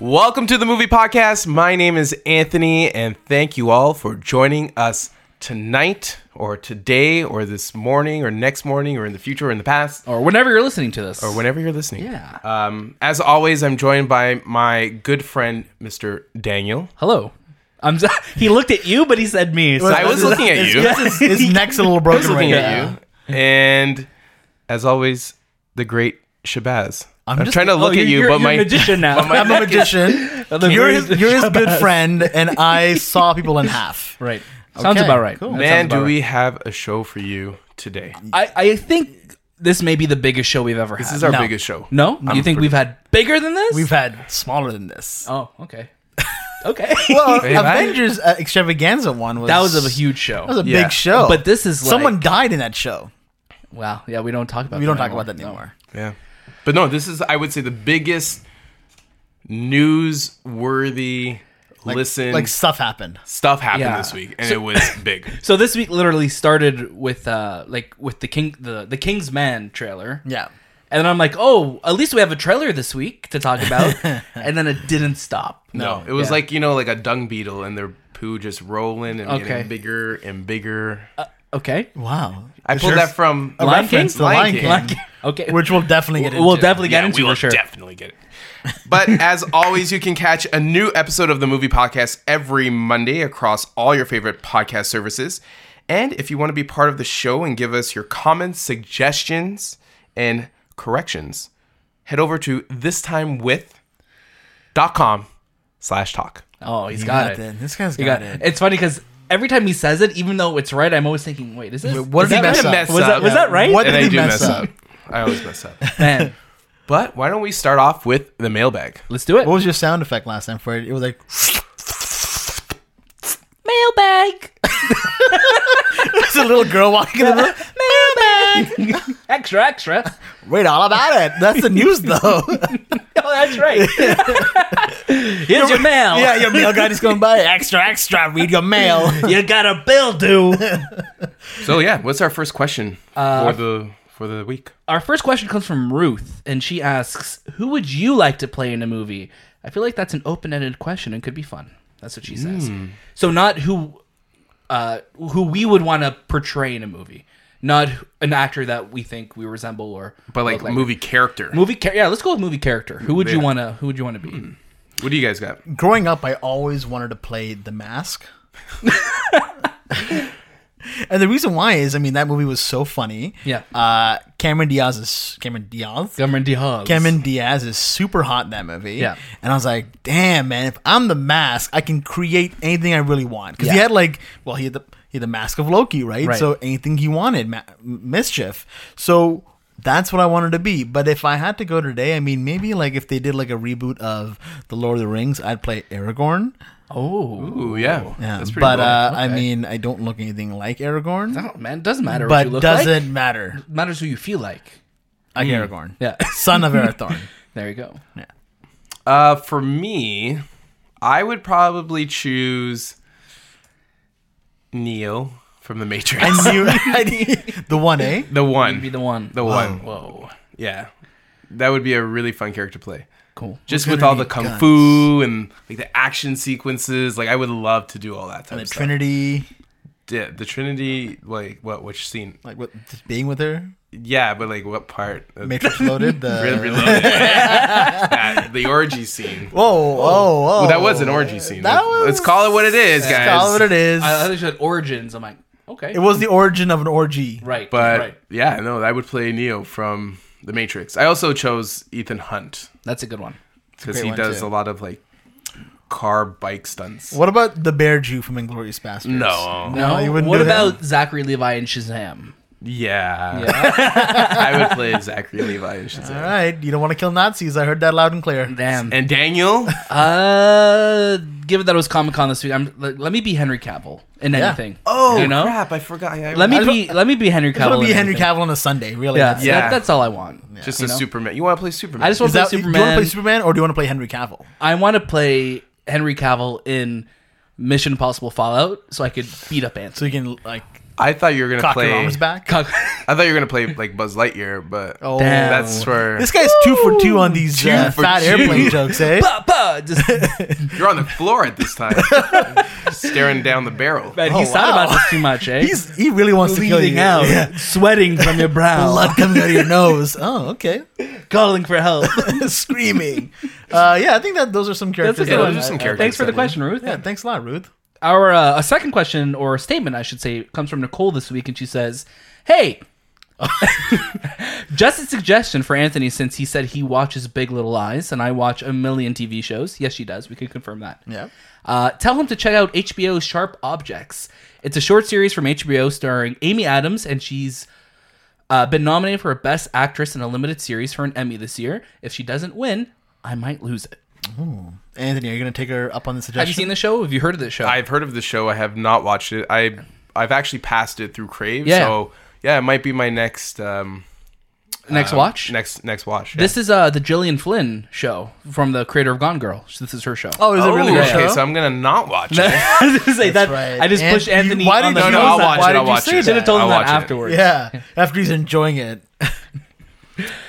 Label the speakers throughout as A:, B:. A: Welcome to the Movie Podcast. My name is Anthony, and thank you all for joining us tonight, or today, or this morning, or next morning, or in the future, or in the past,
B: or whenever you're listening to this.
A: or whenever you're listening.
B: Yeah.
A: Um, as always, I'm joined by my good friend, Mr. Daniel.
B: Hello. I'm. so- he looked at you, but he said me. So
A: I was looking at you. I
C: His, his neck's a little
A: was
C: broken right
A: looking
C: now.
A: at you. And as always, the great Shabazz. I'm,
C: just-
A: trying to look
B: Oh,
A: at you,
B: you're-
A: but
B: you're
A: my
B: a magician now.
C: I'm a magician.
B: Other
C: You're his,
B: versions-
C: you're his good friend, and I saw people in half.
B: right. Sounds
C: Okay,
B: about right.
C: cool.
B: That sounds
A: man,
B: about
A: do
B: right.
A: we have a show for you today?
B: I, I think this may be the biggest show we've ever had.
A: This is our
C: No.
A: biggest show.
B: no. you think we've had bigger than this?
C: We've had smaller than this.
B: Oh, okay. Okay.
C: Well,
A: Hey, man.
C: Avengers uh, Extravaganza one was
B: that was a huge show.
C: that was a
A: Yeah.
C: big show.
B: But this is like,
C: someone died in that show.
B: Wow. Yeah, we don't talk about.
C: We
B: that
C: don't talk
B: anymore.
C: about that anymore.
A: Yeah. But no, this is I would say the biggest newsworthy listen
C: Like stuff happened.
A: stuff happened
B: Yeah.
A: this week and it was big.
B: So this week literally started with uh like with the king the the King's Man trailer.
C: Yeah.
B: And then I'm like, oh, at least we have a trailer this week to talk about. and then it didn't stop.
A: No, it was
B: yeah.
A: like, you know, like a dung beetle and their poo just rolling and
B: Okay.
A: getting bigger and bigger.
B: Okay.
C: Wow.
A: I pulled that from
C: Lion King?
A: reference
C: The Lion King.
B: Like, okay.
C: Which we'll definitely get into.
B: we'll definitely get
A: Yeah,
B: into
A: we
B: it
A: will
B: for sure.
A: definitely get it. But as always, you can catch a new episode of the Movie Podcast every Monday across all your favorite podcast services. And if you want to be part of the show and give us your comments, suggestions, and corrections, head over to thistimewith.com slash talk.
B: oh, he's
C: You
B: got, it.
C: This guy's
B: He
C: got,
B: got
C: it.
B: It's funny because every time he says it, even though it's right, I'm always thinking, wait, is this
C: what
B: is
C: did he
B: that right?
C: mess up?
B: Was that was that right?
C: What
A: and
C: did
A: I
C: he
A: do
C: mess
A: mess up.
C: up?
A: I always mess up.
B: Man,
A: But why don't we start off with the mailbag?
B: let's do it.
C: What was your sound effect last time for it? It was like
B: Mailbag.
C: it's a little girl walking in the room.
B: Mailbag. extra, extra.
C: Wait, all about it. That's the news though.
B: Oh, that's right. Here's your mail.
C: yeah, your mail guy just going by. Extra, extra. Read your mail.
B: You got a bill due.
A: So yeah, what's our first question
B: Uh,
A: for the for the week?
B: Our first question comes from Ruth, and she asks, "Who would you like to play in a movie?" I feel like that's an open-ended question and could be fun. That's what she says.
A: Hmm.
B: So not who, uh, who we would want to portray in a movie, not an actor that we think we resemble or,
A: But like,
B: look like
A: movie character.
B: movie. Char- yeah, let's go with movie character. Who would you
A: Yeah. Hmm.
B: want to? Who would you want to be?
A: What do you guys got?
C: Growing up, I always wanted to play The Mask. and the reason why is, I mean, that movie was so funny.
B: Yeah.
C: Uh, Cameron Diaz is Cameron Diaz.
B: Cameron Diaz.
C: Cameron Diaz is super hot in that movie.
B: Yeah.
C: And I was like, damn, man, if I'm the mask, I can create anything I really want. Because he
B: Yeah.
C: had like, well, he had the he had the mask of Loki, right?
B: Right.
C: So anything he wanted, ma- mischief. So that's what I wanted to be. But if I had to go today, I mean, maybe like if they did like a reboot of The Lord of the Rings, I'd play Aragorn.
B: Oh,
A: Ooh, yeah.
C: Yeah.
A: That's pretty
C: but
A: cool.
C: uh, I
B: Okay.
C: mean, I don't look anything like Aragorn.
B: No, man, it doesn't matter what you
C: but
B: look
C: doesn't
B: like.
C: matter.
B: Matters who you feel like.
C: Like Aragorn.
B: Yeah.
C: Son of Arathorn.
B: there you go.
A: Uh, for me, I would probably choose Neo from the Matrix.
C: I knew, I knew- the one, eh?
A: the one.
B: Be the one.
A: The one.
B: Whoa.
A: Yeah. That would be a really fun character to play.
B: Cool.
A: Just
C: gonna
A: with all
C: need
A: the kung
C: guns.
A: fu and like the action sequences, like I would love to do all that type
C: The
A: of stuff.
C: Trinity.
A: Yeah, the Trinity, like what, which scene?
C: like what just being with her
A: Yeah, but like what part? Uh,
C: matrix loaded the
A: Re- reloaded. Yeah, the orgy scene.
C: whoa whoa whoa
A: That was an orgy scene.
C: That
A: Let's
C: was-
A: call it what it is, guys.
C: That's all it is
B: I thought you said origins. I'm like, okay.
C: it was the origin of an orgy
B: right.
A: But
B: right.
A: yeah, no, I would play Neo from The Matrix. I also chose Ethan Hunt
B: That's a good one.
A: because
C: great
A: he
C: one,
A: does
C: too.
A: a lot of like car bike stunts.
C: what about the bear jew from inglorious bastards
A: No.
C: no you wouldn't
B: what
C: do
B: about
C: him.
B: Zachary Levi and Shazam?
A: Yeah. I would play Zachary Levi and
C: all
A: Shazam.
C: right you don't want to kill nazis i heard that loud and clear
B: Damn.
A: And Daniel,
B: Uh, given that it was Comic Con this week, I'm let, let me be Henry Cavill in
C: Yeah.
B: anything. Oh, you know.
A: crap! I forgot. I,
B: Let me
C: I just
B: be. Let me be Henry
C: I
B: Cavill.
C: want to be
B: in
C: henry
B: anything.
C: cavill on a sunday really
B: Yeah.
C: That's-
A: Yeah.
B: that- that's all I want.
A: just
B: you
A: a
B: know?
A: Superman. You want to play Superman?
B: I just want
C: Is
B: to play
C: that, do you want to
B: Superman.
C: play superman or do you want to play henry cavill
B: I want to play Henry Cavill in Mission Impossible Fallout, so I could beat up Ants.
C: so Oh, you can like
A: I thought you were gonna
C: Cock
A: play.
C: your arms back.
B: Cock-
A: I thought you were gonna play like Buzz Lightyear, but
C: Oh.
B: Damn.
A: that's where
C: This guy's two for two on these
A: Two
C: uh,
A: for
C: fat
A: two.
C: airplane jokes, eh?
B: bah, bah, just,
A: you're on the floor at this time, staring down the barrel.
B: man,
C: Oh,
B: he's thought
C: wow.
B: about this too much, eh?
C: He's he really wants to kill
B: bleeding
C: you.
B: out,
C: Yeah.
B: sweating from your brow,
C: Blood coming out of your nose. Oh, okay.
B: calling for help.
C: Screaming. Uh, yeah, I think that those are some characters.
B: good
C: that
B: one.
C: I-
A: Those are some
C: I-
A: characters.
B: Thanks for the
A: Exciting.
B: question, Ruth.
C: Yeah, thanks a lot, Ruth.
B: Our uh, a second question or statement, I should say, comes from Nicole this week, and she says, "Hey." Just a suggestion for Anthony since he said he watches Big Little Lies and I watch a million TV shows. Yes, she does. We can confirm that.
C: Yeah.
B: Uh, tell him to check out HBO Sharp Objects. It's a short series from HBO starring Amy Adams, and she's uh, been nominated for a Best Actress in a Limited Series for an Emmy this year. If she doesn't win, I might lose it.
C: Anthony, are you going to take her up on the suggestion?
B: Have you seen the show? Have you heard of this show?
A: I've heard of the show. I have not watched it. I I've actually passed it through Crave.
B: Yeah.
A: So yeah, it might be my next um,
B: Next watch.
A: next next watch.
B: This is uh the Gillian Flynn show from the creator of Gone Girl. This is her show.
C: Oh, is
A: yeah.
C: it really
A: Oh,
C: your
A: okay,
C: show?
A: so I'm gonna not watch it.
B: I was gonna say that.
C: right.
B: I just
C: And
B: pushed
C: you-
B: Anthony.
C: why
B: on the
C: did
A: No,
C: you
A: no,
C: know
A: I'll
C: that?
A: watch
C: Why
A: it.
C: did
A: I'll
C: you
A: watch
C: say
A: it.
B: Should have told him
A: I'll
B: that
A: watch it.
B: afterwards.
C: yeah, after he's enjoying it.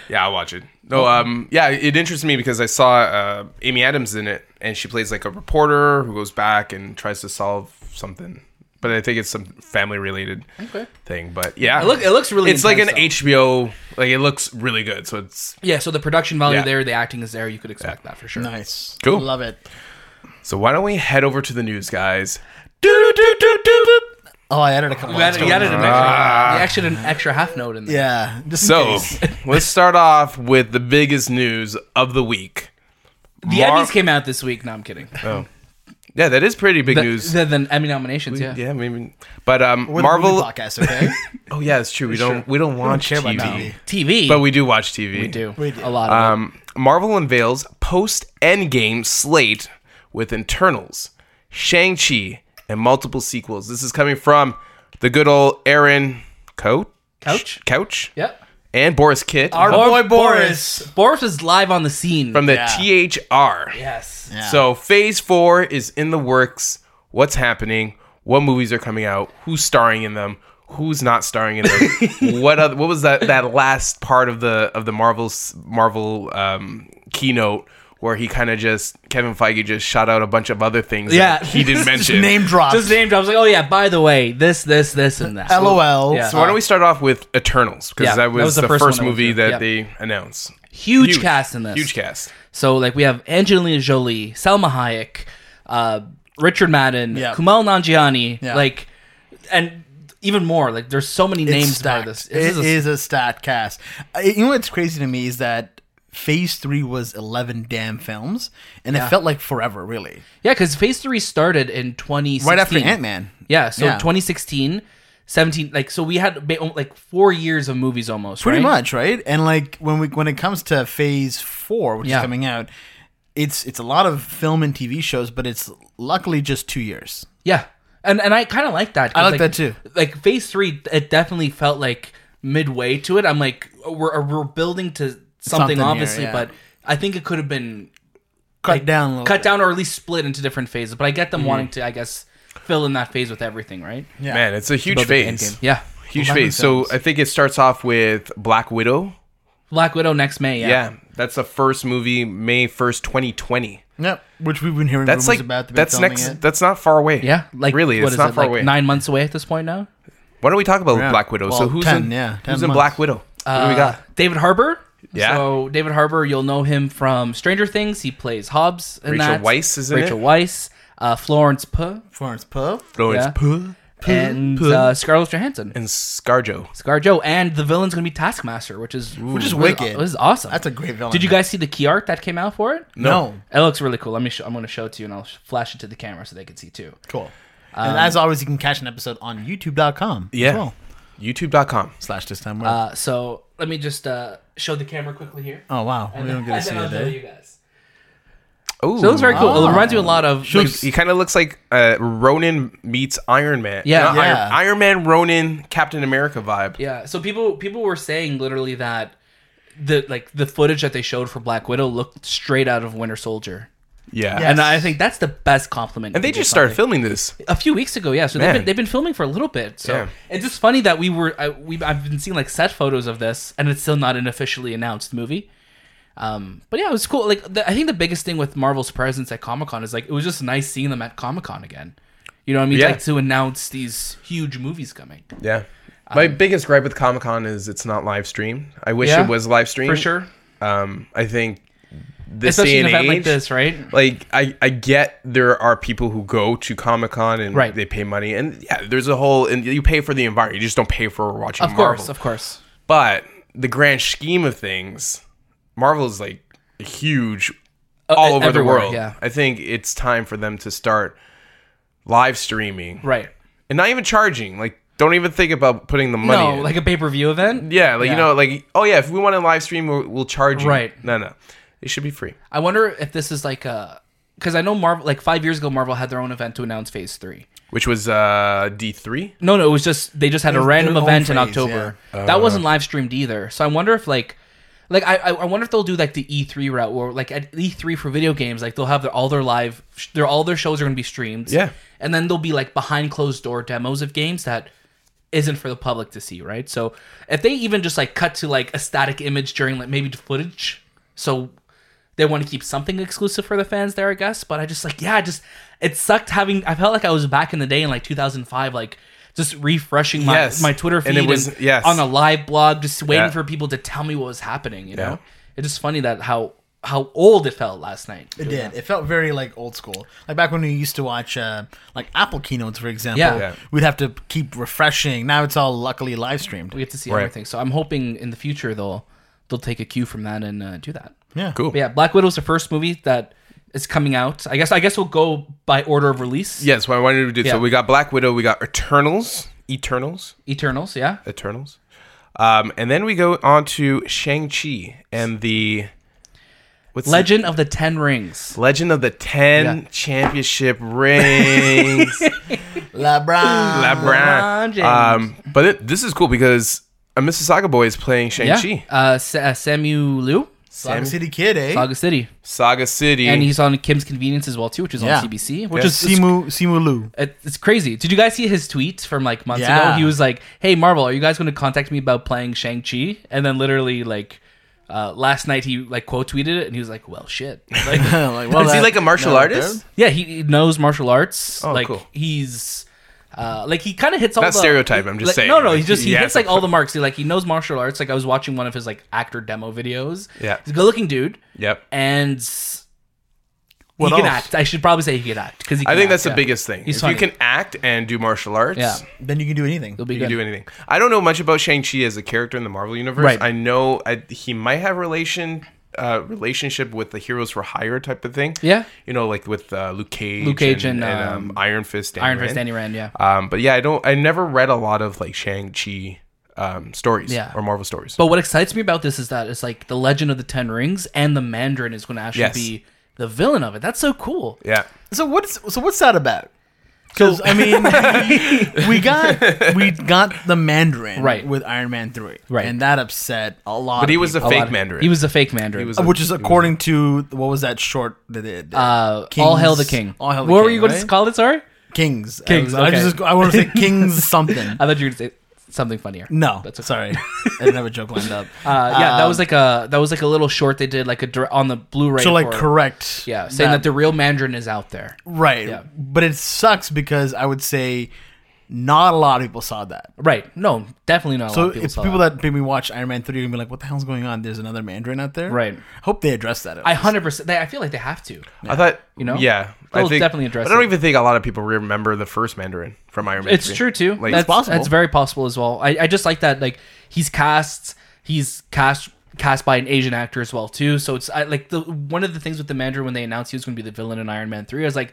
A: Yeah, I'll watch it. No, um, yeah, it interests me because I saw uh, Amy Adams in it, and she plays like a reporter who goes back and tries to solve something. But I think it's some family related
B: Okay.
A: thing. But yeah,
B: It look- it looks really
A: It's like an
B: intense, though.
A: HBO. Like it looks really good. So it's
B: Yeah. So the production value
A: Yeah.
B: there, the acting is there. You could expect that for sure.
C: Nice.
A: Cool.
C: Love it.
A: so. Why don't we head over to the news, guys?
C: Oh, I added a couple.
B: You added, you
C: extra
B: added
C: ones.
B: an extra, you actually added an extra half note in there.
C: Yeah. Just in
A: So
C: case.
A: let's start off with the biggest news of the week.
B: The
A: Mar-
B: Emmys came out this week. No, I'm kidding.
A: Yeah, that is pretty big
B: The,
A: news.
B: the, the Emmy nominations. Yeah.
A: yeah, maybe. But um,
C: We're the
A: Marvel.
C: movie podcast, okay?
A: Oh yeah, it's true. We don't we don't watch
C: care about
A: TV,
C: TV.
B: TV.
A: but we do watch TV.
B: We do.
C: We do.
B: a lot of it.
A: Um, Marvel unveils post Endgame slate with internals, Shang Chi, and multiple sequels. This is coming from the good old Aaron Coach,
B: Couch?
A: Couch,
B: Yep.
A: and Boris Kitt
C: Our- boy
B: Boris. Boris is live on the scene.
A: from the
C: Yeah.
A: THR.
B: yes.
C: Yeah.
A: So Phase Four is in the works. What's happening? What movies are coming out? Who's starring in them? Who's not starring in them? what other, what was that that last part of the of the Marvel's Marvel um, keynote where he kind of just Kevin Feige just shot out a bunch of other things
B: Yeah.
A: that he didn't mention.
C: Name drops.
B: Just name drops like, oh yeah, by the way, this, this, this, and that.
C: LOL.
B: Yeah.
A: so why don't we start off with Eternals because
B: Yeah,
A: that, was the,
B: one
A: first
B: I went
A: movie
B: to.
A: that
B: Yeah.
A: they announced.
B: huge, cast in this.
A: Huge cast.
B: So like we have Angelina Jolie, Selma Hayek, uh, Richard Madden,
C: Yeah.
B: Kumail Nanjiani,
C: Yeah.
B: like, and even more. Like there's so many
C: It's
B: names
C: stacked.
B: for this.
C: It is
B: This
C: a,
B: is a-
C: stat cast. Uh, You know what's crazy to me is that Phase Three was eleven damn films, and it felt like forever, really.
B: yeah, because Phase Three started in 2016.
C: Right after Ant Man.
B: Yeah, so
C: Yeah.
B: 2016, 17, like so we had ba- like four years of movies almost.
C: pretty
B: right?
C: much right and like when we when it comes to phase four which
B: Yeah.
C: is coming out it's it's a lot of film and tv shows but it's luckily just two years
B: Yeah, and and I kind of like that. 'cause,
C: I like that too.
B: Like Phase Three, it definitely felt like midway to it. I'm like, we're uh, we're building to something,
C: Something here,
B: obviously,
C: yeah.
B: but I think it could have been
C: cut down a little
B: cut
C: bit. Mm-hmm.
B: down or at least split into different phases. But I get them wanting to, I guess, fill in that phase with everything, right?
C: Yeah.
A: Man, it's a huge phase.
B: Yeah.
A: Huge
C: 11
A: phase. So
C: films.
A: I think it starts off with Black Widow.
B: Black Widow next May. Yeah.
A: Yeah, that's the first movie, May first, twenty twenty.
C: yep which we've been hearing
A: That's like
C: rumors about they've been
A: that's
C: filming
A: next.
C: it.
A: That's not far away.
B: Yeah, like
A: really,
B: what
A: it's
B: is
A: not
B: it,
A: far
B: like
A: away.
B: Nine months away at this point now.
A: Why don't we talk about
C: Yeah.
A: Black Widow? so
C: Well,
A: who's
C: 10,
A: in?
C: yeah, 10
A: who's in
C: months.
A: Black Widow? what do we got?
B: Uh, David Harbour.
A: Yeah.
B: So David Harbour, you'll know him from Stranger Things. He plays Hobbs. In
A: Rachel
B: that.
A: Weisz is in
B: Rachel
A: it.
B: Weisz, uh, Florence Pugh,
C: florence Pugh.
A: Florence
B: Yeah.
A: Pugh
B: and uh, Scarlett Johansson.
A: and ScarJo.
B: Scarjo, and the villain's gonna be Taskmaster, which is which
C: is wicked.
B: This is awesome.
C: That's a great villain.
B: Did you guys see the key art that came out for it?
C: no,
B: It looks really cool. Let me. Show, I'm gonna show it to you, and I'll sh- flash it to the camera so they can see too.
C: cool and as always you can catch an episode on youtube.com
A: Um, Yeah,
C: as well.
A: YouTube.com.
C: slash this time around.
B: Uh, so let me just uh, show the camera quickly here.
C: oh wow we don't get to see
B: I'll
C: it
B: show
C: eh?
B: you guys.
A: Oh,
B: So it looks very cool.
C: Ah.
B: It reminds me a lot of. like,
A: He kind of looks like uh, Ronin meets Iron Man.
B: Yeah.
A: Not Iron-
C: Yeah.
A: Iron, Man, Ronin, Captain America vibe.
B: yeah. So people people were saying literally that the like the footage that they showed for Black Widow looked straight out of Winter Soldier.
A: Yeah.
C: Yeah.
B: And I think that's the best compliment.
A: And they
B: you can
A: just
B: give
A: started
B: something.
A: filming this.
B: a few weeks ago. Yeah, so they've
A: Man.
B: been, they've been filming for a little bit. So
A: Yeah.
B: it's just funny that we were I, we I've been seeing like set photos of this, and it's still not an officially announced movie. Um, but yeah, it was cool. Like the, I think the biggest thing with Marvel's presence at Comic Con is like it was just nice seeing them at Comic Con again. You know what I mean?
A: Yeah.
B: Like to announce these huge movies coming.
A: Yeah. My biggest gripe with Comic Con is it's not live streamed. I wish
B: Yeah,
A: it was live streamed
B: For sure.
A: Um, I think this
B: Especially
A: day
B: an
A: and
B: event
A: age,
B: like this, right?
A: like I, I get there are people who go to Comic Con and
B: Right.
A: they pay money and yeah, there's a whole and you pay for the environment. You just don't pay for watching
B: Of
A: Marvel.
B: course, of course.
A: But the grand scheme of things, Marvel is like huge
B: Uh,
A: all over the
B: everywhere,
A: world.
B: yeah.
A: I think it's time for them to start live streaming
B: Right.
A: and not even charging. Like, don't even think about putting the money.
B: No,
A: in.
B: like a pay per view event.
A: yeah, like
B: Yeah.
A: you know, like oh yeah, if we want to live stream, we'll, we'll charge you.
B: Right.
A: No, no, it should be free.
B: I wonder if this is like a because I know Marvel like five years ago Marvel had their own event to announce Phase Three.
A: Which was uh D three.
B: No, no, it was just they just had a
C: was
B: random
C: their own
B: event in
C: phrase,
B: October. that wasn't live streamed either. So I wonder if like like I I I wonder if they'll do like the E3 route where like at E3 for video games like they'll have their, all their live sh- their all their shows are going to be streamed.
A: Yeah.
B: And then there'll be like behind closed door demos of games that isn't for the public to see, right? So if they even just like cut to like a static image during like maybe footage, so they want to keep something exclusive for the fans there, I guess. But I just like, yeah, I just it sucked having. I felt like I was back in the day in like 2005, like just refreshing my
A: Yes.
B: my Twitter feed
A: And it was- yes.
B: on a live blog, just waiting
A: Yeah.
B: for people to tell me what was happening. You
A: Yeah.
B: know, it's just funny that how how old it felt last night.
C: It did. It felt very like old school, like back when we used to watch uh, like Apple keynotes, for example.
B: Yeah. Yeah.
C: we'd have to keep refreshing. Now it's all luckily live streamed.
B: We get to see
A: Right.
B: everything. So I'm hoping in the future they'll they'll take a cue from that and uh, do that.
C: Yeah,
A: Cool.
B: But yeah, Black Widow's the first movie that is coming out. I guess I guess we'll go by order of release.
A: Yes, what I wanted to do.
B: Yeah.
A: So we got Black Widow, we got Eternals, Eternals,
B: Eternals, yeah.
A: Eternals, um, and then we go on to Shang Chi and the what's the-
B: Legend of the Ten Rings.
A: Legend of the Ten Championship Rings.
C: LeBron.
A: LeBron.
B: James.
A: Um, but it, this is cool because a Mississauga boy is playing Shang
B: Yeah.
A: Chi.
B: Uh, Sa- uh, Samu Liu,
C: Slam City Kid, eh?
B: Saga City,
A: Saga City.
B: and he's on Kim's Convenience as well too, which is
C: Yeah.
B: on CBC, which
A: Yeah.
B: is it's,
C: Simu Simu Lu.
B: it- it's crazy. Did you guys see his tweets from like months
C: Yeah.
B: ago? He was like, "Hey Marvel, are you guys going to contact me about playing Shang Chi?" And then literally like. Uh, last night he like quote tweeted it and he was like, "Well, shit." Like,
C: Like, well,
A: is he
C: that-
A: like a martial
C: no,
A: artist?
B: yeah, he he knows martial arts.
A: Oh,
B: like
A: cool.
B: he's uh, like he kind of hits all
A: Not
B: the
A: stereotype, I'm just
B: like,
A: saying.
B: No, no, he
A: Like,
B: just he
A: he
B: hits
A: has
B: like
A: to
B: all
A: put-
B: the marks. He like he knows martial arts. Like I was watching one of his like actor demo videos.
A: Yeah.
B: he's a good looking dude.
A: Yep.
B: and s-
C: What
B: he can
C: else?
B: act. I should probably say he can act because
A: I think that's the biggest thing.
B: He's
A: if
B: funny.
A: you can act and do martial arts,
B: Yeah,
C: Then you can do anything.
B: he'll be
A: you
B: good.
A: can do anything. I don't know much about Shang Chi as a character in the Marvel universe.
B: Right.
A: I know I, he might have relation uh, relationship with the Heroes for Hire type of thing.
B: Yeah.
A: You know, like with uh, Luke Cage,
B: Luke Cage and, um,
A: Iron Fist, Danny
B: Iron
A: Rand.
B: Fist, Danny Rand. Yeah,
A: Um, but yeah, I don't. I never read a lot of like Shang Chi um, stories
B: Yeah.
A: or Marvel stories.
B: but what excites me about this is that it's like the Legend of the Ten Rings and the Mandarin is going to actually
A: Yes.
B: be the villain of it. That's so cool.
A: yeah,
C: So what's so what's that about? Because I mean, we got we got the Mandarin
B: Right.
C: with Iron Man three,
B: Right.
C: and that upset a lot.
A: but he was a
C: a
B: A lot
A: fake
B: of-
A: Mandarin.
B: He was a fake Mandarin.
A: was
C: Uh, which is according to what was that short that it
B: uh, all hail the king.
C: All hail the
B: what
C: king.
B: were you going
C: right?
B: to call it? Sorry,
C: Kings.
B: Kings,
C: I, was- I
B: okay.
C: just I want to say Kings something.
B: I thought you were going to say something funnier.
C: No,
B: That's okay.
C: sorry, I didn't have a joke lined up.
B: Uh, yeah, that was like a that was like a little short they did like a dir- on the Blu-ray.
C: so like
B: for-
C: correct.
B: yeah, saying that the real Mandarin is out there.
C: right,
B: Yeah.
C: but it sucks because I would say not a lot of people saw that.
B: Right? No, definitely not. a lot
C: So
B: of people
C: it's
B: saw
C: people
B: that.
C: that. maybe watch Iron Man three and be like, "What the hell's going on?" There's another Mandarin out there.
B: Right.
C: Hope they address that. at
B: I
C: least.
B: hundred percent. I feel like they have to.
A: I thought you
B: know?
A: Yeah, I
B: They'll
A: think,
B: definitely address
A: I don't
B: it.
A: even think a lot of people remember the first Mandarin from Iron Man.
B: It's
A: 3.
B: true too.
A: Like,
B: that's,
A: it's
C: possible.
B: That's very possible as well. I, I just like that. Like he's cast. He's cast cast by an Asian actor as well too. So it's I, like the one of the things with the Mandarin when they announced he was going to be the villain in Iron Man three. I was like,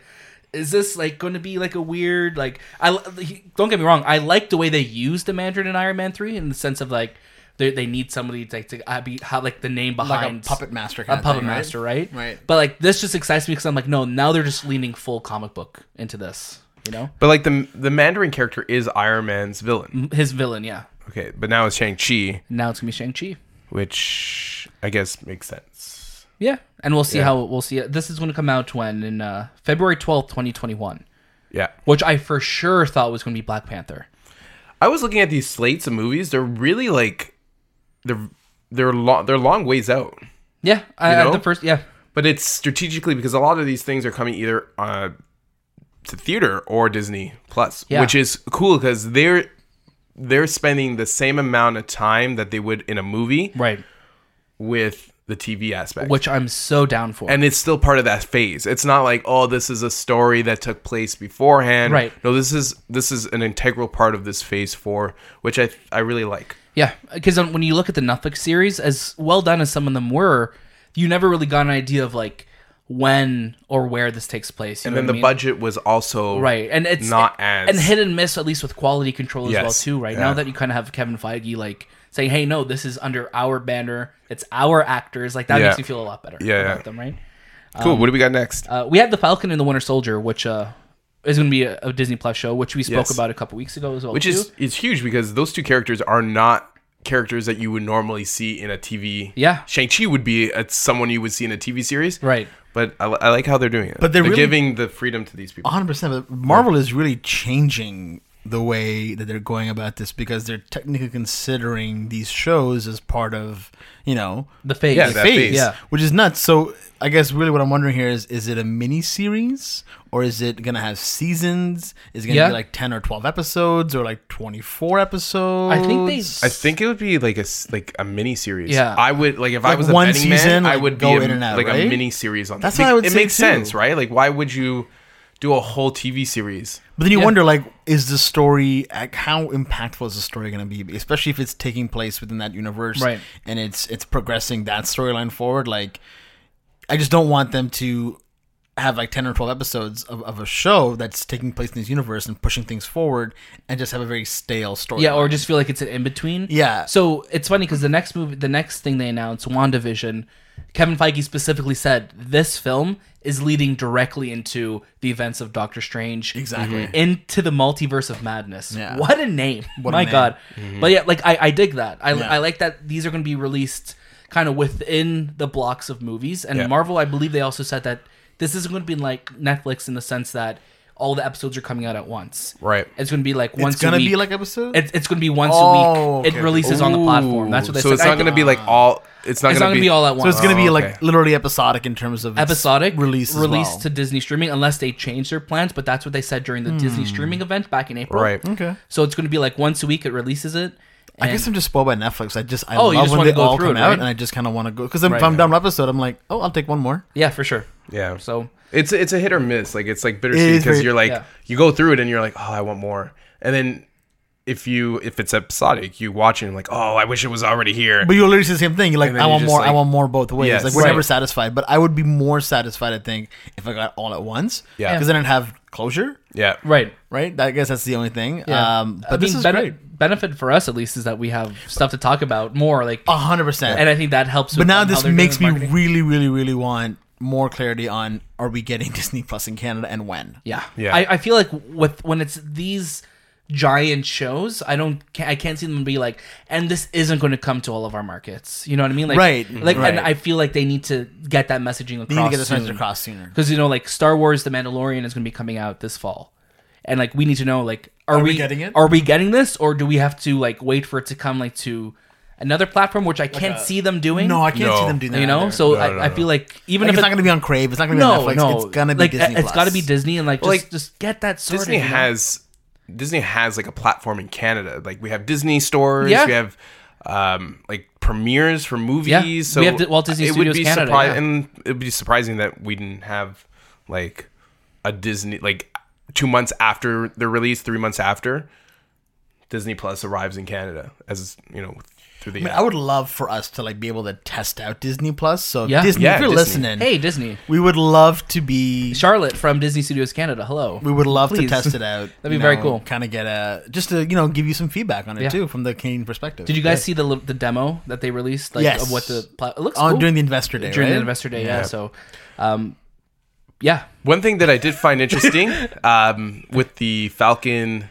B: is this like going to be like a weird like? I he- don't get me wrong. I like the way they used the Mandarin in Iron Man three in the sense of like. They, they need somebody to, to uh, be have like the name behind
C: puppet master
B: a
C: kind of
B: puppet
C: thing, right?
B: master right
C: Right.
B: but like this just excites me because I'm like no now they're just leaning full comic book into this you know
A: But like the the Mandarin character is Iron Man's villain.
B: his villain yeah
A: Okay, but now it's Shang Chi,
B: Now it's gonna be Shang Chi.
A: which I guess makes sense.
B: Yeah, and we'll see how we'll see. This is going to come out when in uh, February twelfth, twenty twenty one,
A: Yeah.
B: which I for sure thought was going to be Black Panther.
A: I was looking at these slates of movies. They're really like they're they're long they're long ways out.
B: Yeah, I, at
A: know?
B: the first. Yeah,
A: But it's strategically because a lot of these things are coming either uh, to theater or Disney Plus,
B: Yeah.
A: which is cool because they're they're spending the same amount of time that they would in a movie
B: right.
A: with the TV aspect.
B: Which I'm so down for.
A: and it's still part of that phase. It's not like, oh, this is a story that took place beforehand.
B: Right.
A: No, this is this is an integral part of this phase four, which I I really like.
B: Yeah, because when you look at the Netflix series, as well done as some of them were, you never really got an idea of like when or where this takes place. You
A: And
B: know
A: then
B: what
A: the
B: I mean?
A: budget was also
B: right? And it's
A: not as
B: and hit and miss at least with quality control as well
A: Yes,
B: too. Right
A: yeah.
B: now that you kind of have Kevin Feige like saying, "Hey, no, this is under our banner. It's our actors." Like that
A: Yeah.
B: makes you feel a lot better.
A: Yeah,
B: about
A: yeah.
B: them, right?
A: cool. what do we got next?
B: Uh, we had the Falcon and the Winter Soldier, which uh, is going to be a, a Disney Plus show, which we spoke
A: Yes.
B: about a couple weeks ago as well.
A: which is it's huge because those two characters are not characters that you would normally see in a TV.
B: Yeah.
A: Shang Chi would be a, someone you would see in a TV series,
B: Right.
A: But I, li- I like how they're doing it.
C: But they're really-
A: giving the freedom to these people.
C: 100%. But Marvel is really changing the way that they're going about this because they're technically considering these shows as part of, you know,
B: the phase.
A: Yeah,
C: the
A: that
C: phase,
A: phase.
B: Yeah.
C: which is nuts. So I guess really what I'm wondering here is is it a mini series or is it going to have seasons? Is it going to
B: Yeah.
C: be like 10 or 12 episodes or like 24 episodes?
B: I think they-
A: I think it would be like a s- like a mini series.
B: Yeah.
A: I would like if I
C: Like
A: was a
C: one
A: betting man,
C: season,
A: I
C: like,
A: would
C: go
A: be a,
C: in and out,
A: like a
C: right?
A: mini series on.
C: That's
A: that.
C: what I would
A: It
C: say,
A: makes
C: too.
A: sense, right? Like why would you do a whole TV series?
C: But then you
B: Yeah.
C: wonder, like, is the story like, how impactful is the story going to be, especially if it's taking place within that universe,
B: Right.
C: And it's it's progressing that storyline forward. Like, I just don't want them to have like ten or twelve episodes of, of a show that's taking place in this universe and pushing things forward, and just have a very stale story.
B: Yeah, or Mhm. just feel like it's an in between.
C: Yeah.
B: So it's funny because the next movie, the next thing they announced, WandaVision, Kevin Feige specifically said this film is leading directly into the events of Doctor Strange.
C: Exactly. Mhm.
B: Into the multiverse of madness.
C: Yeah.
B: What a name.
C: What a
B: My
C: name. Mm-hmm.
B: God. But yeah, like I, I dig that. I,
C: Yeah.
B: I like that these are going to be released kind of within the blocks of movies. And
A: Yeah.
B: Marvel, I believe they also said that this isn't going to be like Netflix in the sense that all the episodes are coming out at once.
A: Right.
B: It's going to be like once
C: it's gonna
B: a week.
C: be like episode.
B: It, it's going to be once a
C: Oh,
B: week.
C: okay.
B: It releases on the platform. That's what they
A: so
B: said.
A: it's not
B: I
A: going to
B: think-
A: be like all. It's not
B: It's not
A: going
B: going to be all at once.
C: so it's gonna be
A: Oh,
C: like
A: okay.
C: literally episodic in terms of its
B: episodic
C: release, as
B: released
C: well.
B: to Disney streaming, unless they change their plans. But that's what they said during the Disney
C: Hmm.
B: streaming event back in April.
A: right.
C: okay.
B: So it's going to be like once a week. It releases it.
C: I guess I'm just spoiled by Netflix. I just I
B: Oh,
C: love
B: you just
C: when
B: wanna
C: they
B: go
C: all
B: through
C: come
B: it,
C: out,
B: right?
C: and I just kind of want to go because if I'm done with an episode, I'm like, oh, I'll take one more.
B: Yeah, for sure.
A: Yeah.
B: So
A: It's it's a hit or miss. Like it's like bittersweet
C: is
A: because
C: very-
A: you're like
B: yeah.
A: you go through it and you're like, oh, I want more. And then if you if it's episodic, you watch it and like, oh, I wish it was already here.
C: But you literally say the same thing. You're like,
A: And then
C: I
A: you
C: want
A: just
C: more. I
A: like-
C: want more both ways.
A: Yes.
C: Like we're
A: Right.
C: never satisfied. But I would be more satisfied, I think, if I got all at once.
A: Yeah.
C: Because then I'd have closure,
A: yeah.
B: right.
C: right? I guess that's the only thing.
B: Yeah.
C: Um,
B: I
C: but this
B: mean,
C: is
B: bene-
C: great.
B: Benefit for us at least is that we have stuff to talk about more. Like,
C: A hundred percent.
B: and I think that helps.
C: Oh, But now this makes me really, really, really want more clarity on: Are we getting Disney Plus in Canada and when?
B: Yeah.
A: Yeah.
B: I, I feel like with when it's these giant shows, I don't ca- I can't see them be like, and this isn't going to come to all of our markets. You know what I mean? Like,
C: Right,
B: Like,
C: right.
B: and I feel like they need to get that messaging across.
C: You need to get this message
B: soon.
C: across sooner.
B: because you know, like Star Wars: The Mandalorian is going to be coming out this fall, and like we need to know, like, are,
C: we getting it?
B: Are we getting this, or do we have to like wait for it to come like to another platform, which I can't see them doing?
C: No, I can't
A: No.
C: see them do that.
B: you know.
C: either.
B: So
A: No,
B: I,
A: no,
B: I
A: no.
B: feel like even
C: Like,
B: if
C: it's
B: it-
C: not going to be on Crave. It's not going to be
B: no,
C: on Netflix.
B: no,
C: It's going to be
B: like,
C: Disney.
B: It's got to be
C: Disney.
B: Disney, and like just,
A: Like,
B: just get that sorted.
A: Disney
B: you know?
A: has Disney has like a platform in Canada. Like we have Disney stores.
B: Yeah.
A: We have um like premieres for movies. So
B: We have Di- Walt Disney Studios
A: be
B: Canada,
A: surpri-
B: yeah.
A: and it would be surprising that we didn't have like a Disney like two months after the release, three months after Disney Plus arrives in Canada as you know through the
C: I mean, I would love for us to like be able to test out Disney Plus. So
B: Yeah.
C: Disney,
A: Yeah,
C: if you're
A: Disney.
C: listening,
B: Hey, Disney.
C: we would love to be.
B: Charlotte from Disney Studios Canada. Hello.
C: We would love
B: Please.
C: to test it out.
B: That'd be very cool.
C: Kind of get a just to you know give you some feedback on it
B: Yeah.
C: too from the Canadian perspective.
B: Did you guys see the li- the demo that they released? Like
C: Yes.
B: of what the pla- it looks
C: on
B: cool.
C: during the investor day?
B: During
C: right?
B: the investor day. Yeah. So, um, yeah.
A: One thing that I did find interesting um, with the Falcon,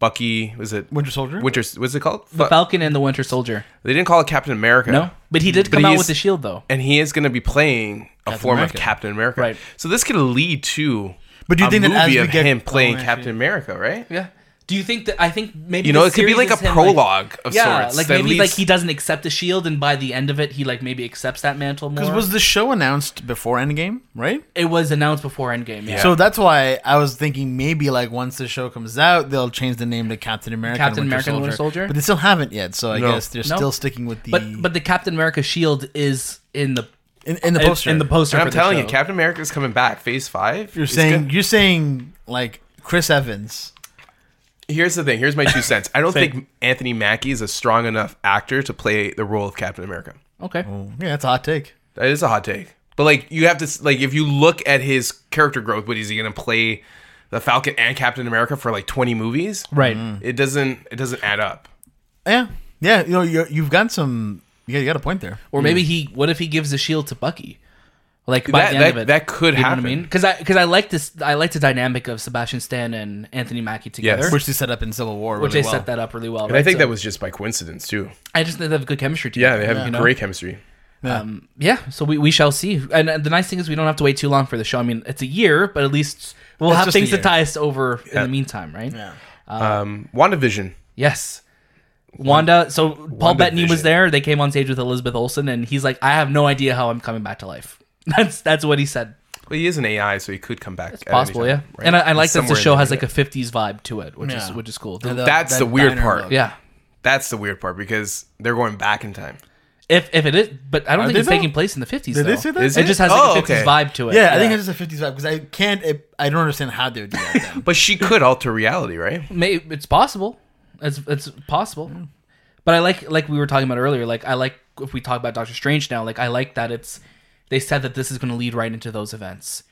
A: Bucky, was it
C: Winter Soldier.
A: Winter? What's it called? Fa-
B: Falcon and the Winter Soldier.
A: they didn't call it Captain America.
B: No? But he did come
A: he
B: out
A: is-
B: with the shield though.
A: and he is going to be playing a form
C: America.
A: of Captain America.
B: Right.
A: So this could lead to
C: But do you
A: a
C: think that
A: movie
C: as we
A: of
C: get-
A: him playing
C: Oh, I
A: Captain America, right?
B: Yeah. Do you think that I think maybe
A: You know,
B: the
A: it could be
B: series
A: like a
B: is him,
A: prologue of
B: yeah,
A: sorts.
B: like
A: that
B: maybe
A: leads-
B: like he doesn't accept the shield, and by the end of it, he like maybe accepts that mantle more.
C: Because was the show announced before Endgame, right?
B: it was announced before Endgame. Yeah.
A: Yeah.
C: So that's why I was thinking maybe like once the show comes out, they'll change the name to Captain America. and
B: Captain
C: Winter
B: America and Winter Soldier?
C: But they still haven't yet, so I
A: No.
C: guess they're
B: No.
C: still sticking with the
B: But but the Captain America shield is in the
C: in, in the poster.
B: in the poster.
A: and
B: for
A: I'm
B: the
A: telling you,
B: show.
A: Captain America's coming back, Phase Five.
C: you're
A: is
C: saying
A: gonna-
C: you're saying like Chris Evans.
A: here's the thing. Here's my two cents. I don't think Anthony Mackie is a strong enough actor to play the role of Captain America.
B: Okay.
C: Oh, yeah, that's a hot take.
A: That is a hot take. But like you have to s- like if you look at his character growth, what is he going to play the Falcon and Captain America for like 20 movies?
B: Right.
A: It doesn't it doesn't add up.
C: Yeah, yeah. You know, you're, you've got some. Yeah, you got a point there.
B: Or maybe he. What if he gives the shield to Bucky? Like by
A: that,
B: the end
A: that,
B: of it,
A: that could
B: you know what I
A: happen.
B: mean? Because I because I like this. I like the dynamic of Sebastian Stan and Anthony Mackie together,
A: Yes.
B: which,
C: Which they set up in Civil War.
B: which
C: really
B: they
C: well.
B: set that up really well.
A: And I think that was just by coincidence too.
B: I just think they have good chemistry together.
A: Yeah, they have
B: you know?
A: great chemistry.
C: Yeah.
B: Um, yeah, so we, we shall see. And uh, the nice thing is we don't have to wait too long for the show. I mean, it's a year, but at least we'll
C: It's
B: have
C: just a
B: things to
C: year.
B: tie us over in the meantime, right?
C: Yeah.
B: Uh-huh.
A: Um, WandaVision.
B: Yes. Wanda, so Paul Bettany was
A: WandaVision.
B: there. They came on stage with Elizabeth Olsen, and he's like, "I have no idea how I'm coming back to life." That's that's what he said.
A: Well, he is an AI, so he could come back. It's
B: Possible, yeah. And I, I like that the show has like a
A: a.
B: '50s vibe to it, which is
C: Yeah.
B: which is cool.
C: And the-
A: That's
C: that
A: the weird
C: diner
A: part.
C: look.
B: yeah,
A: That's the weird part because they're going back in time.
B: if if it is, but I don't
C: Are
B: think
C: they
B: it's
C: though?
B: taking place in the '50s.
C: Did
B: though.
C: they say that?
A: Is
B: It just has like
A: Oh,
B: a '50s
A: okay.
B: vibe to it.
C: Yeah, I think it's just a 50s vibe because I can't. It, I don't understand how they would do that. Then.
A: But she could alter reality, right?
B: May it's possible. It's it's possible. But I like like we were talking about earlier. Like I like if we talk about Doctor Strange now. Like I like that it's they said that this is going to lead right into those events.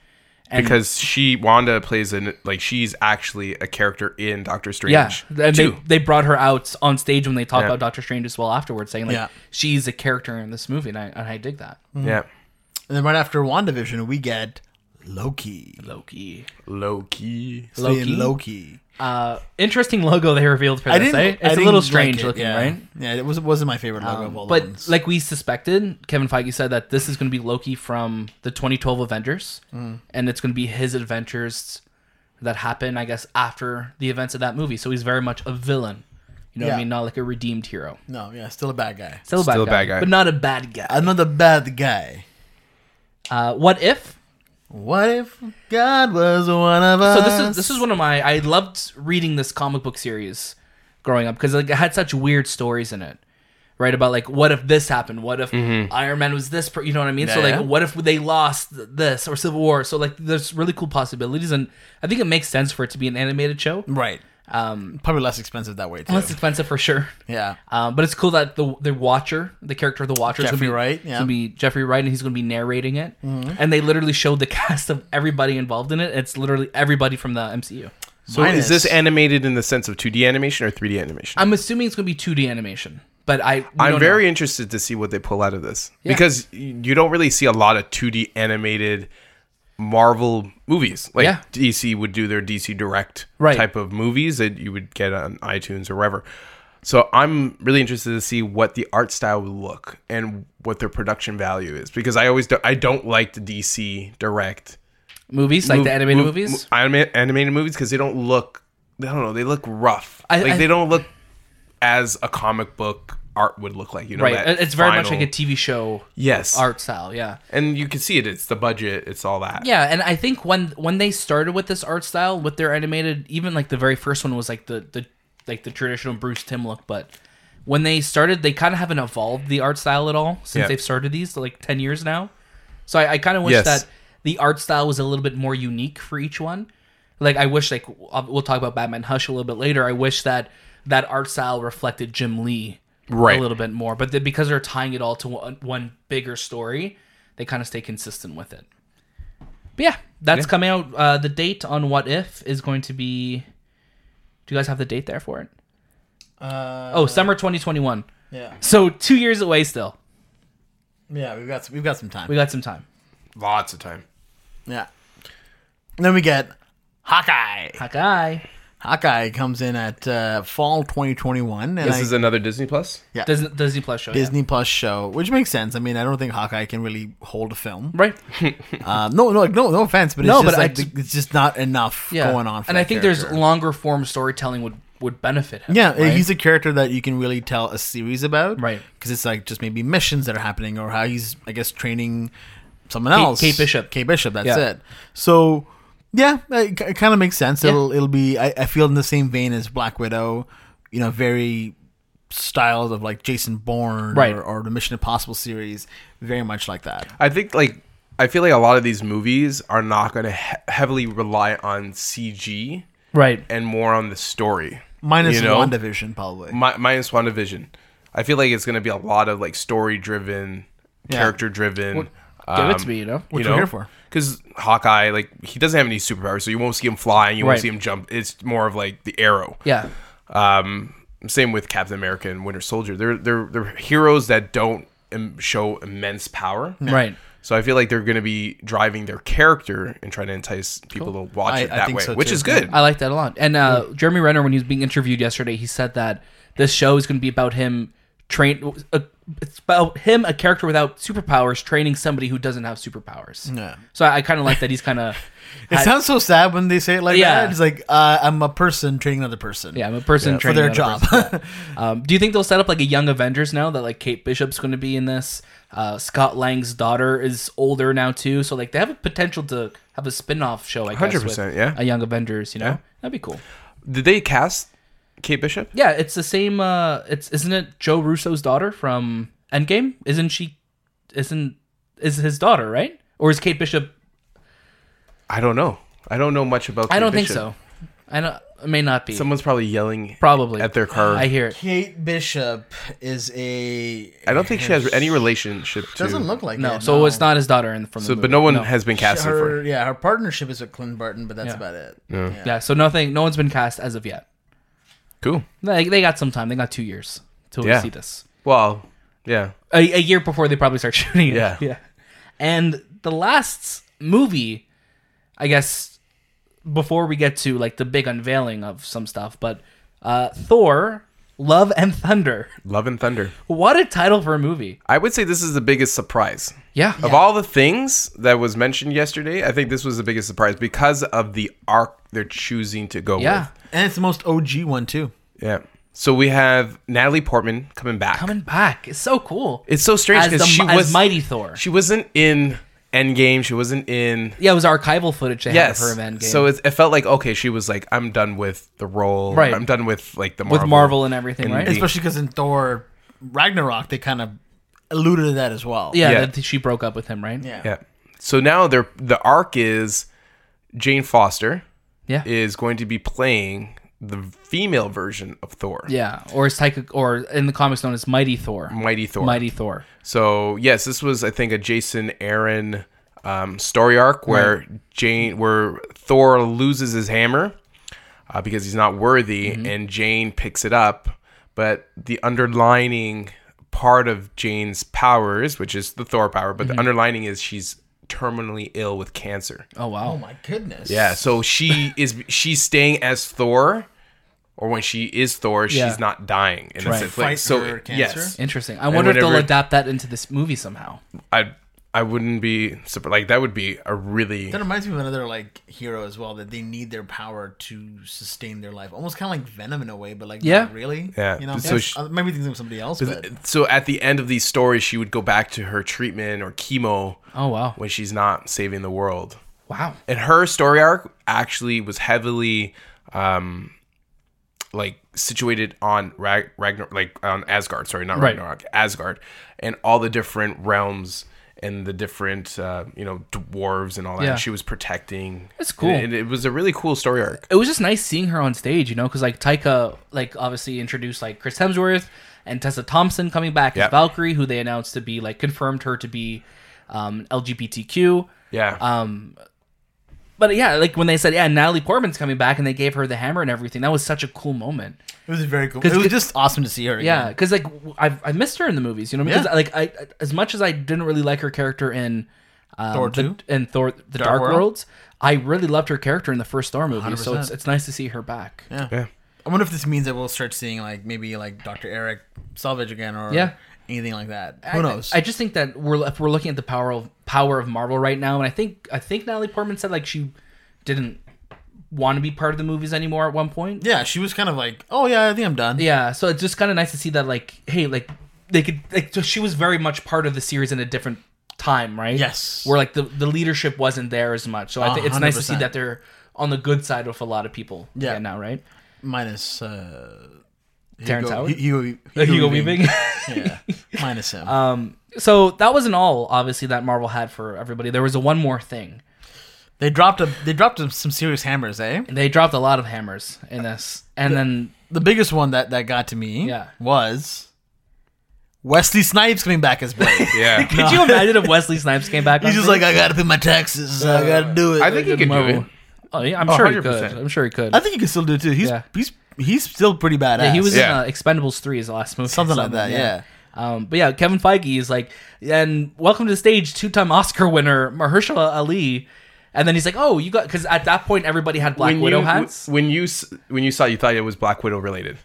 B: And
A: Because she Wanda plays an like she's actually a character in Doctor Strange.
B: yeah, and they,
A: too.
B: they brought her out on stage when they talked
A: Yeah.
B: about Doctor Strange as well afterwards, saying like
C: Yeah.
B: she's a character in this movie, and I and I dig that
A: yeah.
C: and then right after WandaVision, we get Loki.
B: Loki.
A: Low key.
B: Loki?
C: Loki. Loki.
B: Uh, interesting logo they revealed for this. Eh?
C: I
B: It's a little
C: like
B: strange
C: it,
B: looking,
C: yeah.
B: right?
C: Yeah, it was it wasn't my favorite logo of all the
B: But
C: ones.
B: like we suspected, Kevin Feige said that this is going to be Loki from the 2012 Avengers, and it's going to be his adventures that happen, I guess, after the events of that movie. So he's very much a villain. You know what I
C: Yeah.
B: mean? Not like a redeemed hero.
C: no, yeah, still a bad guy.
B: Still a bad,
A: Still a
B: guy,
A: bad guy.
B: but not a bad guy.
C: Another bad guy.
B: Uh, what if?
C: What if God was one of us?
B: So this is this is one of my I loved reading this comic book series growing up because like it had such weird stories in it. Right about like what if this happened? What if Iron Man was this? Per- you know what I mean? so
C: Mm-hmm. Yeah,
B: like
C: yeah.
B: what if they lost th- this or Civil War? So like there's really cool possibilities and I think it makes sense for it to be an animated show.
C: right.
B: Um,
C: Probably less expensive that way too.
B: less expensive for sure.
C: yeah.
B: Um, but it's cool that the the Watcher, the character of the Watcher, is
C: Jeffrey
B: gonna be,
C: Wright,
B: is
C: yeah. Mm-hmm.
B: gonna be Jeffrey Wright, and he's gonna be narrating it. And they literally showed the cast of everybody involved in it. It's literally everybody from the MCU.
A: So
C: Minus-
A: is this animated in the sense of 2D animation or 3D animation?
B: I'm assuming it's going to be 2D animation, but I we
A: I'm
B: don't
A: very
B: know.
A: interested to see what they pull out of this
B: Yeah.
A: because y- you don't really see a lot of 2D animated Marvel movies. Like
B: Yeah.
A: DC would do their DC Direct
B: Right.
A: type of movies that you would get on iTunes or wherever. So I'm really interested to see what the art style would look and what their production value is because I always do, I don't like the DC Direct
B: movies like the
A: mov-
B: animated
A: mov-
B: movies.
A: mo- anima- animated movies because they don't look I don't know they look rough
B: I-
A: like
B: I-
A: they don't look as a comic book art would look like you know
B: Right,
A: that
B: it's very much
A: final-
B: like a TV show
A: yes
B: art style. Yeah,
A: and you can see it it's the budget it's all that
B: yeah, and I think when when they started with this art style with their animated, even like the very first one was like the the like the traditional Bruce Tim look, but when they started, they kind of haven't evolved the art style at all since
A: Yeah.
B: they've started these like ten years now. So I, I kind of wish
A: Yes.
B: that the art style was a little bit more unique for each one. Like I wish, like w- we'll talk about Batman Hush a little bit later. I wish that that art style reflected Jim Lee
A: Right.
B: a little bit more. But then because they're tying it all to one, one bigger story, they kind of stay consistent with it. But yeah, that's coming out. Uh, the date on What If is going to be. Do you guys have the date there for it?
C: Uh,
B: Oh, summer 2021.
C: yeah,
B: So two years away still.
C: yeah. We've got some, we've got some time.
B: We got some time.
A: lots of time
C: yeah. And then we get Hawkeye.
B: Hawkeye.
C: Hawkeye comes in at uh, fall 2021, and
A: This
C: I,
A: is another Disney Plus.
B: Disney, Disney Plus show. yeah.
C: Disney Plus show, which makes sense. I mean, I don't think Hawkeye can really hold a film.
B: Right.
C: Uh, no, no, like, no, no offense, but it's
B: No, but
C: just
B: I
C: like
B: just-
C: the- it's just not enough
B: Yeah.
C: going on. For
B: and
C: that
B: I think there's
C: character.
B: longer form storytelling would would benefit him.
C: Yeah, uh,
B: right?
C: he's a character that you can really tell a series about,
B: Right.
C: Because it's like just maybe missions that are happening, or how he's, I guess, training someone
B: Kate-
C: else.
B: Kate Bishop.
C: Kate Bishop. That's
B: Yeah.
C: it. So, yeah, uh, it, it kind of makes sense.
B: Yeah.
C: It'll it'll be. I, I feel in the same vein as Black Widow. You know, very styles of like Jason Bourne,
B: Right.
C: or, or the Mission Impossible series, very much like that.
A: I think like I feel like a lot of these movies are not going to he- heavily rely on CG
B: right.
A: and more on the story.
C: Minus
A: You know?
C: WandaVision, probably.
A: Mi- minus WandaVision. I feel like it's going to be a lot of like story driven, character driven.
B: Give
A: um,
B: it to me, you know.
C: Which we're here for.
A: Because Hawkeye, like he doesn't have any superpowers, so you won't see him flying, you won't
B: Right.
A: see him jump. It's more of like the arrow.
B: Yeah.
A: Um, same with Captain America and Winter Soldier. They're they're they're heroes that don't Im- show immense power.
B: Right.
A: So I feel like they're going to be driving their character and trying to entice people to watch
C: I-
A: it
C: I
A: that
C: think
A: way,
C: so,
A: which
C: too.
A: is good.
B: I like that a lot. And uh, Jeremy Renner, when he was being interviewed yesterday, he said that this show is going to be about him train. Uh, it's about him, a character without superpowers, training somebody who doesn't have superpowers.
C: Yeah.
B: So I, I kind of like that he's kind of.
C: It sounds so sad when they say it like
B: Yeah.
C: that. It's like uh, I'm a person training another person.
B: Yeah, I'm a person
C: for
B: training
C: their
B: another
C: job.
B: person. Um, do you think they'll set up like a young Avengers now that like Kate Bishop's going to be in this? Uh, Scott Lang's daughter is older now too, so like they have a potential to have a spin-off show. I guess with
A: 100%, yeah.
B: a young Avengers. You know, that'd be cool.
A: Did they cast Kate Bishop?
B: Yeah, it's the same. Uh, it's isn't it Joe Russo's daughter from Endgame? Isn't she? Isn't is his daughter right? Or is Kate Bishop?
A: I don't know. I don't know much about.
B: I
A: Kate
B: don't think
A: Bishop.
B: so. I don't. It may not be.
A: Someone's probably yelling
B: Probably
A: at their car.
B: I hear it.
C: Kate Bishop is a.
A: I don't think she has any relationship to.
C: Doesn't look like
B: No,
C: it,
B: so it's not his daughter in from.
A: So,
B: the
A: but
B: movie.
A: no one has been casted for.
C: Her,
A: it.
C: yeah, her partnership is with Clint Barton, but that's
B: Yeah.
C: about it.
B: Yeah. so nothing. No one's been cast as of yet.
A: Cool.
B: They, they got some time. They got two years to
A: Yeah.
B: see this.
A: Well, yeah.
B: A, a year before they probably start shooting it.
A: Yeah.
B: yeah. And the last movie, I guess, before we get to like the big unveiling of some stuff, but uh, Thor: Love and Thunder.
A: Love and Thunder.
B: What a title for a movie!
A: I would say this is the biggest surprise.
B: Yeah.
A: Of all the things that was mentioned yesterday, I think this was the biggest surprise because of the arc they're choosing to go
B: yeah.
C: And it's the most OG one too.
A: with. Yeah. So we have Natalie Portman coming back.
B: Coming back. It's so cool.
A: It's so strange
B: as the
A: because she
B: as
A: was
B: Mighty Thor.
A: she wasn't in Endgame. She wasn't in
B: yeah, it was archival footage they
A: yes.
B: had of her in Endgame.
A: So it, it felt like okay, she was like, I'm done with the role.
B: Right.
A: I'm done with like the
B: with
A: Marvel.
B: Marvel and everything, right?
A: the-
C: Especially because in Thor Ragnarok, they kind of alluded to that as well.
B: yeah,
A: yeah.
B: That she broke up with him, right?
C: yeah.
A: Yeah. So now they're the arc is Jane Foster
B: Yeah.
A: is going to be playing the female version of Thor.
B: Yeah, or it's Taika, or in the comics known as Mighty Thor.
A: Mighty Thor.
B: Mighty Thor.
A: So yes, this was I think a Jason Aaron um, story arc where Jane where Thor loses his hammer uh, because he's not worthy,
B: Mm-hmm.
A: and Jane picks it up. But the underlining part of Jane's powers, which is the Thor power,
B: Mm-hmm.
A: but the underlining is she's terminally ill with cancer.
B: Oh
C: Oh
B: wow.
C: my goodness.
A: Yeah, so she is she's staying as Thor, or when she is Thor,
B: Yeah.
A: she's not dying. And
B: Right.
A: that's it. Like,
C: Fight
A: so
C: her
A: yes,
C: cancer?
B: Interesting. I wonder if they'll
A: whenever-
B: adapt that into this movie somehow.
A: I I wouldn't be super like that would be a really
C: That reminds me of another like hero as well that they need their power to sustain their life, almost kind of like Venom in a way, but like
B: Yeah.
C: not really.
A: Yeah.
C: You know,
A: So
C: so
A: she-
C: maybe thinking of somebody else. But
A: so at the end of these stories she would go back to her treatment or chemo
B: Oh wow.
A: when she's not saving the world.
B: Wow.
A: And her story arc actually was heavily um like situated on Rag- Ragnar like on Asgard, sorry, not
B: Right.
A: Ragnarok, Asgard and all the different realms and the different uh, you know dwarves and all that
B: Yeah.
A: she was protecting.
B: That's cool.
A: And it was a really cool story arc.
B: It was just nice seeing her on stage, you know, because like Taika, like obviously introduced like Chris Hemsworth and Tessa Thompson coming back
A: Yeah.
B: as Valkyrie, who they announced to be like confirmed her to be um, LGBTQ.
A: Yeah.
B: Um, but yeah, like when they said, yeah, Natalie Portman's coming back, and they gave her the hammer and everything. That was such a cool moment.
C: it was very cool. It was
B: it-
C: just awesome to see her.
B: Yeah,
C: again.
B: because like w- I've I missed her in the movies, you know, because
C: Yeah.
B: like I as much as I didn't really like her character in um,
C: Thor
B: the-
C: 2?
B: and Thor: The Dark,
C: Dark World?
B: Worlds. I really loved her character in the first Thor movie, so it's
C: 100%.
B: it's nice to see her back.
C: Yeah.
A: Yeah.
C: I wonder if this means that we'll start seeing like maybe like Dr. Eric Salvage again or
B: Yeah.
C: anything like that. Who knows?
B: I, I just think that we're if we're looking at the power of power of Marvel right now, and I think I think Natalie Portman said like she didn't want to be part of the movies anymore at one point.
C: yeah, she was kind of like, oh yeah, I think I'm done.
B: Yeah, so it's just kind of nice to see that like hey like they could like so she was very much part of the series in a different time, right?
C: Yes.
B: where like the the leadership wasn't there as much. So I think it's nice to see
C: 100%.
B: that they're on the good side of a lot of people.
C: Yeah.
B: right now right.
C: Minus uh,
B: Terrence
C: Hugo,
B: Howard?
C: Hugo,
B: Like Hugo Weaving.
C: yeah. Minus him.
B: um. So that wasn't all. Obviously, that Marvel had for everybody. There was a one more thing.
C: they dropped a they dropped some serious hammers, eh?
B: They dropped a lot of hammers in this, and then
C: The biggest one that that got to me
B: Yeah.
C: was Wesley Snipes coming back as Blade.
A: Yeah.
B: could you imagine if Wesley Snipes came back?
C: He's
B: on
C: just
B: screen?
C: like, I gotta pay my taxes.
B: Uh,
C: I gotta do it.
A: I think he could do it.
B: oh yeah, I'm sure he could.
A: 100%.
B: I'm sure he could.
C: I think he could still do it too. He's
B: Yeah.
C: he's he's still pretty badass.
B: Yeah, he was
A: Yeah.
B: in uh, Expendables three is the last movie,
C: something like that. yeah.
B: Um, but yeah, Kevin Feige is like, and welcome to the stage, two-time Oscar winner Mahershala Ali, and then he's like, oh, you got because at that point everybody had Black
A: When
B: Widow
A: you,
B: hats.
A: when you s- when you saw, it, you thought it was Black Widow related.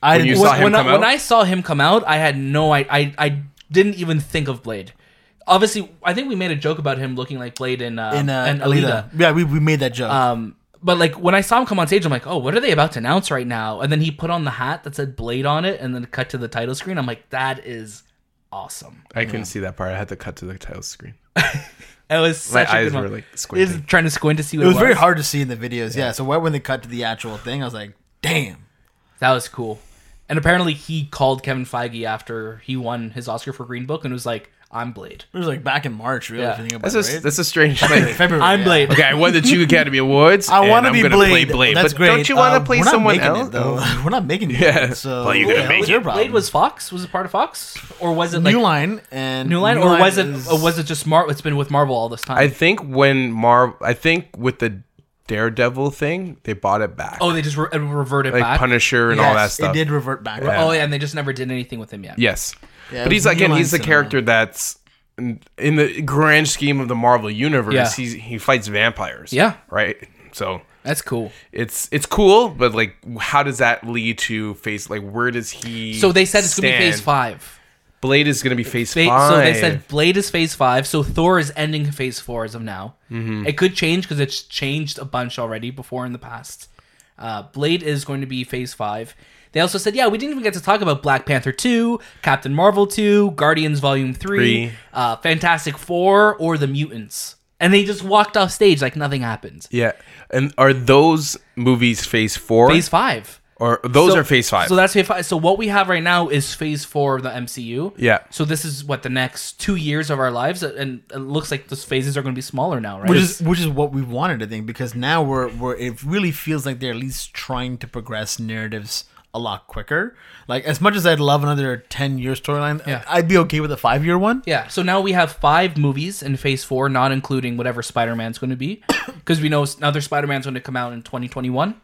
C: I
A: When you
C: didn't.
A: saw
B: when,
A: him
B: when
A: come
B: I, when
A: out?
B: I saw him come out, I had no I, I I didn't even think of Blade. Obviously, I think we made a joke about him looking like Blade in uh,
C: in uh,
B: and Alita.
C: Alita. Yeah, we, we made that joke.
B: Um, but like when I saw him come on stage, I'm like, oh, what are they about to announce right now? And then he put on the hat that said Blade on it, and then cut to the title screen. I'm like, that is awesome.
A: I couldn't see that part. I had to cut to the title screen.
B: It was such
A: My
B: a
A: eyes
B: good
A: were
B: one.
A: like
B: Is
A: squinting.
B: trying to squint to see what
C: it was very hard to see in the videos. Yeah. So why when they cut to the actual thing, I was like, damn.
B: That was cool. And apparently, he called Kevin Feige after he won his Oscar for Green Book and was like, "I'm Blade.
C: It was like back in March, really.
B: Yeah.
C: If you think about
A: That's
C: it,
A: a
C: right?
A: that's a strange thing.
C: February.
B: I'm
C: yeah.
B: Blade."
A: Okay, I won the two Academy Awards.
C: I
A: want to
C: be
A: Play
C: Blade.
A: Blade
C: That's
A: but
C: great.
A: don't you want to
C: Uh,
A: play
C: we're not
A: someone
C: making it,
A: else?
C: though. we're not making it.
A: Yeah.
C: So
A: Well, you're gonna
C: yeah,
A: make
C: what's
A: it.
C: your
B: Blade
C: problem?
B: was Fox. Was it part of Fox, or was it like
C: New Line and
B: New Line, or was it
C: is-
B: or was it just Mar? It's been with Marvel all this time.
A: I think when Marv, I think with the Daredevil thing, they bought it back.
B: oh, they just re- reverted
A: like
B: back.
A: Punisher and all that
C: Yes,
A: stuff.
C: It did revert back.
B: Oh yeah, and they just never did anything with him yet.
A: Yes,
C: Yeah,
A: but
C: it
A: he's
C: was
A: again,
C: Mulan
A: he's the
C: cinema.
A: character that's in in the grand scheme of the Marvel universe.
B: Yeah.
A: He's, he fights vampires.
B: Yeah.
A: right. So
B: That's cool.
A: it's it's cool, but like, how does that lead to phase? Like, where does he?
B: So they said it's gonna be
A: stand?
B: Phase Five.
A: Blade is gonna be phase
B: Fa-
A: five.
B: So they said Blade is Phase Five. So Thor is ending Phase Four as of now.
A: Mm-hmm.
B: It could change because it's changed a bunch already before in the past. Uh, Blade is going to be Phase Five. They also said, yeah, we didn't even get to talk about Black Panther two, Captain Marvel two, Guardians Volume three,
A: Three.
B: Uh, Fantastic Four, or the Mutants. And they just walked off stage like nothing happened.
A: yeah. And are those movies phase four?
B: Phase Five.
A: or those
B: So-
A: are phase five?
B: So that's phase five. So what we have right now is phase four of the MCU.
A: Yeah.
B: So this is what the next two years of our lives, uh, and it looks like those phases are going to be smaller now, right?
C: Which is which is what we wanted, I think, because now we're we're it really feels like they're at least trying to progress narratives a lot quicker. Like as much as I'd love another ten year storyline,
B: Yeah.
C: I'd be okay with a five year one.
B: yeah. So now we have five movies in phase four, not including whatever Spider Man's going to be, because we know another Spider Man's going to come out in 2021.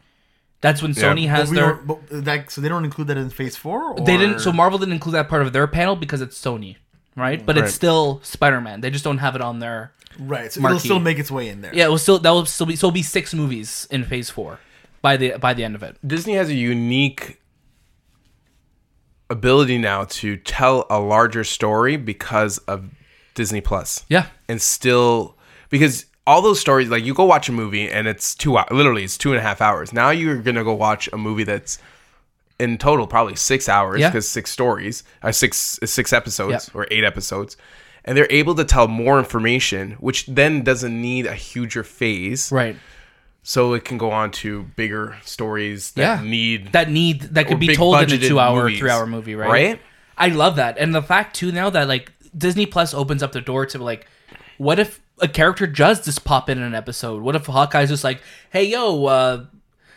B: That's when Sony
A: Yeah.
B: has
C: But we
B: their.
C: don't- but, like, so they don't include that in Phase Four. Or?
B: They didn't. So Marvel didn't include that part of their panel because it's Sony, right? But
A: Right.
B: it's still Spider Man. They just don't have it on their.
C: right, so
B: Marquee.
C: it'll still make its way in there.
B: Yeah. It will still that will still be so it'll be six movies in phase four by the by the end of it.
A: Disney has a unique ability now to tell a larger story because of Disney Plus.
B: Yeah.
A: And still because all those stories like you go watch a movie and it's two hours literally it's two and a half hours. Now you're gonna go watch a movie that's in total probably six hours
B: Yeah.
A: because six stories, uh, six six episodes
B: Yeah.
A: or eight episodes, and they're able to tell more information, which then doesn't need a huger phase,
B: Right.
A: so it can go on to bigger stories that
B: Yeah.
A: need
B: that need that
A: Or
B: could be
A: big
B: told in a
A: budgeted
B: two hour,
A: movies,
B: three hour movie, right?
A: right?
B: I love that, and the fact too now that like Disney Plus opens up the door to like, what if a character does just pop in an episode? What if Hawkeye's just like, hey yo, uh,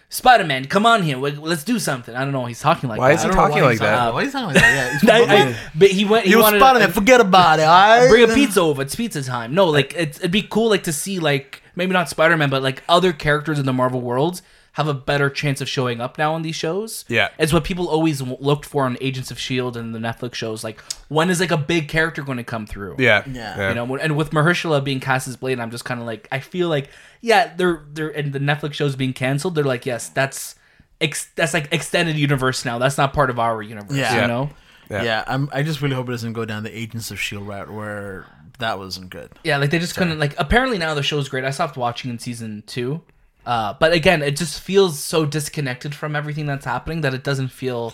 B: Spider Man, come on here, Like, let's do something. I don't know, he's talking like
A: Why
B: that.
A: is he
C: I don't know
A: talking
C: why
A: like
C: he's talking-
A: that?
C: Why is he talking like that? Yeah,
B: I-
C: he's-
B: I- but he went. He,
C: He was
B: wanted
C: spotting
B: a-
C: it. Forget about it. All right?
B: bring a pizza over. It's pizza time. No, like it's, it'd be cool, like to see like maybe not Spider Man, but like other characters in the Marvel world have a better chance of showing up now on these shows.
A: Yeah.
B: it's what people always w- looked for on Agents of Shield E and the Netflix shows. Like, when is like a big character going to come through?
A: Yeah.
C: Yeah.
B: You know, and with Mahershala being cast as Blade, I'm just kind of like, I feel like, yeah, they're they're and the Netflix shows being canceled. They're like, yes, that's ex- that's like extended universe now. That's not part of our universe.
C: Yeah.
A: Yeah.
B: You know,
A: Yeah.
C: Yeah, I'm, I just really hope it doesn't go down the Agents of Shield E route where that wasn't good.
B: yeah, like they just couldn't like. Apparently now the show's great. I stopped watching in season two, uh, but again, it just feels so disconnected from everything that's happening that it doesn't feel.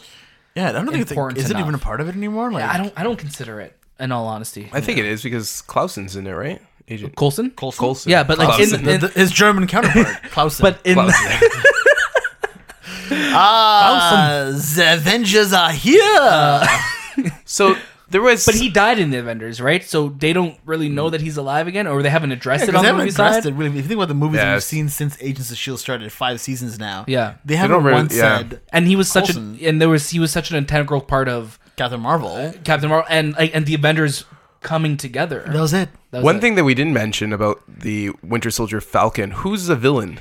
C: Yeah, I don't think it's like,
B: Important
C: is it
B: enough.
C: even a part of it anymore? Like
B: I don't. I don't consider it. In all honesty,
A: I think it is because Clausen's in it, right? Agent
B: Colson.
C: Coulson.
A: Coulson.
B: Yeah, but like in,
A: Clausen.
B: in
C: The- his German counterpart, Clausen.
B: but in
C: ah, the Avengers are here. Uh,
A: so there was
B: But he died in the Avengers, right? So they don't really know that he's alive again, or they haven't addressed it
C: Because
B: on
C: they
B: the
C: haven't
B: movie
C: addressed
B: side.
C: it really. If you think about the movies
A: Yeah,
C: we've
A: it's-
C: seen since Agents of Shield E started, five seasons now.
B: Yeah.
C: they haven't
A: don't really-
C: once
A: yeah.
C: said
B: And he was such
C: Coulson.
B: a and there was he was such an integral part of
C: Captain Marvel.
B: Captain Marvel and like and the Avengers coming together.
C: That was it.
B: That was
A: one
B: it.
A: thing that we didn't mention about the Winter Soldier Falcon. Who's the villain?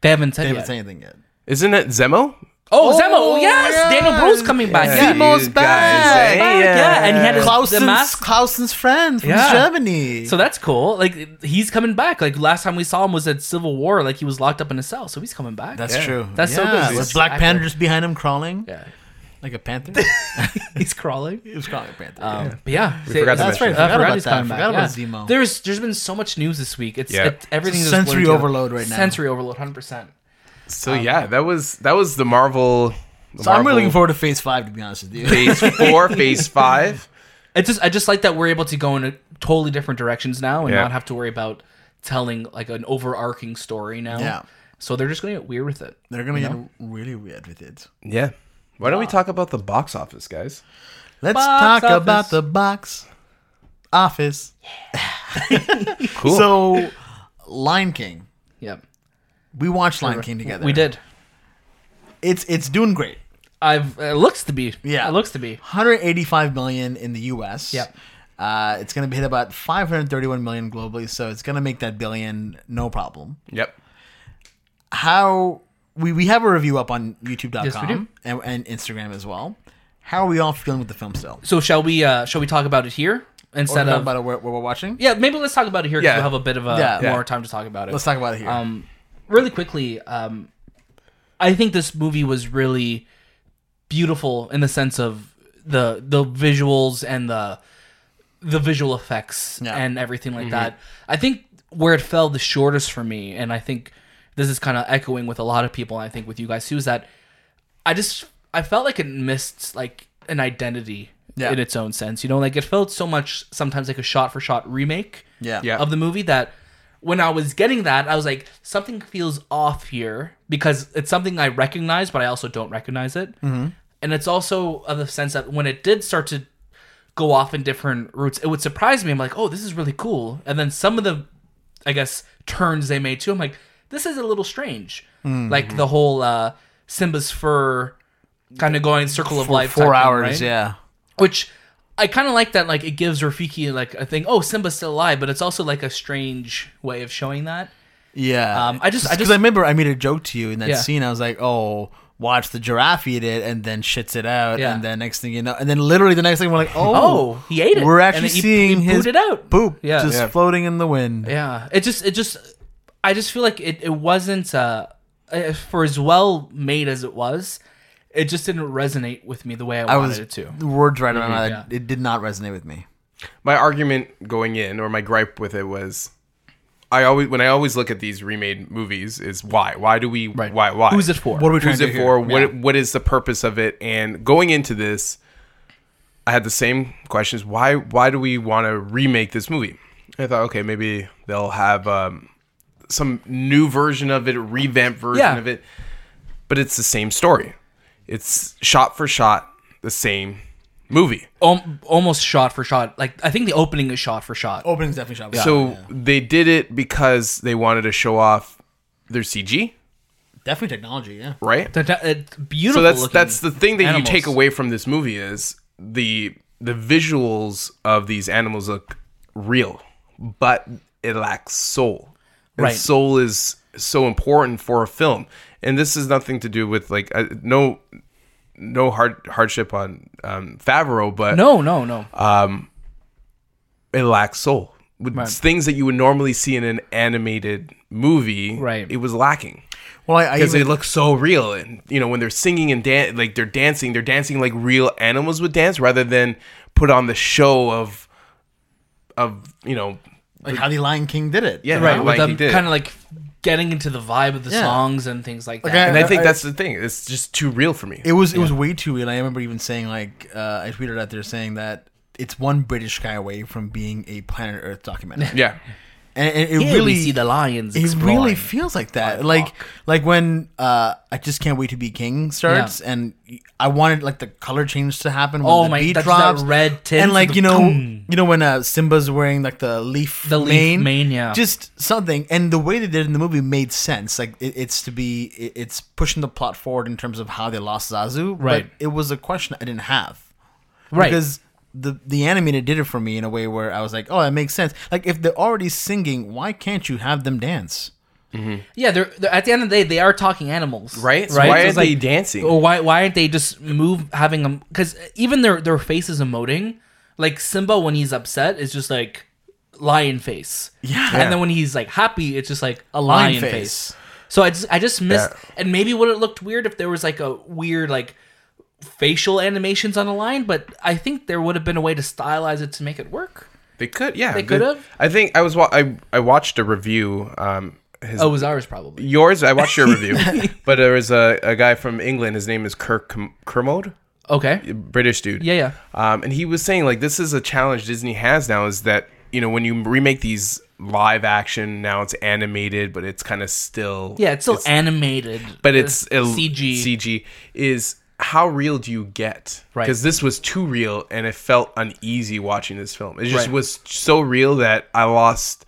B: they haven't said
C: They
B: yet.
C: haven't said anything yet.
A: Isn't it Zemo?
B: oh,
C: Oh,
B: Zemo! Yes,
C: yeah.
B: Daniel Bruce coming back.
C: Yeah.
B: Yeah,
C: Zemo's
A: you guys,
C: back.
A: eh?
B: Back, yeah, and he had his-
C: Clausen's,
B: mask-
C: Clausen's friend from
B: Yeah.
C: Germany.
B: so that's cool. Like he's coming back. Like last time we saw him was at Civil War. Like he was locked up in a cell, so he's coming back.
C: that's
A: Yeah.
C: true.
B: That's so
C: Yeah,
B: good.
C: With
B: That's
C: Black
B: accurate.
C: Panther just behind him crawling
B: yeah.
C: like a panther.
B: He's crawling.
C: It was crawling a panther.
B: Um, But yeah,
A: We forgot to
C: That's
A: mention
C: right.
A: that.
C: I forgot about
B: he's
C: that.
B: coming
C: I
B: back,
C: forgot about
B: yeah.
C: Zemo.
B: There's there's been so much news this week. It's
A: Yeah.
B: it, everything.
C: It's
B: is blurred
C: sensory
B: together.
C: overload right now.
B: Sensory overload, hundred percent.
A: So yeah, that was that was the Marvel.
C: so I'm really looking forward to Phase Five, to be honest with you.
A: Phase four, phase five.
B: It just I just like that we're able to go in a totally different directions now and
A: Yeah.
B: not have to worry about telling like an overarching story now.
C: Yeah.
B: So they're just gonna get weird with it.
C: They're gonna get really weird with it.
A: Yeah. Why don't we talk about the box office, guys?
C: Let's
B: Box
C: talk
B: office.
C: about the box office.
A: Cool.
C: So, Lion King.
B: Yep.
C: We watched Lion King together.
B: We did.
C: It's it's doing great.
B: I've it looks to be.
C: Yeah.
B: It looks to be.
C: 185 million in the U.S.
B: Yep.
C: Uh, it's gonna hit about 531 million globally, so it's gonna make that billion no problem.
A: yep.
C: How we, we have a review up on YouTube.com
B: Yes, we do.
C: And, and Instagram as well. How are we all feeling with the film still?
B: So shall we uh shall we talk about it here
C: Or
B: instead
C: talk
B: of
C: about it where, where we're watching.
B: yeah maybe let's talk about it here because
A: Yeah.
B: we'll have a bit of a
C: Yeah.
B: more
A: Yeah.
B: time to talk about it.
C: Let's talk about it here.
B: um, really quickly, um, I think this movie was really beautiful in the sense of the the visuals and the the visual effects
C: Yeah. Mm-hmm.
B: and everything like that. I think where it fell the shortest for me, and I think this is kind of echoing with a lot of people, and I think with you guys too, is that I just I felt like it missed like an identity
C: Yeah.
B: in its own sense. You know, like it felt so much sometimes like a shot for shot remake
C: yeah.
A: Yeah.
B: of the movie that when I was getting that, I was like, something feels off here because it's something I recognize, but I also don't recognize it. Mm-hmm. And it's also of the sense that when it did start to go off in different routes, it would surprise me. I'm like, oh, this is really cool. And then some of the, I guess, turns they made too, I'm like, this is a little strange.
C: Mm-hmm.
B: Like the whole uh, Simba's fur kind of going circle of life. type
C: Four
B: thing,
C: hours.
B: right?
C: Yeah.
B: which I kind of like that. Like it gives Rafiki like a thing. Oh, Simba's still alive, but it's also like a strange way of showing that.
C: Yeah.
B: Um, I just- I
C: because
B: just-
C: I remember I made a joke to you in that
B: Yeah.
C: scene. I was like, "Oh, watch the giraffe eat it, and then shits it out,
B: Yeah.
C: and then next thing you know, and then literally the next thing we're like,
B: Oh,
C: oh,
B: he ate it.
C: we're
B: And
C: actually
B: he- he
C: seeing his
B: pooed it out.
C: poop
B: Yeah.
C: just
A: Yeah.
C: floating in the wind."
B: Yeah, it just it just I just feel like it it wasn't uh uh, for as well made as it was, it just didn't resonate with me the way I wanted
C: I was
B: it to.
C: the words right around my
B: Mm-hmm. Yeah.
C: mouth. It did not resonate with me.
A: my argument going in or my gripe with it was I always when I always look at these remade movies is why why do we why why
B: Who's it for?
C: What are we trying
A: who's
C: to
A: it
C: do
A: for
C: here?
A: what what is the purpose of it and going into this I had the same questions why why do we want to remake this movie I thought okay maybe they'll have um, some new version of it revamped version
B: Yeah.
A: of it but it's the same story it's shot for shot the same movie
B: Al- almost shot for shot. Like I think the opening is shot for shot.
C: Opening's definitely shot. Yeah.
A: So they did it because they wanted to show off their CG,
C: definitely technology. Yeah.
A: right?
B: That- that- it's beautiful.
A: So that's
B: looking.
A: that's the thing that
B: animals.
A: you take away from this movie is the the visuals of these animals look real, but it lacks soul. and
B: Right.
A: soul is so important for a film and this is nothing to do with like uh, no no hard hardship on um favreau but
B: No, no, no.
A: it lacks soul with things that you would normally see in an animated movie
B: Right.
A: it was lacking
C: Well, I, I
A: because they
C: even,
A: look so real and you know when they're singing and dan- like they're dancing they're dancing like real animals would dance rather than put on the show of of you know
C: like how the Lion King did it.
A: yeah
B: right,
A: like
B: with
A: he
B: them
A: did.
B: kind of like getting into the vibe of the
C: Yeah.
B: songs and things like that.
C: I-
A: and i think
C: I-
A: that's the thing it's just too real for me
C: It was it was way too real. I remember even saying like uh, I tweeted out there saying that it's one British guy away from being a Planet Earth documentary.
A: yeah
C: and, and it
B: Here
C: really
B: we see the lions.
C: it
B: exploring.
C: really feels like that. Like like when uh, I just can't wait to be king starts, and I wanted like the color change to happen. When
B: Oh
C: the
B: my-
C: beat
B: that's that
C: drops,
B: red tint
C: and like
B: with
C: you
B: the
C: know
B: boom.
C: you know when uh, Simba's wearing like the leaf
B: The leaf
C: mane,
B: mane, yeah.
C: just something. And the way they did it in the movie made sense. Like it, it's to be it, it's pushing the plot forward in terms of how they lost Zazu.
B: Right.
C: but it was a question I didn't have
B: right.
C: because the the animated did it for me in a way where I was like, oh, that makes sense. Like if they're already singing, why can't you have them dance?
B: yeah, they're, they're at the end of the day they are talking animals,
A: Right? So
B: Right?
A: why
B: So
A: aren't
B: it's
A: they dancing?
B: Or why why aren't they just move having them? Because even their their faces emoting, like Simba when he's upset is just like lion face.
C: Yeah.
B: and then when he's like happy, it's just like a lion,
C: face.
B: face. So I just I just missed,
A: Yeah.
B: and maybe would it looked weird if there was like a weird like facial animations on the line, but I think there would have been a way to stylize it to make it work.
A: they could yeah
B: They could've?
A: i think i was wa- I, I watched a review um his
B: Oh, it was ours probably.
A: yours i watched your review but there was a, a guy from england his name is kirk Kerm- kermode
B: Okay.
A: british dude
B: Yeah, yeah.
A: Um, and he was saying like this is a challenge Disney has now is that you know when you remake these live action now it's animated but it's kind of still
B: Yeah, it's still animated,
A: but it's
B: Uh,
A: a-
B: CG.
A: CG is how real do you get
B: Right.
A: because this was too real and it felt uneasy watching this film it just
B: Right.
A: was so real that I lost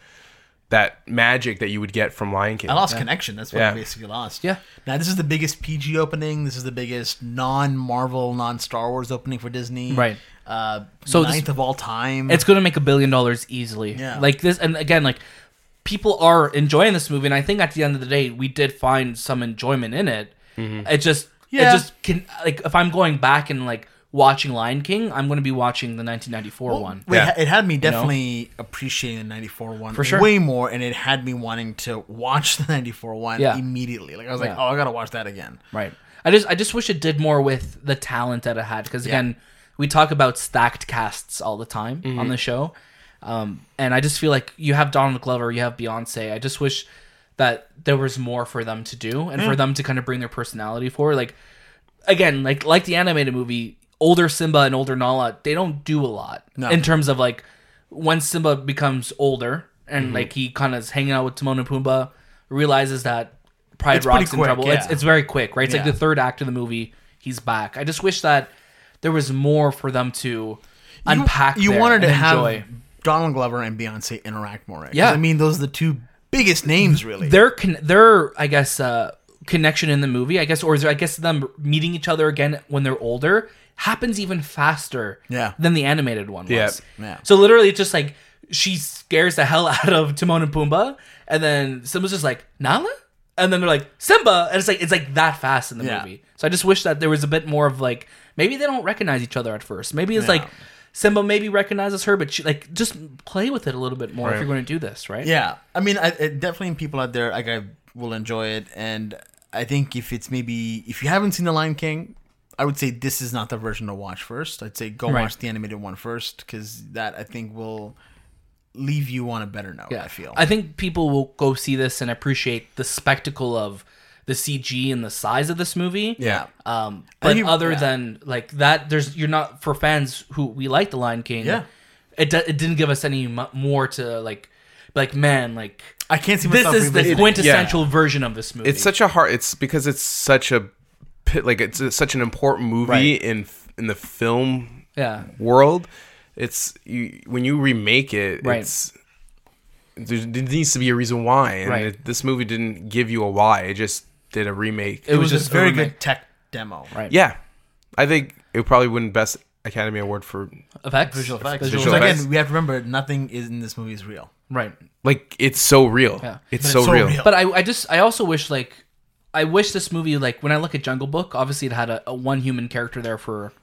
A: that magic that you would get from Lion King
C: I lost connection. That's what
A: Yeah.
C: I basically lost.
B: Yeah.
C: Now this is the biggest PG opening. This is the biggest non-Marvel, non-Star Wars opening for Disney.
B: Right.
C: Uh,
B: So this-
C: ninth of all time.
B: It's going to make a billion dollars easily.
C: Yeah.
B: Like this, and again, like people are enjoying this movie, and I think at the end of the day, we did find some enjoyment in it. It just,
C: Yeah.
B: it just can like if I'm going back and like watching Lion King, I'm going to be watching the 1994 one.
C: Wait,
A: Yeah.
C: it had me definitely appreciating the '94 one
B: sure.
C: way more, and it had me wanting to watch the '94 one
B: Yeah.
C: immediately. Like I was like,
B: Yeah.
C: oh, I gotta watch that again.
B: Right. I just, I just wish it did more with the talent that it had, because again, we talk about stacked casts all the time on the show, um, and I just feel like you have Donald Glover, you have Beyonce. I just wish that there was more for them to do and for them to kind of bring their personality forward. Like again, like like the animated movie, older Simba and older Nala, they don't do a lot in terms of like when Simba becomes older and
C: Mm-hmm.
B: like he kind of is hanging out with Timon and Pumbaa, realizes that pride
C: It's pretty
B: rocks in
C: quick,
B: trouble. It's
C: yeah.
B: it's very quick, right? It's
C: Yeah.
B: like the third act of the movie, he's back. I just wish that there was more for them to unpack.
C: You
B: there
C: wanted to
B: and
C: have
B: enjoy.
C: Donald Glover and Beyonce interact more. Right? 'Cause,
B: Yeah.
C: I mean, those are the two biggest names, really.
B: their con- their I guess uh, connection in the movie, I guess, or is there, I guess them meeting each other again when they're older happens even faster
C: Yeah.
B: than the animated one
A: Yeah.
B: was.
C: Yeah.
B: So literally, it's just like she scares the hell out of Timon and Pumbaa, and then Simba's just like Nala, and then they're like Simba, and it's like it's like that fast in the
C: Yeah.
B: movie. So I just wish that there was a bit more of like maybe they don't recognize each other at first. Maybe it's
C: Yeah.
B: like. Simba maybe recognizes her, but she like just play with it a little bit more if you're going to do this, right?
C: Yeah, I mean, I, I definitely people out there like I will enjoy it, and I think if it's maybe if you haven't seen The Lion King, I would say this is not the version to watch first. I'd say go
B: Right.
C: watch the animated one first because that I think will leave you on a better note. I feel.
B: I think people will go see this and appreciate the spectacle of the CG and the size of this movie.
A: yeah
B: Um,
C: I
B: but
C: think you-
B: other
C: yeah.
B: than like that, there's you're not for fans who we like the Lion King.
C: Yeah.
B: It, do, it didn't give us any mu more to like, like man, like
C: I can't see
B: this
C: myself
B: is the
C: revisiting.
B: quintessential version of this movie.
A: it's such a hard it's because it's such a pi- like it's a- such an important movie
C: Right.
A: in f- in the film
B: yeah,
A: world it's you when you remake it
B: Right.
A: it's there, there needs to be a reason why and
B: Right.
A: it- this movie didn't give you a why it just did a remake
B: it
C: It was
B: was just
C: just very
B: overma-
C: good tech demo.
B: Right.
A: yeah i think it probably wouldn't best academy award for
B: effects,
C: Visual effects.
B: Visual
C: so
A: effects.
C: again, we have to remember nothing is in this movie is real.
B: Right.
A: Like it's so real.
B: Yeah.
A: It's,
C: But
A: so, real.
B: But I, I just, I also wish like, I wish this movie like when I look at Jungle Book, obviously it had a, a one human character there for,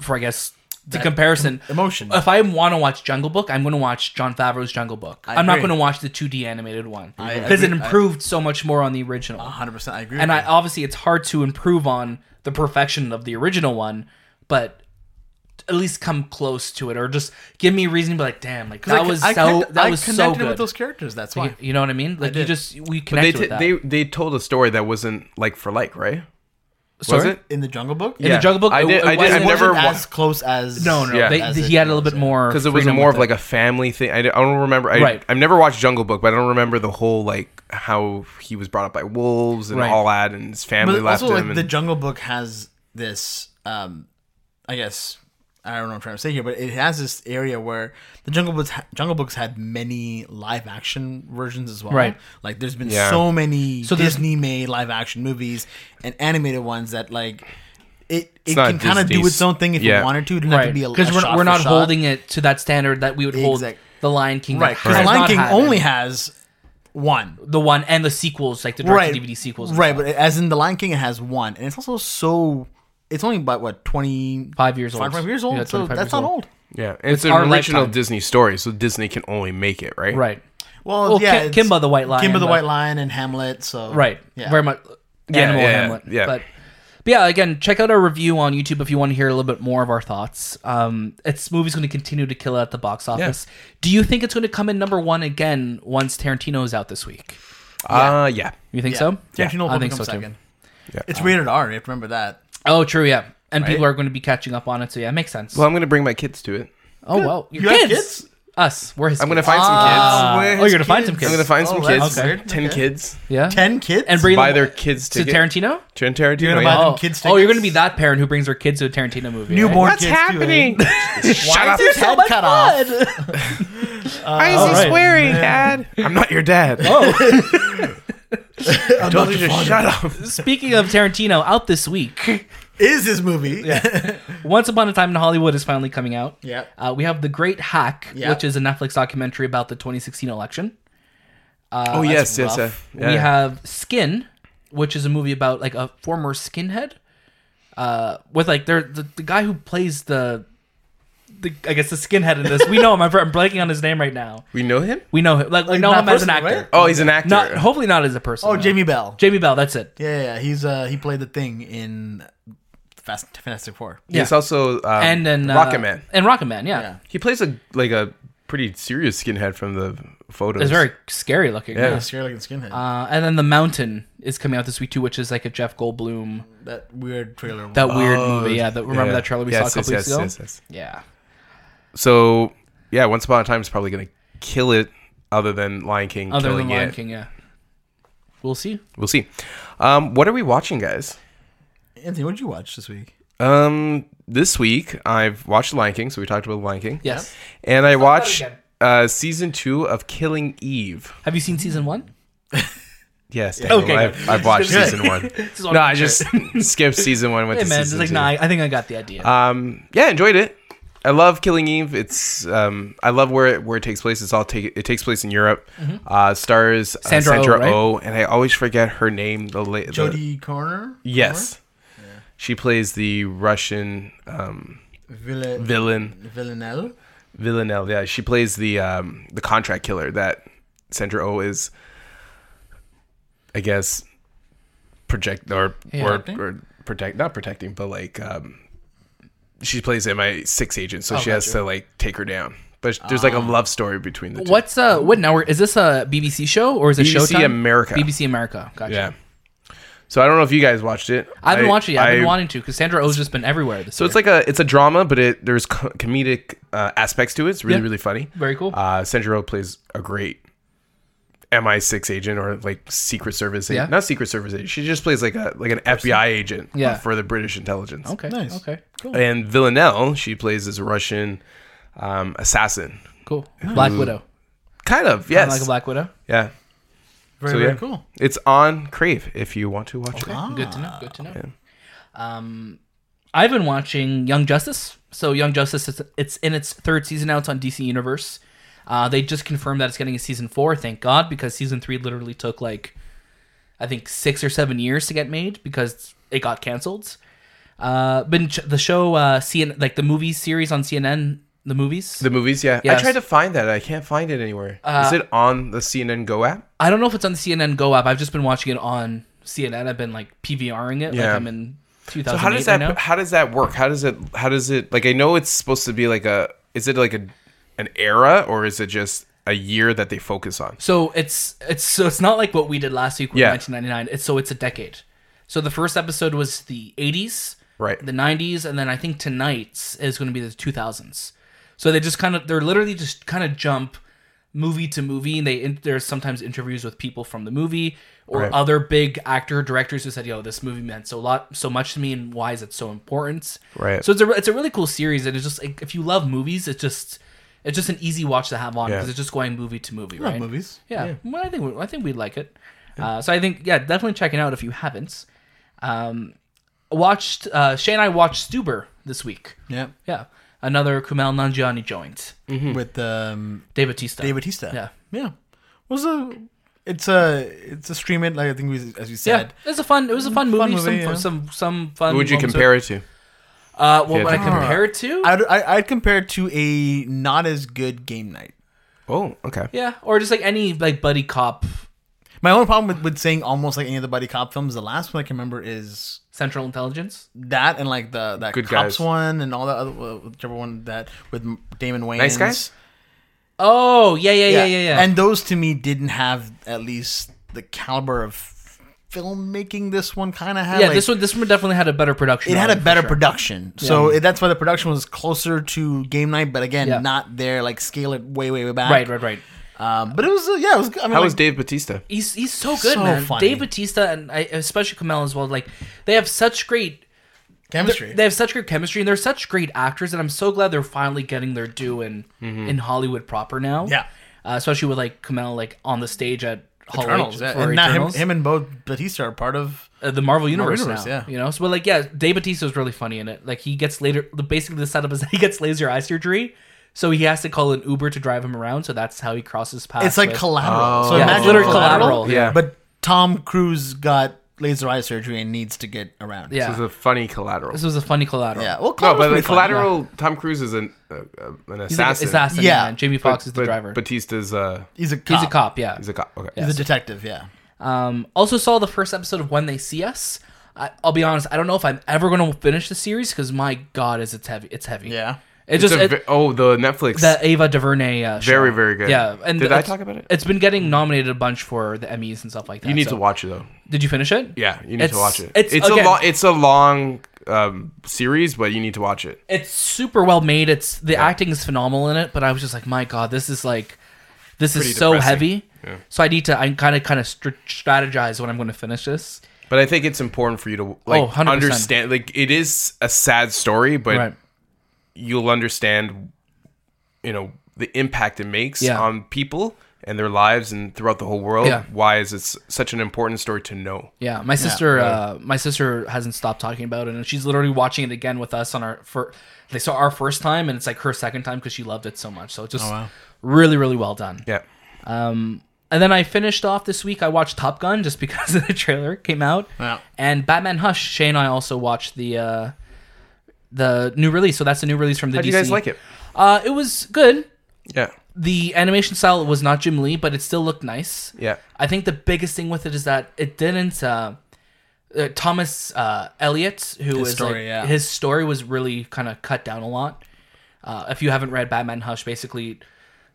B: for I guess the comparison
C: emotion.
B: If I want to watch Jungle Book, I'm going to watch John Favreau's Jungle Book. I am not
C: agree.
B: going to watch the 2D animated one
C: I
B: because it
C: agree. I-
B: improved so much more on the original.
C: 100%. I agree.
B: and
C: with
B: I obviously it's hard to improve on the perfection of the original one, but at least come close to it, or just give me a reason to be like, damn, like
C: you. 'Cause
B: that
C: I-
B: was
C: I
B: so
C: connect-
B: that
C: I
B: was so
C: connected
B: good.
C: with those characters. That's why.
B: you know what I mean? Like you
C: did.
B: just
A: They,
B: we connect
A: t-
B: with that.
A: they they told a story that wasn't like for like, right? Was
B: Sorry?
A: it?
C: In the Jungle Book?
A: yeah.
B: the Jungle Book,
A: I
B: it-
A: did.
B: it
A: I did. I
B: wasn't-
A: never
C: Never
A: wa-
C: as close as.
B: no, no,
A: Yeah.
B: they,
C: as
B: they-
C: it
B: he had a little bit
C: was,
B: more
A: because it was
B: freedom
A: more
B: with
A: of like a family thing. I, d- I don't remember. I,
B: Right.
A: I've never watched Jungle Book, but I don't remember the whole like how he was brought up by wolves and
B: Right.
A: all that, and his family
C: But
A: left
C: also, like
A: him.
C: the
A: and,
C: Jungle Book has this, um, I guess I don't know what I'm trying to say here, but it has this area where the Jungle Books Jungle Books had many live action versions as well.
B: Right.
C: Like there's been
A: Yeah.
C: so many
B: So there's-
C: Disney made live action movies and animated ones that like it it
A: not
C: can kind of do
A: Disney's-
C: its own thing if
A: yeah.
C: you wanted to. It didn't have
B: right?
C: to be a
B: Because
C: a
B: we're,
C: shot
B: we're
C: for
B: not
C: shot.
B: holding it to that standard that we would hold
C: Exact-
B: the Lion King, that
C: right. Because
B: has
C: Lion
B: not
C: King
B: had
C: only
B: it.
C: has one.
B: the one and the sequels, like the direct DVD sequels, and
C: Right,
B: stuff.
C: but as in the Lion King, it has one, and it's also so. It's only about what twenty
B: Five years old.
C: Five years old.
B: Yeah,
C: so
B: 25
C: that's
B: years
C: not old.
A: yeah, and it's an
B: our
A: original
B: lifetime.
A: Disney story, so Disney can only make it right.
B: Right.
C: Well,
B: Well,
C: yeah,
B: Kim-
C: it's-
B: Kimba the White Lion,
C: Kimba the
B: but-
C: White Lion, and Hamlet. So
B: Right.
C: yeah,
B: Very much animal
A: yeah, yeah,
B: Hamlet.
A: yeah.
B: But, but yeah, again, check out our review on YouTube if you want to hear a little bit more of our thoughts. Um, it's movie's going to continue to kill it at the box office. Do you think it's going to come in number one again once Tarantino is out this week?
A: Uh, yeah.
B: You think
C: Yeah.
B: so?
C: Tarantino will
B: I
C: probably
B: think
C: come
B: so, too.
C: second.
A: Yeah.
C: It's rated R. You have to remember that.
B: Oh, true. Yeah. And people are going to be catching up on it. So yeah, it makes sense.
A: Well, I'm gonna bring my kids to it.
B: oh well, your
C: You have
B: kids.
C: kids?
B: Us. We're his.
A: I'm gonna
B: kids.
A: find some kids.
B: oh, you're gonna find some kids.
A: I'm gonna find some
C: Oh, that's
A: kids.
C: weird.
A: Ten
C: Okay.
A: kids.
B: yeah.
C: Ten kids.
B: And bring
A: Buy
B: them
A: their kids
B: to
A: ticket.
B: Tarantino.
A: Tarantino. Tarantino.
C: You're gonna
A: yeah.
C: buy them
B: Oh.
C: kids
B: oh, you're
C: tickets.
B: gonna be that parent who brings her kids to a Tarantino movie. right?
C: newborn.
A: What's
C: kids too, eh?
A: happening? Shut
C: Why
A: up!
C: is his head cut off?
A: Why is he
B: Alright.
A: swearing, Dad? I'm not your dad.
B: Oh.
A: I told you to shut up.
B: Speaking of Tarantino, out this week,
C: Is this movie?
B: Once Upon a Time in Hollywood is finally coming out.
C: Yeah.
B: Uh, we have The Great Hack,
C: Yeah.
B: which is a Netflix documentary about the 2016 election.
A: oh yes, yes,
C: rough.
A: yeah. yeah.
B: We have Skin, which is a movie about like a former skinhead. Uh, with like there the, the guy who plays the, the I guess the skinhead in this. We know him. I'm, I'm blanking on his name right now.
A: we know him.
B: We know him. Like, we know
C: not
B: him as an actor.
C: personally, right?
A: Oh, he's an actor.
B: Not hopefully not as a person.
C: Oh,
B: no.
C: Jamie Bell.
B: Jamie Bell. That's it.
C: Yeah, yeah, yeah, he's uh he played the thing in Fast Fantastic Four.
A: He's also um,
B: And then uh,
A: Rocket Man.
B: And Rocket Man. Yeah.
C: Yeah.
A: He plays a like a pretty serious skinhead from the photos.
B: It's very scary looking.
A: Yeah.
C: Yeah, scary looking skinhead.
B: Uh, and then The Mountain is coming out this week too, which is like a Jeff Goldblum,
C: that weird trailer.
B: that weird movie. Yeah, that, remember
A: Oh, Yeah.
B: that trailer we
A: Yes,
B: saw a couple
A: yes,
B: weeks ago?
A: yes, yes,
B: Yeah.
A: yes. So yeah, Once Upon a Time is probably gonna kill it. Other than Lion King,
B: Other
A: killing
B: than Lion
A: it.
B: King, yeah. We'll see.
A: We'll see. Um, what are we watching, guys?
C: Anthony, what did you watch this week?
A: Um, this week I've watched Lion King, so we talked about Lion King.
B: Yes.
A: and I watched
B: again.
A: uh, season two of Killing Eve.
B: Have you seen season one?
A: Yes, Daniel,
B: Okay,
A: I've,
B: good.
A: I've watched
C: Good.
A: season one.
B: Just
A: no,
B: wanted
A: I
B: to make
A: just skipped season one. Went
B: Hey
A: to
B: man, it's
A: season
B: like
A: two.
B: nah, I I think I got the idea.
A: um yeah enjoyed it i love killing eve it's um i love where it where it takes place it's all take it takes place in europe uh stars uh,
B: Mm-hmm. Sandra Oh,
A: sandra
B: right?
A: oh and i always forget her name the late
C: Jodie Corner?
A: yes she plays the russian um
C: Villa-
A: villain
C: Villanelle?
A: villanelle yeah she plays the um the contract killer that sandra oh is i guess project or or,
C: Protecting?
A: or protect not protecting but like um she plays MI6 agent, so
B: Oh,
A: she has
B: gotcha.
A: to like take her down. But there's like a love story between the two.
B: What's uh what network is this a BBC show or is it
A: BBC
B: Showtime?
A: America.
B: BBC America. Gotcha.
A: Yeah. So I don't know if you guys watched it.
B: I've been watching it. I've been
A: I-
B: wanting to because Sandra O's just been everywhere this
A: So it's like a it's a drama, but it there's co- comedic uh, aspects to it. It's really
B: Yeah.
A: really funny.
B: Very cool.
A: Uh, Sanjuro plays a great MI6 agent or like Secret Service. Agent.
B: Yeah.
A: Not Secret Service agent. She just plays like a like an FBI agent.
B: Yeah.
A: For the British intelligence.
B: okay.
C: Nice.
B: Okay. Cool.
A: And Villanelle, she plays this Russian um, assassin.
B: Cool. Black Widow.
A: Kind of
B: Kinda
A: yes.
B: Like a Black Widow.
A: yeah.
C: Very,
A: So,
C: very
A: yeah.
C: cool.
A: It's on Crave if you want to watch it.
B: Good to know. Good to know. Um, I've been watching Young Justice. So Young Justice, it's, it's in its third season now. It's on DC Universe. Uh, they just confirmed that it's getting a season four. Thank God, because season three literally took like I think six or seven years to get made because it got canceled. Uh, but ch- the show, uh, CN- like the movie series on CNN, the movies.
A: The movies, yeah.
B: Yes. Uh,
A: I tried to find that. I can't find it anywhere. Is it on the CNN Go app?
B: I don't know if it's on the CNN Go app. I've just been watching it on CNN. I've been like PVRing it. Like
A: Yeah.
B: I'm in 2008
A: So how does
B: right now.
A: that how does that work? How does it how does it like I know it's supposed to be like a is it like a an era or is it just a year that they focus on?
B: So it's it's so it's not like what we did last week with
A: Yeah.
B: 1999. It's so it's a decade. So the first episode was the 80s,
A: Right.
B: The 90s, and then I think tonight's is going to be the 2000s. So they just kind of they're literally just kind of jump movie to movie, and they in, there's sometimes interviews with people from the movie or
A: Right.
B: other big actor directors who said, "Yo, this movie meant so lot so much to me, and why is it so important?"
A: Right.
B: So it's a it's a really cool series, and it's just like, if you love movies, it's just it's just an easy watch to have on
A: Yeah.
B: because it's just going movie to movie,
C: Love
B: right?
C: movies.
B: Yeah, Well, I think we, I think we'd like it. Uh, so I think yeah, definitely check it out if you haven't. Um, watched uh, Shay and I watched Stuber this week.
C: Yeah,
B: Yeah, another Kumail Nanjiani joint.
A: Mm-hmm.
C: with um,
B: Dave Bautista.
C: Dave Batista.
B: Yeah.
C: yeah. Was a it's a it's a stream it like I think we as we
B: Yeah,
C: said.
B: it was a fun. It was a fun movie. some,
C: movie, yeah.
B: some some fun.
A: Who would you
B: moments
A: compare it to?
B: with- Uh, what
A: Yeah,
B: would I
A: to-
B: compare it to?
C: I'd, I- I'd compare it to a not as good game night.
A: Oh, okay.
B: yeah, or just like any like buddy cop
C: My only problem with, with saying almost like any of the buddy cop films, the last one I can remember is
B: Central Intelligence.
C: that and like the that
A: Good
C: cops
A: Guys.
C: one and all that other whichever one that with Damon Wayans.
A: Nice Guys?
B: Oh yeah yeah yeah yeah yeah.
C: And those to me didn't have at least the caliber of filmmaking this one kind of had.
B: yeah,
C: Like,
B: this one this one definitely had a better production.
C: It had a
B: value for
C: better
B: sure.
C: production, so it, that's why the production was closer to game night. But again,
B: Yeah.
C: not there. Like scale it way, way, way back.
B: Right right right.
C: Um, but it was uh, yeah, it was. I mean,
A: How
C: like,
A: was Dave Batista?
B: He's he's so good,
C: So
B: man.
C: funny.
B: Dave Batista and I, especially Kamel as well. Like they have such great
C: chemistry?
B: they have such great chemistry, and they're such great actors. And I'm so glad they're finally getting their due in in Hollywood proper now.
C: Mm-hmm. Yeah.
B: uh, especially with like Kamel like on the stage at Hollywood
C: Eternals, yeah.
B: for
C: and now him,
B: Eternals.
C: him and both Batista are part of.
B: Uh, the Marvel Universe,
C: Universe,
B: now.
C: yeah.
B: You know, so but like yeah, Dave Batista is really funny in it. Like he gets later basically the setup is that he gets laser eye surgery. So he has to call an Uber to drive him around. So that's how he crosses paths.
C: It's like
B: with-
C: collateral. so
B: Yeah, it's
C: imagine
B: literally
C: collateral,
B: Collateral,
A: Oh, yeah.
C: But Tom Cruise got laser eye surgery and needs to get around.
B: yeah.
A: This is a funny collateral.
B: This was a funny collateral.
C: yeah. Well,
A: No,
C: collateral's
A: but the
C: pretty fun.
A: collateral. Tom Cruise is an uh, uh, an
B: He's like an
A: assassin.
B: assassin.
C: Yeah.
B: Yeah, Jamie Foxx is the
A: But
B: driver.
A: Batista's uh,
C: He's a cop.
B: He's a cop, yeah.
A: he's a cop. Okay.
C: He's a detective. Yeah.
B: Um, also saw the first episode of When They See Us. I, I'll be honest, I don't know if I'm ever going to finish the series because my god, is it's heavy. It's heavy.
C: Yeah.
B: It
A: It's
B: just
A: a
B: it,
A: ve- oh the Netflix.
B: the Ava DuVernay uh, show.
A: Very, very good.
B: Yeah, and
A: Did I
B: it's-
A: talk about it?
B: It's been getting nominated a bunch for the Emmys and stuff like that.
A: you need
B: so-
A: to watch it though.
B: Did you finish it?
A: Yeah, you need
B: It's-
A: to watch it.
B: it's-
A: It's
B: again-
A: a long it's a long um, series, but you need to watch it.
B: It's super well made. It's the acting is phenomenal in it, but I was just like, my god, this is like, this
A: Pretty
B: is so
A: depressing.
B: heavy. So I need to. I kind of kind of str- strategize when I'm going to finish this.
A: But I think it's important for you to like
B: Oh, 100%.
A: understand. Like it is a sad story, but
B: right.
A: you'll understand, you know, the impact it makes
B: Yeah.
A: on people and their lives and throughout the whole world.
B: Yeah.
A: Why is it s- such an important story to know?
B: Yeah, my sister, Uh, my sister hasn't stopped talking about it, and she's literally watching it again with us on our for they saw our first time, and it's like her second time because she loved it so much. So it's just
A: Oh,
B: really, really well done.
A: Yeah.
B: And then I finished off this week. I watched Top Gun just because the trailer came out,
C: Yeah.
B: and Batman Hush. Shay and I also watched the uh, the new release. So that's a new release from the
A: How do you
B: DC.
A: guys like it?
B: Uh, it was good.
A: Yeah.
B: The animation style was not Jim Lee, but it still looked nice.
A: Yeah.
B: I think the biggest thing with it is that it didn't. Uh, uh, Thomas uh, Elliot, who is
C: story,
B: like,
C: yeah.
B: his story was really kind of cut down a lot. Uh, if you haven't read Batman Hush, basically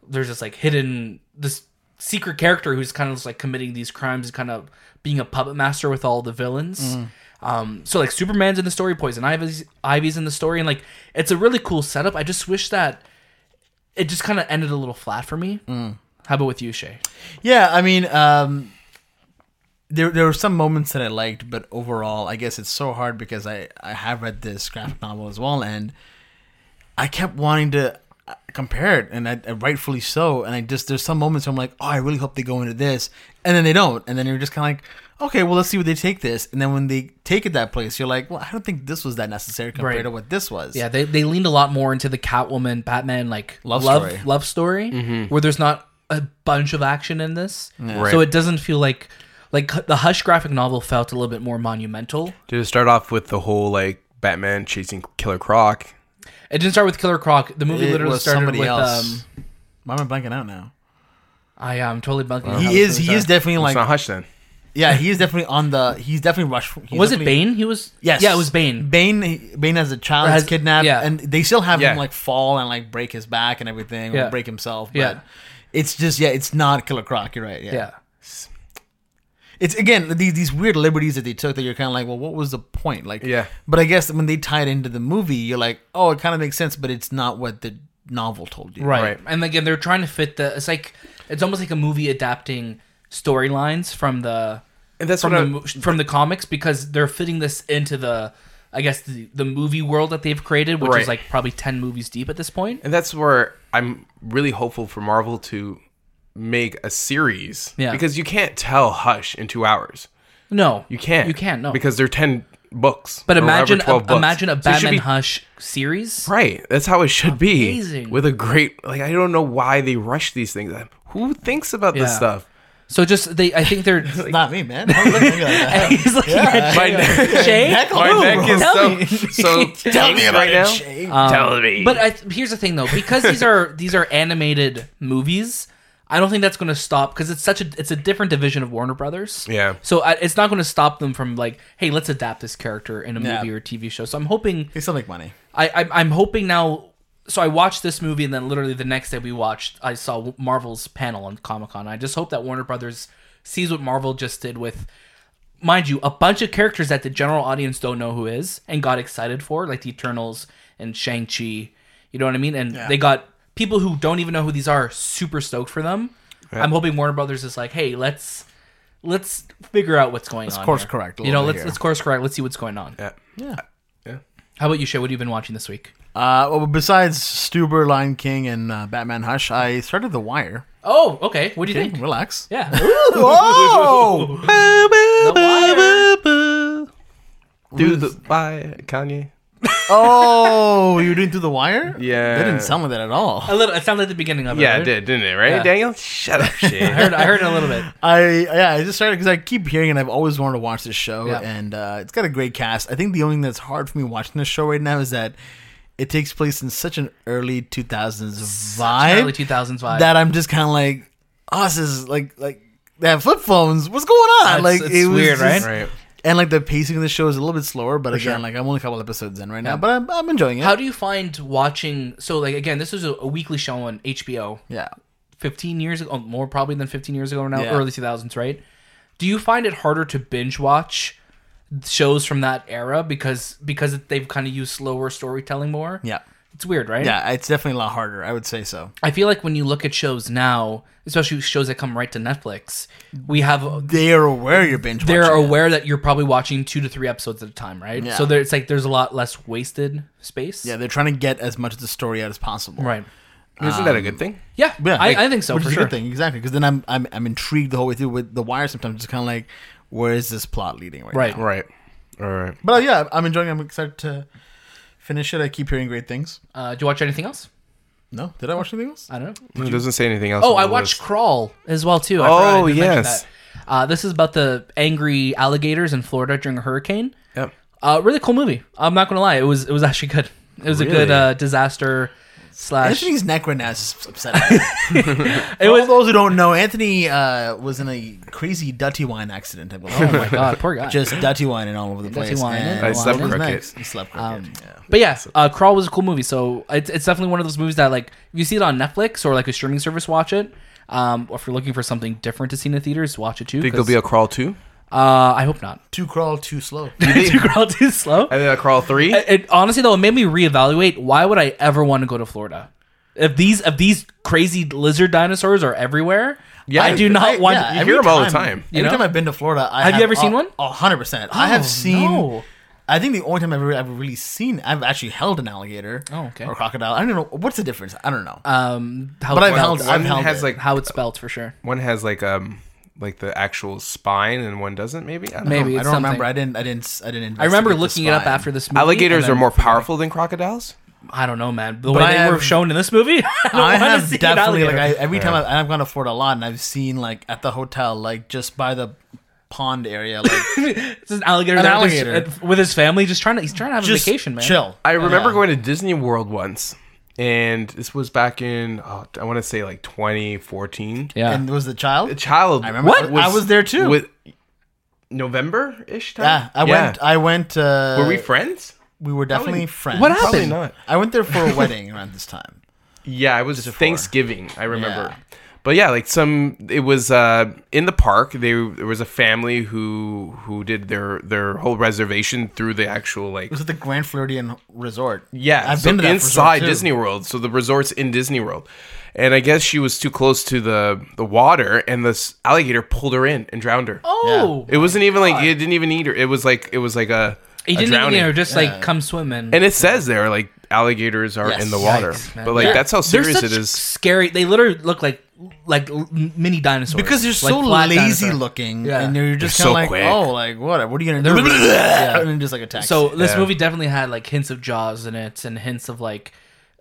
B: there's this like hidden this secret character who's kind of just, like committing these crimes and kind of being a puppet master with all the villains.
C: Mm.
B: Um, so like Superman's in the story, Poison Ivy's, Ivy's in the story, and like it's a really cool setup. I just wish that it just kind of ended a little flat for me.
C: Mm.
B: How about with you, Shay?
C: Yeah, I mean, um, there there were some moments that I liked, but overall, I guess it's so hard because I I have read this graphic novel as well, and I kept wanting to. uh, compare it, and I, and rightfully so. And I just there's some moments where I'm like, oh, I really hope they go into this, and then they don't, and then you're just kind of like, okay, well, let's see where they take this, and then when they take it that place, you're like, well, I don't think this was that necessary compared
B: Right.
C: to what this was.
B: Yeah, they, they leaned a lot more into the Catwoman, Batman, like
C: Love
B: love love
C: story.
B: story,
C: Mm-hmm.
B: where there's not a bunch of action in this,
A: Right.
B: so it doesn't feel like like the Hush graphic novel felt a little bit more monumental.
A: Did it start off with the whole like Batman chasing Killer Croc?
B: It didn't start with Killer Croc. The movie
C: it
B: literally
C: was
B: started
C: somebody
B: with
C: else.
B: um.
C: Why am I blanking out now?
B: I am totally bunking. on how
C: He
B: this
C: is
B: movie
C: he is
B: started.
C: definitely
A: It's not
C: like
A: Hush then.
C: yeah he is definitely on the he's definitely rushed. he's
B: Was it
C: definitely-
B: Bane? He was.
C: Yes.
B: Yeah, it was Bane.
C: Bane Bane has a child
B: Has-
C: has, kidnapped
B: yeah.
C: and they still have
A: Yeah.
C: him like fall and like break his back and everything
B: Yeah.
C: or break himself. But
B: Yeah.
C: It's just yeah, it's not Killer Croc, you're right. Yeah.
B: Yeah.
C: It's again these these weird liberties that they took that you're kinda like, well, what was the point? Like
A: Yeah.
C: But I guess when they tie it into the movie, you're like, Oh, it kinda makes sense, but it's not what the novel told you.
B: Right.
A: Right.
B: And again, they're trying to fit the. It's like it's almost like a movie adapting storylines from the
A: And that's
B: from
A: what
B: the
A: I'm-
B: mo- from the comics because they're fitting this into the. I guess the, the movie world that they've created, which
A: Right.
B: is like probably ten movies deep at this point.
A: And that's where I'm really hopeful for Marvel to make a series.
B: Yeah.
A: Because you can't tell Hush in two hours.
B: No,
A: You can't.
B: You can't. No,
A: Because they're ten books.
B: but
A: or whatever,
B: imagine a,
A: 12 books.
B: imagine a
A: So it should
B: Batman
A: be-
B: Hush series.
A: Right. That's how it should be.
B: Amazing.
A: With a great like I don't know why they rush these things. Who thinks about this
B: Yeah.
A: stuff?
B: So just they, I think they're.
C: It's not me, man. Don't look at me like that.
B: he's looking at
A: My neck,
B: Jay.
A: my
C: Ooh,
A: neck is
B: tell
A: so
B: me.
A: so
C: Tell me
A: tense
C: about
A: right
C: it,
A: now.
C: Shane.
A: tell me.
B: But I th- here's the thing, though, because these are these are animated movies. I don't think that's going to stop because it's such a it's a different division of Warner Brothers.
A: Yeah.
B: So I, it's not going to stop them from like, hey, let's adapt this character in a
C: Yeah.
B: movie or TV show. So I'm hoping
C: They still make money.
B: I I'm, I'm hoping now. So I watched this movie, and then literally the next day we watched. I saw Marvel's panel on Comic Con. I just hope that Warner Brothers sees what Marvel just did with, mind you, a bunch of characters that the general audience don't know who is and got excited for, like the Eternals and Shang Chi. You know what I mean? And they got people who don't even know who these are super stoked for them. I'm hoping Warner Brothers is like, hey, let's let's figure out what's going on.
C: course
B: here.
C: correct a
B: You know,
C: little bit
B: let's
C: here.
B: let's course correct. Let's see what's going on.
A: yeah.
C: Yeah.
B: How about you, Shay? What have you been watching this week?
C: Uh, well, besides Stuber, Lion King, and uh, Batman Hush, I started The Wire.
B: Oh, okay. What do you
C: Okay,
B: think?
C: relax.
B: Yeah.
C: Whoa!
A: Do the by Kanye.
C: oh, you were doing Through the Wire?
A: Yeah.
C: That didn't sound like that at all.
B: a little. It sounded like the beginning of it.
A: Yeah,
B: right?
A: it did, didn't it? Right,
B: Yeah.
A: Daniel? Shut up,
B: I
A: Shane.
B: heard. I heard a little bit.
C: I yeah, I just started because I keep hearing and I've always wanted to watch this show,
B: Yeah.
C: and uh, it's got a great cast. I think the only thing that's hard for me watching this show right now is that it takes place in such an early two thousands vibe.
B: Early two thousands vibe.
C: that I'm just kind of like, us is like like they have flip phones. What's going on?
B: It's-
C: like
B: it's weird, right?
A: right.
C: And like the pacing of the show is a little bit slower, but again, like I'm only a couple episodes in right now, but I'm, I'm enjoying it.
B: How do you find watching? So, like again, this was a, a weekly show on HBO.
C: yeah,
B: Fifteen years ago, oh, more probably than fifteen years ago now.
C: Yeah.
B: Early two thousands, right? Do you find it harder to binge watch shows from that era because because they've kind of used slower storytelling more?
C: yeah,
B: It's weird, right?
C: yeah. It's definitely a lot harder. I would say so.
B: I feel like when you look at shows now, especially shows that come right to Netflix, we have
C: They are aware you're binge.
B: they're
C: watching it.
B: aware that you're probably watching two to three episodes at a time, right?
C: Yeah.
B: So there, it's like there's a lot less wasted space.
C: Yeah, they're trying to get as much of the story out as possible.
B: Right. Um,
A: Isn't that a good thing?
B: Yeah.
C: Yeah,
B: I,
C: like-
B: I think so
C: Which
B: for
C: is a
B: sure.
C: good thing, exactly. Because then I'm, I'm I'm intrigued the whole way through. With the wire, sometimes it's kind of like, where is this plot leading right,
B: Right.
C: now?
A: Right. All right.
C: But uh, yeah, I'm enjoying. it. I'm excited to finish it. I keep hearing great things.
B: Uh, do you watch anything else?
C: No, did I watch anything else?
B: I don't know.
A: It doesn't say anything else.
B: Oh,
A: on
B: I
A: the
B: watched
A: list.
B: Crawl as well too. I
A: Oh,
B: forgot I didn't mention
A: yes.
B: that. Uh, this is about the angry alligators in Florida during a hurricane.
A: Yep.
B: Uh, really cool movie. I'm not gonna lie. It was it was actually good. It was a good
A: Really?
B: uh, disaster slash.
C: Anthony's neck right now is just upsetting.
B: It
C: For all
B: was.
C: those who don't know, Anthony uh, was in a crazy Dutty wine accident. I believe.
B: Oh my god, poor guy.
C: Just Dutty Um, wining all over the place.
B: wine
C: and
B: and I
A: slept
C: his
A: crooked.
C: necks. He slept crooked. yeah.
B: But yeah, uh, Crawl was a cool movie. So it's, it's definitely one of those movies that like if you see it on Netflix or like a streaming service, watch it. Um, or if you're looking for something different to see in the theaters, watch it too.
A: Think there'll
B: 'cause,
A: be a crawl two?
B: uh, I hope not.
C: Too crawl, too slow.
B: Did you crawl too slow?
A: I think a crawl three.
B: It, it- honestly though, it made me reevaluate why would I ever want to go to Florida. If these if these crazy lizard dinosaurs are everywhere,
A: Yeah,
B: I do not
C: I-
B: want.
C: yeah,
A: You
C: every
A: hear 'em all the time,
C: Every
B: you know?
C: time I've been to Florida, I
B: Have you ever seen one?
C: hundred percent. I have
B: Oh,
C: seen.
B: no.
C: I think the only time I've ever, ever really seen, I've actually held an alligator.
B: Oh, okay.
C: Or crocodile. I don't know what's the difference. I don't know.
B: Um, how
C: But
B: it's
C: I've held-
B: spelt.
C: I've
A: One
C: held
A: has
C: it.
A: like
B: how it's spelled for sure.
A: one has like um like the actual spine and one doesn't. Maybe I don't know.
B: Maybe
C: I
B: it's
C: don't
B: something.
C: remember. I didn't. I didn't. I didn't.
B: I remember looking
C: investigate the
B: it up
C: spine.
B: after this movie.
A: alligators
B: and
A: are
B: then-
A: more powerful than crocodiles.
B: I don't know, man. The
C: But
B: way
C: I
B: they were
C: have-
B: shown in this movie, I, don't
C: I
B: wanna
C: have
B: see an
C: definitely like
B: alligator.
C: I, every time I've, I've gone to Fort a lot and I've seen like at the hotel like just by the pond area like
B: It's an alligator,
C: An
B: that was-
C: alligator.
B: uh, with his family, just trying to he's trying to have a
C: just
B: vacation, man.
C: chill.
A: I remember going to Disney World once, and this was back in oh, I want to say like 2014.
B: Yeah,
C: And was the child?
A: A child. I
C: remember What? I was- I was there too.
A: With November ish time.
C: yeah, I went. I went. Uh,
A: Were we friends?
C: we were definitely friends.
B: What happened?
A: Probably not.
C: I went there for a wedding around this time.
A: Yeah, it was
C: before.
A: Thanksgiving. I remember.
C: Yeah.
A: But yeah, like some, it was uh, in the park. They, there was a family who who did their their whole reservation through the actual like
C: It was at the Grand Floridian Resort.
A: Yeah,
C: I've
A: so
C: been to that
A: inside
C: resort, too.
A: Disney World. So the resort's in Disney World, and I guess she was too close to the the water, and this alligator pulled her in and drowned her.
B: oh,
A: it wasn't even like it didn't even eat her. It was like it was like a,
B: he
A: a
B: didn't even
A: drowning.
B: you know, just like come swim and.
A: and it says there like alligators are
C: Yes.
A: in the water,
B: Yikes, man.
A: but like
B: Yeah.
A: that's how
B: They're
A: serious
B: such
A: it is.
B: Scary. They literally look like like l- mini dinosaurs
C: because they're
B: like
C: so
B: flat
C: lazy
B: dinosaur.
C: looking,
B: Yeah.
C: and you're just
A: They're so
C: kind of
A: quick.
C: like, oh, like what? What are you gonna do? and then just like attack.
B: So this
A: Yeah.
B: movie definitely had like hints of Jaws in it and hints of like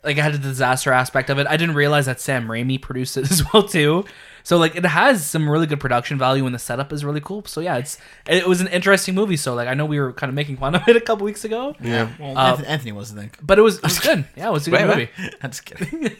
B: like it had a disaster aspect of it. I didn't realize that Sam Raimi produced it as well too. So like it has some really good production value and the setup is really cool. So yeah, it's it was an interesting movie. So like I know we were kind of making fun of it a couple weeks ago. Yeah.
C: well,
B: uh,
C: Anthony, Anthony was, I think.
B: But it was it was good. Yeah, it was a good
A: Wait,
B: movie.
C: I'm just kidding.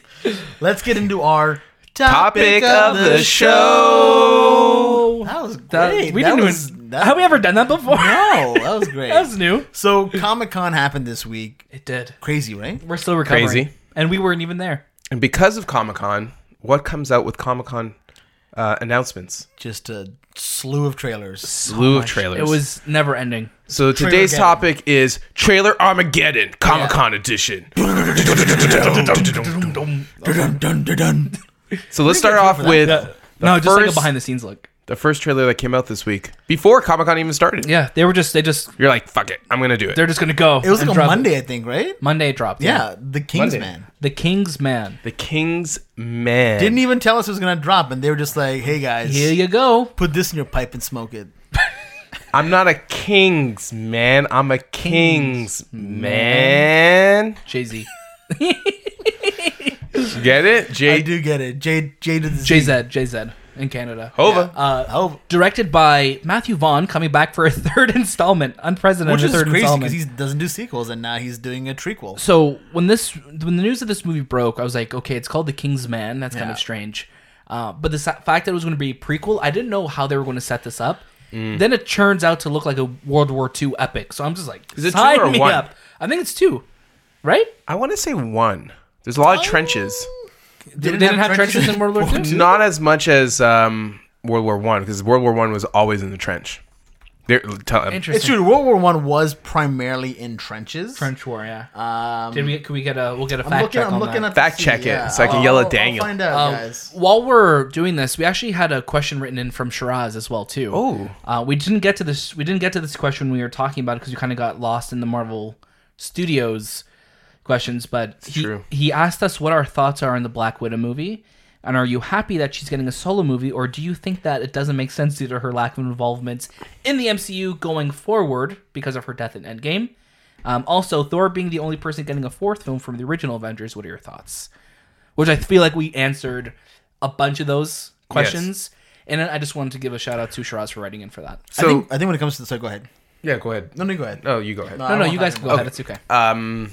C: Let's get into our
A: Topic of the show.
C: That was great.
B: That- we didn't
C: was,
B: even,
C: that-
B: have we ever done that before?
C: No, that was great.
B: that was new.
C: so Comic Con happened this week.
B: It did.
C: Crazy, right?
B: We're still recovering.
A: Crazy.
B: And we weren't even there.
A: And because of Comic Con, what comes out with Comic Con uh, announcements?
C: Just a slew of trailers.
A: Slew of trailers.
B: It was never ending.
A: So today's
C: Trailergeddon.
A: topic is Trailer Armageddon, Comic Con edition.
C: Dun, dun, dun, dun.
A: So let's start off with the
B: no, just like a
A: first-
B: behind the scenes look.
A: the first trailer that came out this week before Comic Con even started.
B: Yeah, they were just they just
A: You're like, fuck it, I'm gonna do it.
B: they're just gonna go.
C: It was
B: and
C: like a
B: drop
C: Monday, I think, right?
B: Monday it dropped.
C: Yeah, The King's
A: Monday.
C: Man.
B: the King's Man.
A: the King's Man.
C: Didn't even tell us it was gonna drop, and they were just like, "Hey guys,
B: Here you go.
C: put this in your pipe and smoke it."
A: I'm not a King's Man. I'm a King's Man.
B: Jay Z.
A: Get it,
C: I
A: Jade?
C: do get it. Jade, Jade, is
B: Jay Z. Jay Z. In Canada.
A: Hova.
B: Uh,
C: Oh,
B: directed by Matthew Vaughn, coming back for a third installment, unprecedented
C: which is
B: third
C: crazy
B: installment.
C: because he doesn't do sequels, and now he's doing a trequel.
B: so when this when the news of this movie broke, I was like, okay, it's called The King's Man. That's kind
C: Yeah.
B: of strange. Uh, but the sa- fact that it was going to be a prequel, I didn't know how they were going to set this up.
A: Mm.
B: Then it turns out to look like a World War II epic. So I'm just like,
A: Is it two
B: sign
A: or
B: me
A: one?
B: up. I think it's two, right?
A: I want to say one. There's a lot of trenches.
B: They didn't, have, trenches, in World War II.
A: Not as much as um, World War One because World War One was always in the trench. There, tell,
B: Interesting.
C: It's true. World War One was primarily in trenches.
B: French War, yeah.
C: Um,
B: Did we? Could we get a? We'll get a
C: I'm
B: fact
C: looking.
B: check
C: I'm
B: on
C: looking
B: that.
C: up. to
A: Fact
C: see,
A: check it,
C: yeah.
A: so I can
C: I'll-
A: yell at
C: I'll-
A: Daniel.
C: I'll find out,
B: Um,
C: guys.
B: While we're doing this, we actually had a question written in from Shiraz as well too.
A: Oh.
B: uh, we didn't get to this. We didn't get to this question when we were talking about it because we kind of got lost in the Marvel Studios questions. But he,
A: true.
B: he asked us what our thoughts are on the Black Widow movie, and are you happy that she's getting a solo movie, or do you think that it doesn't make sense due to her lack of involvement in the MCU going forward because of her death in Endgame? Um, also, Thor being the only person getting a fourth film from the original Avengers. What are your thoughts? which I feel like we answered a bunch of those questions. And I just wanted to give a shout out to Shiraz for writing in for that.
C: I,
A: so
C: think, I think when it comes to the sorry, go ahead.
A: yeah, go ahead.
C: No, no, go ahead.
A: No, you go ahead.
B: No, no,
C: I
B: you guys
C: won't
B: can go ahead. It's okay.
A: um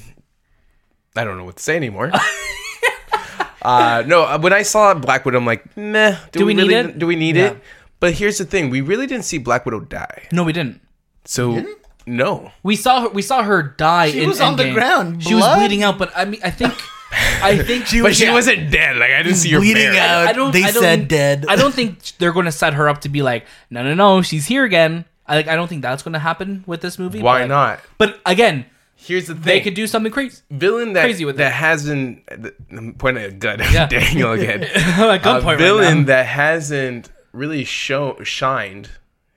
A: i don't know what to say anymore uh no uh, when i saw black widow i'm like meh do,
B: we need
A: really
B: it?
A: do we need
B: Yeah.
A: it but here's the thing we really didn't see black widow die
B: no, we didn't.
A: so no
B: We saw her. We saw her die.
C: She
B: in
C: was on the
B: Endgame.
C: ground,
B: She was
C: blood.
B: bleeding out. But I mean, I think, I think she
A: but she
B: yeah.
A: wasn't dead like i didn't see her
C: Bleeding
A: buried.
C: out.
B: I don't.
C: They
B: I don't,
C: said dead.
B: I don't think they're going to set her up to be like, no, no, no, she's here again. I like. I don't think that's going to happen with this movie.
A: Why
B: but-
A: not?
B: But again,
A: here's the thing
B: they could do something crazy.
A: villain that
B: crazy with
A: that
B: it.
A: hasn't th- i'm pointing a gun at
B: Yeah.
A: daniel again
B: At
A: a
B: gunpoint right
A: villain
B: now.
A: that hasn't really show, shined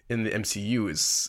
A: in the MCU is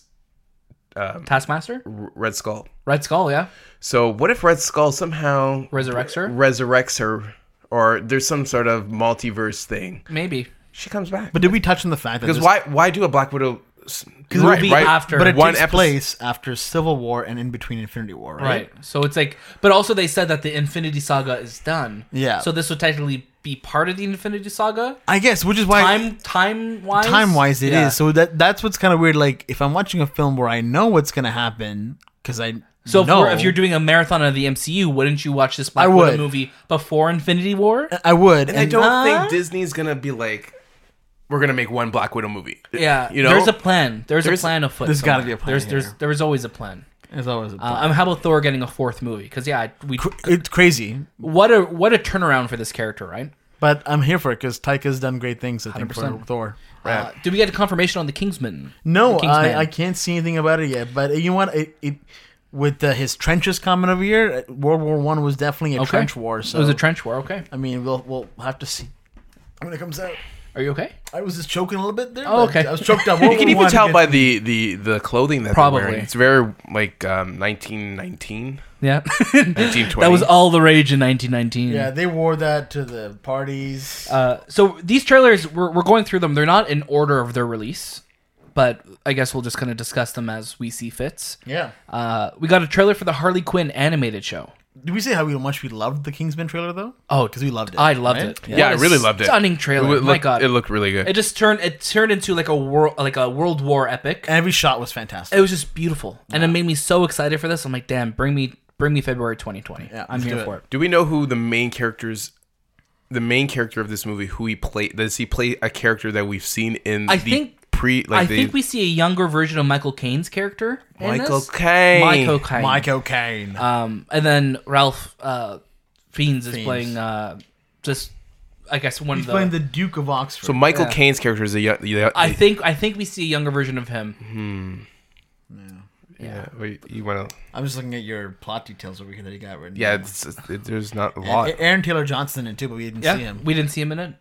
A: um,
B: Taskmaster,
A: Red Skull.
B: Red Skull, yeah,
A: So what if Red Skull somehow
B: resurrects her,
A: resurrects her, or there's some sort of multiverse thing?
B: maybe.
A: She comes back.
C: But did we touch on the fact that
A: because
C: this-
A: why? Why do a Black Widow? s-
B: it'll be after.
C: But it
A: one
C: takes
A: episode-
C: place after Civil War and in between Infinity War, right?
B: Right. So it's like, but also they said that the Infinity Saga is done.
C: Yeah.
B: So this would technically be part of the Infinity Saga.
C: I guess, which is why
B: Time, time wise.
C: time wise it is.
B: Yeah.
C: So that that's what's kind of weird. Like if I'm watching a film where I know what's gonna happen because I
B: So if,
C: know,
B: we're- if you're doing a marathon of the MCU, wouldn't you watch this Black
C: I
B: Widow
C: would.
B: movie before Infinity War?
C: I would.
A: I don't
B: Uh,
A: think Disney's gonna be like, we're gonna make one Black Widow movie.
B: Yeah.
A: you know,
B: there's a plan. There's,
A: There's-
B: a plan afoot.
C: there's gotta
B: somewhere.
C: be a plan
B: There's there's
C: here.
B: there was always a plan.
C: There's always a
B: Uh, um, how about Thor getting a fourth movie? Because yeah, we
C: it's crazy,
B: what a what a turnaround for this character, right?
C: but I'm here for it because Taika's done great things. I think for
B: 100%.
C: Thor.
B: Uh, did we get a confirmation on the Kingsman?
C: No,
B: The Kingsman.
C: I, I can't see anything about it yet. But you know what? It, it with uh, his trenches coming over here, uh, World War One was definitely a
B: Okay.
C: trench war. So
B: It was a trench war. Okay.
C: I mean, we'll we'll have to see when it comes out.
B: Are you okay?
C: I was just choking a little bit there.
B: Oh,
C: but
B: okay.
C: I was choked up. World
A: You can
C: War
A: even
C: One
A: tell
C: gets-
A: by the the the clothing that
B: Probably.
A: they're wearing. It's very like um, 1919,
B: Yeah.
A: 1920.
B: that was all the rage in 1919.
C: Yeah, they wore that to the parties.
B: Uh, so these trailers, we're, we're going through them. They're not in order of their release, but I guess we'll just kind of discuss them as we see fits.
C: yeah.
B: Uh, we got a trailer for the Harley Quinn animated show.
C: Did we say how we- much we loved the Kingsman trailer though?
B: Oh,
C: because we loved it.
B: I loved
C: right?
B: it.
A: Yeah,
B: What
A: I
B: a
A: really loved it.
B: Stunning
A: It
B: trailer.
A: looked,
B: My God,
A: it looked really good.
B: it just turned it turned into like a world like a World War epic.
C: And every shot was fantastic.
B: It was just beautiful, and it made me so excited for this. I'm like, damn, bring me bring me February 2020.
C: Yeah,
B: I'm
C: let's
B: here
C: do it.
B: for it.
A: Do we know who the main characters, the main character of this movie, who he played? Does he play a character that we've seen in
B: I
A: the
B: think-
A: pre? Like
B: I
A: the,
B: think we see a younger version of Michael Caine's character. in
A: Michael
B: this.
A: Caine.
B: Michael Caine.
C: Michael Caine.
B: Um, and then Ralph uh, Fiennes is
C: Fiennes.
B: playing uh, just, I guess one
C: He's
B: of the.
C: playing the Duke of Oxford.
A: So Michael
B: yeah.
A: Caine's character is a young. Yeah,
B: I think I think we see a younger version of him.
A: yeah, wait, you want to?
C: I'm just looking at your plot details over here that you got written.
A: Yeah,
C: down.
A: it's, it, there's not a
B: Eh,
A: lot.
C: And Aaron Taylor Johnson in it too, but we didn't see him.
B: we didn't see him in it.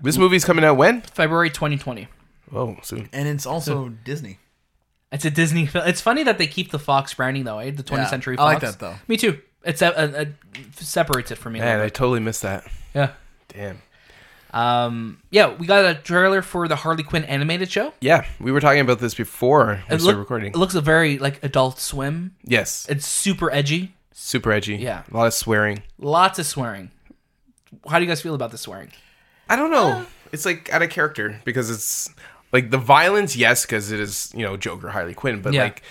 A: this movie's coming out when?
B: February 2020.
A: Oh, soon.
C: And it's also Disney.
B: It's a Disney film. It's funny that they keep the Fox branding though, eh? The 20th
C: Yeah,
B: Century
C: I
B: Fox.
C: like that, though.
B: Me too. It's a, a, a- uh, separates it for me. a
A: Man,
B: little
A: I totally missed that.
B: bit. yeah.
A: Damn.
B: Um, yeah, we got a trailer for the Harley Quinn animated show.
A: Yeah, we were talking about this before we
B: It,
A: started
B: look-
A: recording.
B: it looks a very like Adult Swim.
A: yes,
B: It's super edgy.
A: super edgy.
B: Yeah.
A: a lot of swearing.
B: Lots of swearing. How do you guys feel about the swearing?
A: I don't know.
B: Oh.
A: it's like out of character because it's like the violence, yes, because it is you know Joker, Harley Quinn, but
B: Yeah.
A: like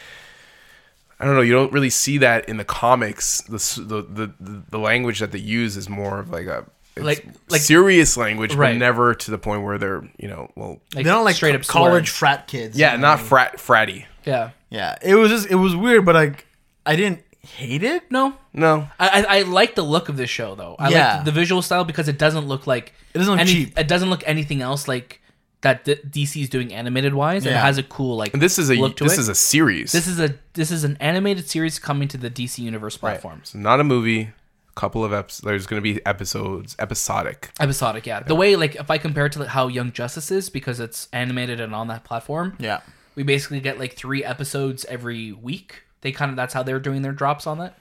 A: I don't know, you don't really see that in the comics. The s- the the, the, the language that they use is more of like a it's
B: Like- like-
A: serious language,
B: Right.
A: but never to the point where they're you know well
B: Like,
C: they don't like
B: straight up
C: college
B: swearing.
C: frat kids.
A: yeah not frat fratty
B: Yeah.
C: Yeah. It was just it was weird, but like I didn't hate it.
B: No.
A: no
B: I, I, I like the look of this show though. I
C: Yeah.
B: like the visual style because it doesn't look like
C: It doesn't look
B: any-
C: cheap.
B: It doesn't look anything else like that D- DC is doing animated wise. It
C: Yeah.
B: has a cool like.
A: and this is a
B: look to
A: this
B: it.
A: is a series
B: this is a this is an animated series coming to the DC Universe platforms.
A: It's not a movie couple of episodes there's gonna be episodes episodic
B: Episodic, yeah. The way like if I compare it to like, how Young Justice is because it's animated and on that platform.
C: Yeah.
B: we basically get like three episodes every week. They kind of that's how they're doing their drops on it.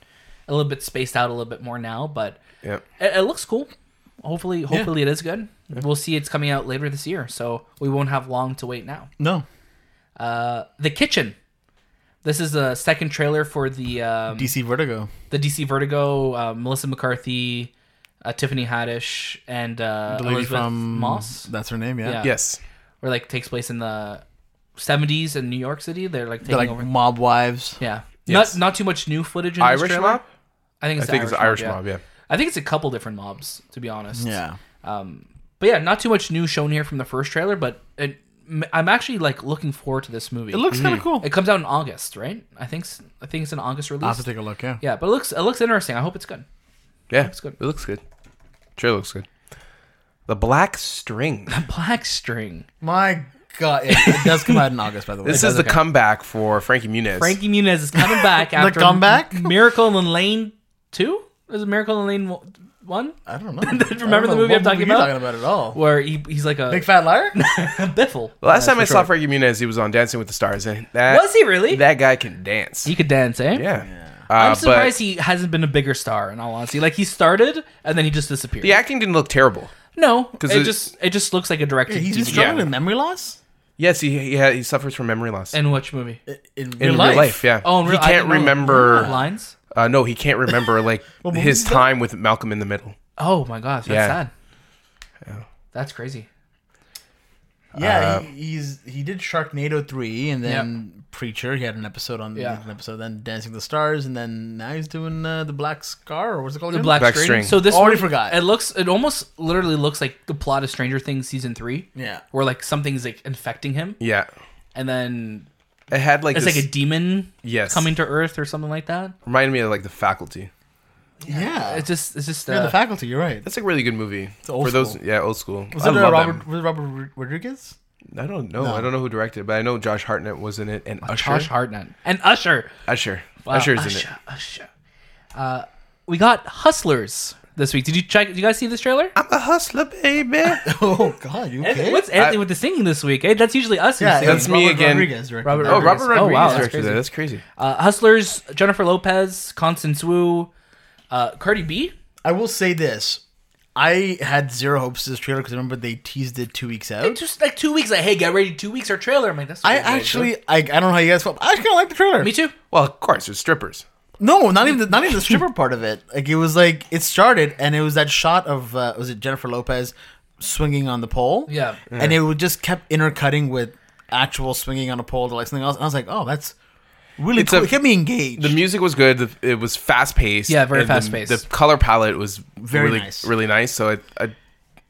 B: A little bit spaced out a little bit more now, but
A: yeah
B: it, it looks cool. Hopefully, hopefully it is good. We'll see. It's coming out later this year, so we won't have long to wait now.
C: No.
B: Uh, the kitchen. This is the second trailer for the um,
C: DC Vertigo.
B: the DC Vertigo. Uh, Melissa McCarthy, uh, Tiffany Haddish, and uh,
C: The lady
B: Elizabeth
C: from
B: Moss.
C: That's her name, yeah.
B: Yeah.
A: yes
B: Or like takes place in the seventies in New York City. They're like taking
C: They're like
B: over.
C: mob wives.
B: Yeah.
A: Yes.
B: Not not too much new footage in this
A: Irish
B: trailer.
A: mob
B: I think
A: I
B: it's
A: think
B: the
A: it's
B: Irish,
A: Irish
B: mob,
A: mob yeah
B: yeah. I think it's a couple different mobs to be honest.
C: Yeah.
B: Um but yeah, not too much new shown here from the first trailer, but it, m- I'm actually like looking forward to this movie.
C: It looks kind of cool.
B: It comes out in August, right? I think s- I think it's an August
C: I'll have
B: release.
C: to take a look, yeah.
B: yeah, but it looks it looks interesting. I hope it's good.
A: Yeah,
B: Looks good.
A: It looks good. Trailer looks good. The Black String.
B: Black String.
C: My God, it, it does come out in August, by the way.
A: This is the comeback for Frankie Muniz.
B: Frankie Muniz is coming back after
C: comeback?
B: M- Miracle in Lane 2? Is it Miracle in Lane one- one?
C: I don't know.
B: Remember the movie I'm talking
C: you
B: about?
C: talking about at all?
B: Where he, he's like a
C: Big Fat Liar?
B: biffle.
A: Last time
B: for
A: I saw
B: sure.
A: Frankie Muniz, he was on Dancing with the Stars, and that
B: Was he really?
A: That guy can dance.
B: He could dance, eh?
A: yeah. Uh,
B: I'm surprised he hasn't been a bigger star in all honesty. Like he started and then he just disappeared.
A: the acting didn't look terrible.
B: No,
A: 'Cause
B: it
A: it-
B: just it just looks like a directed
C: He's been
B: DVD.
C: struggling
A: Yeah.
C: with memory loss?
A: Yes, he he, had, he suffers from memory loss
B: And which movie?
C: In
A: in real life. Yeah.
B: Oh, in
A: he
B: real, I
A: can't
B: didn't know-
A: remember.
B: lines.
A: Uh, no, he can't remember like
C: movie
A: his
C: is that?
A: time with Malcolm in the Middle.
B: Oh my gosh, that's
A: Yeah.
B: sad. That's crazy.
C: Yeah,
A: Uh,
C: he, he's he did Sharknado three, and then Preacher. He had an episode on
B: Yeah.
C: an episode, then Dancing with the Stars, and then now he's doing uh, the Black Scar, or what's it called?
B: The
C: again?
B: black,
A: Black
B: string.
A: String.
B: So this
C: Already
B: movie-
C: forgot.
B: It looks. It almost literally looks like the plot of Stranger Things season three.
C: Yeah.
B: Where like something's like infecting him,
A: Yeah,
B: and then
A: it had like
B: it's
A: this,
B: like a demon
A: yes,
B: coming to Earth or something like that.
A: reminded me of like the Faculty.
C: Yeah,
B: It's just. It's just.
C: You're
B: Uh,
C: the faculty. You're right.
A: That's a really good movie
C: old
A: for those.
C: school.
A: Yeah, old school.
C: Was
A: I
C: it uh,
A: love
C: Robert
A: that
C: was it Robert Ro- Rodriguez?
A: movie. I don't know. I don't know who directed, it, but I know Josh Hartnett was in it and Usher.
B: Uh, Josh Hartnett and Usher.
A: Uh, Usher.
B: Wow,
A: Usher's in it.
B: Usher, Usher. Uh, we got Hustlers this week. Did you check? Did you guys see this trailer?
A: I'm a hustler, baby.
C: Oh God, you okay?
B: What's Anthony with the singing this week? Eh? That's usually us. who's
C: yeah,
B: singing.
A: That's
C: it's
A: me
C: Robert
A: again.
C: Rodriguez directed
B: Robert
C: that.
A: Oh, Robert Rodriguez
B: Oh, wow, that's
A: directed
B: crazy.
A: that. That's crazy.
B: Uh, Hustlers, Jennifer Lopez, Constance Wu, uh, Cardi B.
C: I will say this: I had zero hopes for this trailer because remember they teased it two weeks out.
B: Just like two weeks, like, hey, get ready. Two weeks our trailer. I'm like, that's.
C: I
B: what we're
C: actually, I, I don't know how you guys felt. but I kind of like the trailer.
B: doing. Me too.
A: Well, of course, there's strippers.
C: No, not even the, not even the stripper part of it. Like it was like it started, and it was that shot of uh, was it Jennifer Lopez swinging on the pole?
B: Yeah.
C: and it would just kept intercutting with actual swinging on a pole to like something else. And I was like, oh, that's really
A: It's
C: cool.
A: a-
C: it kept me engaged.
A: The music was good. the- It was fast paced.
B: Yeah, very fast-paced.
A: The color palette was
C: Very
A: really,
C: nice.
A: really nice. So it, I,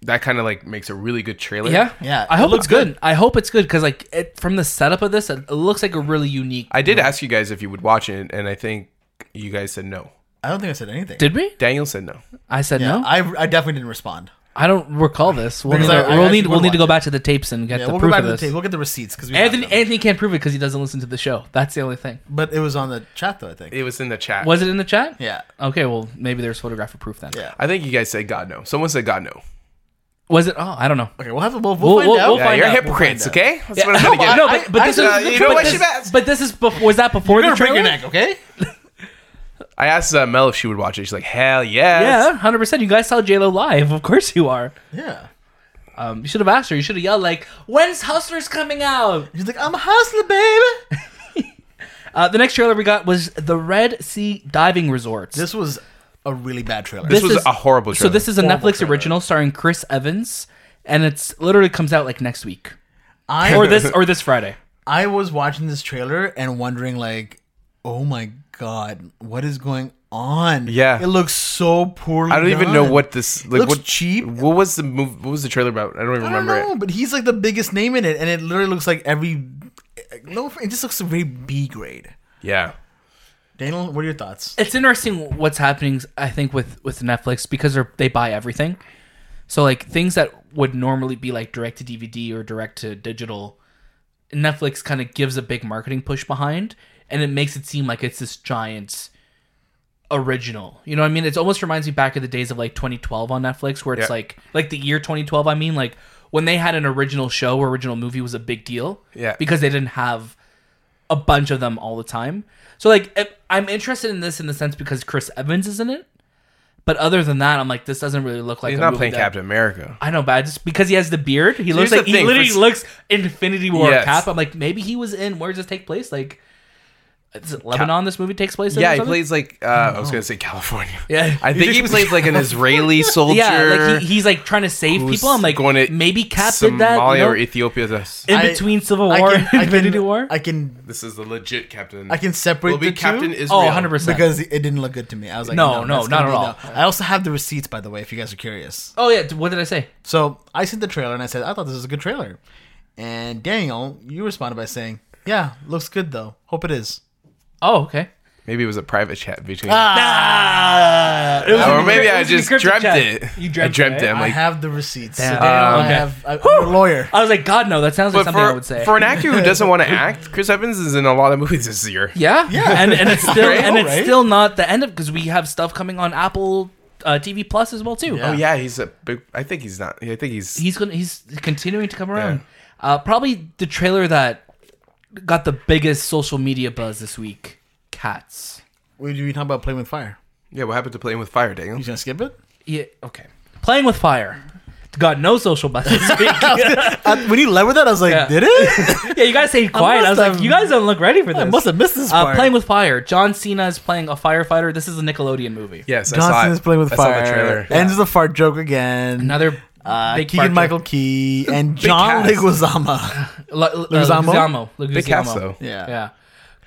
A: that kind of like makes a really good trailer.
B: Yeah,
C: Yeah,
B: I
C: it
B: hope
C: looks
B: it's good. I hope it's good because like it, from the setup of this, it, it looks like a really unique.
A: I did ask you guys if you would watch it, and I think you guys said no.
C: I don't think I said anything.
B: Did we?
A: Daniel said no.
B: I said
C: yeah,
B: no. I,
C: I, I definitely didn't respond.
B: don't recall this. We'll need,
C: Because
B: to,
C: I- I
B: we'll need
C: actually
B: we'll need to
C: would
B: go
C: watch
B: back to the tapes and get
C: Yeah,
B: the
C: we'll go
B: proof
C: back
B: of
C: to the
B: this.
C: tape. We'll get the receipts because we. have
B: Anthony
C: them.
B: Anthony can't prove it because he doesn't listen to the show. That's the only thing.
C: but it was on the chat though. I think.
A: It was in the chat.
B: Was it in the chat?
C: yeah,
B: Okay, well maybe there's photographic proof then.
C: Yeah.
A: I think you guys said God no. Someone said God no.
B: Was it? Oh, I don't know.
C: Okay, we'll have a, we'll, we'll,
B: We'll-
C: find
B: we'll-
C: out.
B: we'll
A: Yeah,
B: find
A: you're
B: out.
A: hypocrites, okay? That's
B: Yeah.
A: what I'm trying to get.
B: no,
A: at.
B: but, but this
A: I-
B: is
A: you know what
B: but
A: she
B: this-
A: asked?
B: But this is before. Was that before
C: You're
B: the
C: gonna break
B: trailer?
C: your neck, okay?
A: I asked uh, Mel if she would watch it. She's like, hell yes.
B: Yeah, hundred percent. You guys saw J Lo live, of course you are.
C: Yeah.
B: Um, you should have asked her. You should have yelled like, "When's Hustlers coming out?"
C: He's like, I'm a hustler, baby.
B: Uh, the next trailer we got was the Red Sea Diving Resorts.
C: This was a really bad trailer.
A: This was a horrible
B: So
A: trailer.
B: this is a
C: Horrible
B: Netflix
C: trailer.
B: original starring Chris Evans, and it's literally comes out like next week
C: I
B: or this or this Friday.
C: I was watching this trailer and wondering like, oh my god, what is going on?
A: Yeah.
C: it looks so poorly.
A: I don't even know
C: done.
A: what this like.
C: looks
A: what
C: cheap.
A: What was the move? What was the trailer about? I don't even
C: I don't
A: remember
C: know,
A: it.
C: but he's like the biggest name in it, and it literally looks like every no, it just looks very B grade.
A: Yeah,
C: Daniel, what are your thoughts?
B: It's interesting what's happening. I think with with Netflix because they're, they buy everything, so like things that would normally be like direct to DVD or direct to digital, Netflix kind of gives a big marketing push behind, and it makes it seem like it's this giant original. You know what I mean? It almost reminds me back of the days of like 2012 on Netflix where it's
A: Yeah.
B: like like the year 2012 I mean like when they had an original show or original movie was a big deal.
A: Yeah.
B: Because they didn't have a bunch of them all the time. So like if, I'm interested in this in the sense because Chris Evans is in it. But other than that, I'm like this doesn't really look like
A: he's
B: a
A: not
B: movie
A: playing
B: that-
A: Captain America.
B: I know, but I just because he has the beard, he looks
A: the
B: like he
A: thing, for
B: literally
A: s-
B: looks Infinity War
A: Yes.
B: Cap. I'm like, maybe he was in. Where does this take place? Like, is it Lebanon? this movie takes place. in or
A: Yeah, he
B: something?
A: plays like uh, I was gonna say California.
B: Yeah.
A: I think he plays like an Israeli soldier.
B: Yeah, like he, he's like trying to save
A: who's
B: people. I'm like,
A: going to
B: maybe Cap did
A: Somalia
B: that you know,
A: or Ethiopia. This,
B: in
C: I-
B: between Civil
C: I
B: War
C: can- I
B: and Infinity
C: can-
B: War.
C: I can
A: this is the legit Captain.
C: I can separate
A: Will be
C: the
A: Captain
C: two.
A: Israel.
B: oh, 100 percent.
C: Because it didn't look good to me. I was like,
B: No, no,
C: that's gonna
B: not
C: be
B: at
C: no. I also have the receipts, by the way, if you guys are curious.
B: oh yeah, what did I say?
C: So I sent the trailer and I said, I thought this was a good trailer. And Daniel, you responded by saying, Yeah, looks good though. Hope it is.
B: Oh okay.
A: Maybe it was a private chat between.
B: Ah, it was
A: or
B: in the
A: maybe
B: crypt-
A: I
B: was in the
A: just
B: cryptic
A: dreamt
B: chat.
A: it.
B: You dreamt,
A: I dreamt
B: it.
A: it.
B: eh?
A: I'm
C: I
A: like,
C: have the receipts. So
B: Damn.
C: Daniel,
B: Okay.
C: I have, I, I'm a lawyer.
B: I was like, God no, that sounds like
A: but
B: something
A: for,
B: I would say.
A: for an actor who doesn't want to act, Chris Evans is in a lot of movies this year.
B: Yeah,
C: Yeah.
B: and and it's still
A: Right?
B: and it's
C: Right?
B: still not the end of because we have stuff coming on Apple uh, TV Plus as well too.
A: Oh yeah, he's a big. I think he's not. I think he's.
B: he's gonna he's continuing to come around. Uh, probably the trailer that got the biggest social media buzz this week. Cats.
C: What do we talk about playing with fire?
A: Yeah, what happened to playing with fire, Daniel?
C: You gonna skip it?
B: Yeah. Okay. Playing with fire. Got no social buzz this week.
C: Uh, when you led with that, I was like,
B: Yeah.
C: did it?
B: yeah, you guys stayed quiet. I, was
C: must
B: like,
C: have-
B: you guys don't look ready for
C: I
B: this.
C: must have missed this
B: Uh,
C: part.
B: playing with fire. John Cena is playing a firefighter. This is a Nickelodeon movie.
A: Yes, I saw
C: Johnson
A: it.
C: is playing with
A: I
C: fire.
A: Saw the trailer.
C: Ends with a fart joke again.
B: Another
C: uh,
B: big
C: Keegan Michael
B: fart
C: Key and John
A: cast.
C: Leguizamo.
B: Leguizamo.
C: Leguizamo?
B: Leguizamo.
A: Big cast though.
C: yeah.
B: Yeah.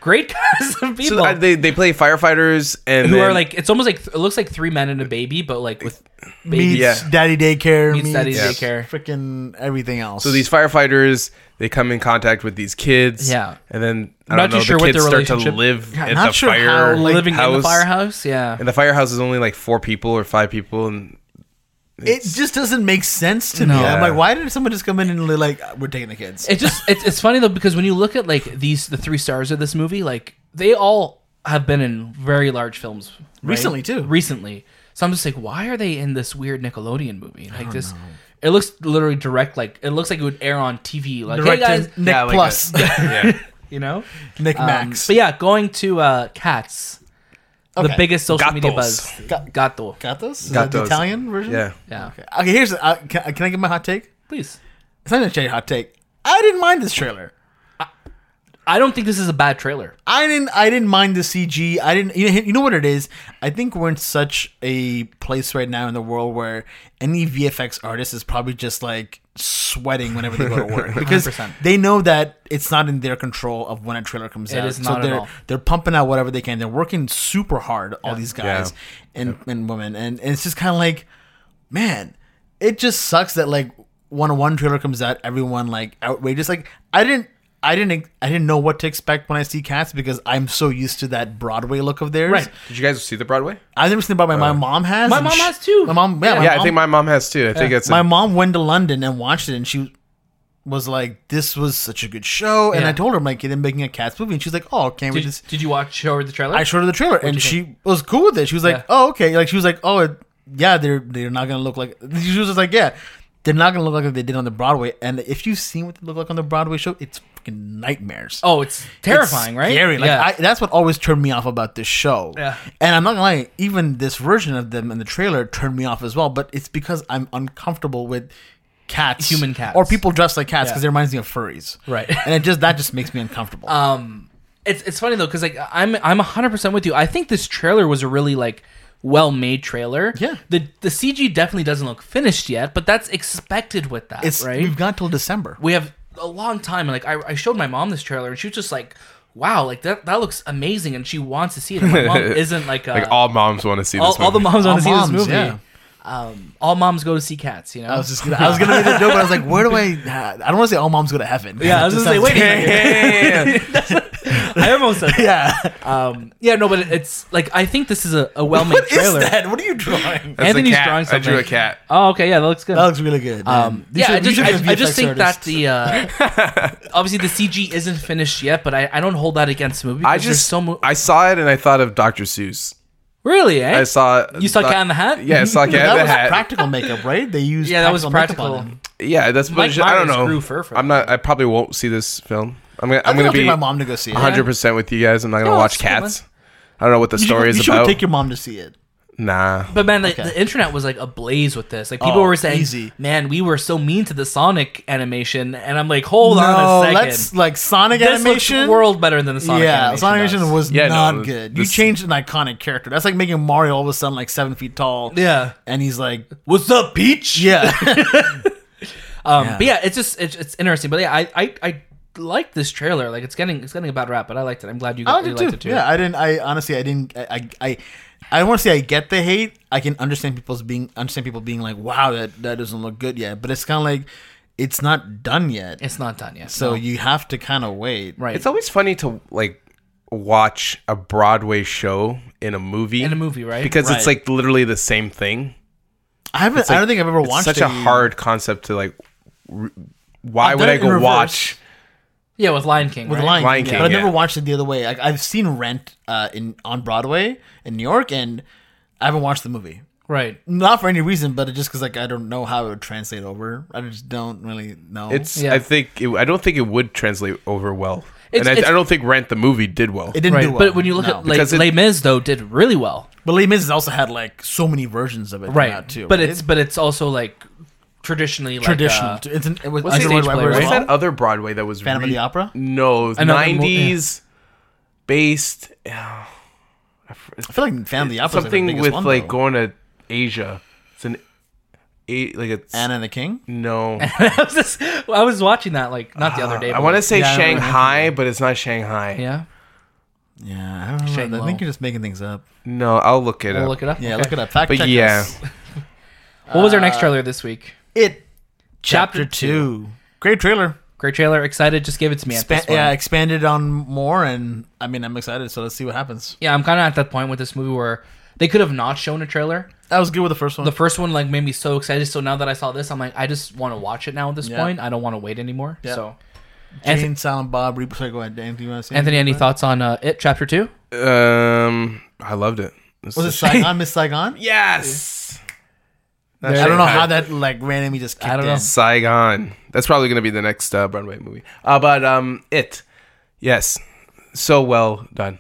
B: Great cast of people.
A: So uh, they they play firefighters and
B: who
A: then-
B: are like it's almost like it looks like three men and a baby, but like with
C: Meets
B: baby
A: Yeah.
C: Daddy Daycare.
B: Meets Daddy Daycare.
C: Freaking everything else.
A: so these firefighters they come in contact with these kids.
B: Yeah.
A: and then I don't
B: I'm not too
A: know,
B: sure
A: the
B: what
A: kids
B: their
A: start to
B: relationship-
A: live
C: Yeah,
A: at
C: not
A: the
C: sure
A: fire
C: how, like,
B: living in the
A: house.
B: firehouse. Yeah,
A: And the firehouse is only like four people or five people, and
C: it just doesn't make sense to me.
B: No.
C: I'm
A: Yeah.
C: like, why did someone just come in and li- like, we're taking the kids?
B: it just it's, it's funny though because when you look at like these the three stars of this movie, like they all have been in very large films right?
C: Recently, too.
B: Recently, so I'm just like, why are they in this weird Nickelodeon movie? Like this, it looks literally direct. Like it looks like it would air on TV. Like
C: Direct
B: hey guys,
C: to Nick
A: Yeah, like
C: Plus,
A: yeah,
B: you know.
C: Nick
B: Um,
C: Max.
B: but yeah, going to uh, Cats, the
C: Okay.
B: biggest social media buzz.
A: Gatos.
C: Ga-
B: Gato.
C: Gatos? Is that
A: Got
C: the
A: those.
C: Italian version?
A: yeah.
B: Yeah.
C: Okay, okay, here's uh, can, can I give my hot take?
B: Please.
C: It's not even a shady hot take. I didn't mind this trailer.
B: I don't think this is a bad trailer.
C: I didn't. I didn't mind the CG. I didn't. You know, you know what it is. I think we're in such a place right now in the world where any VFX artist is probably just like sweating whenever they go to work because
B: 100%.
C: they know that it's not in their control of when a trailer comes
B: It
C: out.
B: is not at
C: they're
B: all.
C: they're pumping out whatever they can. They're working super hard. All these guys and and women and, and it's just kind of like, man, it just sucks that like one one trailer comes out, everyone like outrageous. Like I didn't. I didn't. I didn't know what to expect when I see cats because I'm so used to that Broadway look of theirs.
B: Right.
A: Did you guys see the Broadway?
C: I've never seen about my, my mom has.
B: My
C: and
B: mom
C: sh-
B: has too.
C: My mom. Yeah.
B: Yeah.
C: my
A: Yeah,
C: mom,
A: I think my mom has too. I think it's
C: my mom went to London and watched it, and she was like, "This was such a good show." And
B: Yeah.
C: I told her, "I'm like, they're making a cats movie," and she's like, "Oh, can't we
B: Did,
C: just?"
B: did you watch show or the trailer?
C: I showed her the trailer, and
B: you
C: she was cool with it. She was like,
B: Yeah.
C: "Oh, okay." Like she was like, "Oh, it, yeah, they're they're not gonna look like." She was just like, "Yeah, they're not gonna look like they did on the Broadway." And if you've seen what they look like on the Broadway show, it's fucking nightmares.
B: oh, it's terrifying,
C: It's
B: right?
C: Scary. Like
B: yeah.
C: I, that's what always turned me off about this show.
B: Yeah.
C: And I'm not gonna lie, even this version of them in the trailer turned me off as well. But it's because I'm uncomfortable with cats,
B: Human cats.
C: or people dressed like cats, because
B: Yeah.
C: it reminds me of furries.
B: Right.
C: And it just that just makes me uncomfortable.
B: um, it's it's funny though because like I'm I'm 100 percent with you. I think this trailer was a really like well made trailer.
C: Yeah.
B: The the CG definitely doesn't look finished yet, but that's expected with that,
C: it's
B: right?
C: we've got till December.
B: we have a long time and like I, I showed my mom this trailer and she was just like wow like that that looks amazing and she wants to see it and my mom isn't like, uh,
A: like all moms want to see
B: all,
A: this.
B: all the
A: movie.
B: moms want
C: All
B: to see this
C: moms,
B: movie
C: yeah.
B: um, all moms go to see cats you know
C: I was just gonna, I was gonna make a joke, but I was like, where do I? I don't want to say all moms go to heaven.
B: Yeah, I was
C: It just
B: gonna say,
C: sounds-
B: wait a minute.
A: Yeah.
B: I almost said that.
C: Yeah.
B: Um, yeah, no, but it's like I think this is a, a well-made
C: What is
B: trailer.
C: that? What are you drawing?
A: That's a
B: Anthony's
A: cat.
B: drawing something.
A: I drew a cat.
B: Oh, okay, yeah, that looks good.
C: That looks really good. man.
B: um,
C: You
B: yeah, I
C: should- you
B: just,
C: should be a
B: I, I just
C: VFX
B: think
C: artist.
B: that the uh, obviously the CG isn't finished yet, but I, I don't hold that against the movie.
A: I
B: because there's
A: just
B: so mu-
A: I saw it and I thought of Dr. Seuss.
B: really, eh?
A: I saw
B: You saw
A: Doc-
B: Cat in the Hat?
A: Yeah, I saw Cat
C: that
A: in the
C: was
A: Hat.
C: practical makeup, right? They used
B: Yeah, that was
C: makeup
B: practical.
C: on him.
A: yeah, that's
B: Mike
A: what I don't
B: Myers
A: know.
B: grew fur for
A: I'm not. I probably won't see this film. I'm gonna.
C: I
A: I'm gonna
C: take
A: be
C: my mom to go see it.
A: 100 percent with you guys. I'm not gonna
B: Yeah,
A: watch
B: that's cool,
A: Cats. I don't know what the
C: You should-
A: story
C: you
A: is
C: should
A: about.
C: Take your mom to see it.
A: nah.
B: But man, like,
C: Okay.
B: the internet was like ablaze with this. Like people
C: Oh,
B: were saying,
C: easy.
B: "Man, we were so mean to the Sonic animation," and I'm like, "Hold on a second.
C: let's like Sonic
B: this looks
C: animation.
B: world better than the Sonic
C: yeah,
B: animation."
C: Sonic animation
B: does.
C: was
A: Yeah, no,
C: not
A: this-
C: good. You
A: this-
C: changed an iconic character. That's like making Mario all of a sudden like seven feet tall.
B: Yeah.
C: and he's like,
B: What's up, Peach?
C: yeah,
B: Um,
C: Yeah.
B: But yeah, it's just it's, it's interesting. But yeah, I I, I like this trailer. Like it's getting it's getting a bad rap, but I liked it. I'm glad you, got,
C: I liked
B: you
C: it too. Yeah, I didn't. I honestly, I didn't. I, I, I, I don't want to say I get the hate. I can understand people's being understand people being like, wow, that that doesn't look good yet. But it's kind of like it's not done yet.
B: It's not done yet.
C: so
B: no.
C: you have to kind of wait.
B: right,
A: It's always funny to like watch a Broadway show in a movie
B: in a movie, right?
A: because it's
C: Right.
A: like literally the same thing.
C: I haven't. I don't think I've ever
A: It's
C: watched
A: such a hard concept to like. re- why
C: I've
A: would
C: done
A: I
C: it in
A: go
C: reverse.
A: watch?
B: yeah, with Lion King.
C: with
B: right?
C: Lion,
A: Lion
C: King,
A: King,
C: but I've
A: yeah.
C: never watched it the other way. Like I've seen Rent uh, in on Broadway in New York, and I haven't watched the movie.
B: Right.
C: Not for any reason, but just because like I don't know how it would translate over. I just don't really know.
A: It's.
B: Yeah.
A: I think. It, I don't think it would translate over well,
B: It's-
A: and I,
B: it's-
A: I don't think Rent the movie did well.
C: it didn't
B: Right.
C: do well.
B: But when you look
C: no.
B: at like
A: Because it-
B: Les Mis though did really well.
C: but Les Mis has also had like so many versions of it, come out, too.
B: But it's but it's also like traditionally like,
C: traditional.
B: uh,
C: too. it's an, it was
B: what's the
C: Andrew
B: stage
C: Lloyd
B: play,
C: Webber as
B: right?
A: What's
C: well.
A: that other Broadway that was
C: Phantom of
A: re-
C: the Opera.
A: No,
B: Another mo-
A: nineties based
C: I feel like Phantom of the Opera
A: something
C: like
A: with like
C: one, though.
A: going to Asia. It's an a, like it's
C: Anna and the King.
A: no.
B: I was just- I was watching that like not the other day.
A: I
B: but,
A: want to
B: like,
A: say
C: Yeah, Uh, I remember
A: Shanghai, but it's not Shanghai.
B: yeah.
C: Yeah, I don't remember.
B: Shang-Lo.
C: I think you're just making things up.
A: No, I'll look it
B: We'll
A: up.
B: look it up.
C: Yeah,
B: Okay.
C: look it up. Uh, Fact
A: But
C: check
A: yeah.
C: us.
B: What was our next trailer this week?
C: it
B: Chapter
C: chapter, two. Great trailer.
B: Great trailer. Excited. Just give it to me. at
C: Spa-
B: this one.
C: yeah, expanded on more, and I mean, I'm excited. So let's see what happens.
B: Yeah, I'm kind of at that point with this movie where they could have not shown a trailer.
C: That was good with the first one.
B: The first one like made me so excited. So now that I saw this, I'm like, I just want to watch it now. At this
C: Yeah.
B: point, I don't want to wait anymore.
C: Yeah.
B: So,
C: Jane,
B: Anthony,
C: Silent Bob. Re- sorry, go ahead, Anthony. You want to say
B: Anthony, any
C: anything?
B: thoughts on uh, it? Chapter two.
A: Um, I loved it. This
C: Was it
A: is a shame.
C: Saigon? Miss Saigon?
A: Yes. Not
C: I don't know
A: Shanghai.
C: how that like randomly just kicked
B: I don't know.
C: in.
A: Saigon. That's probably going to be the next uh, Broadway movie. Uh, but um, it. Yes. So well done.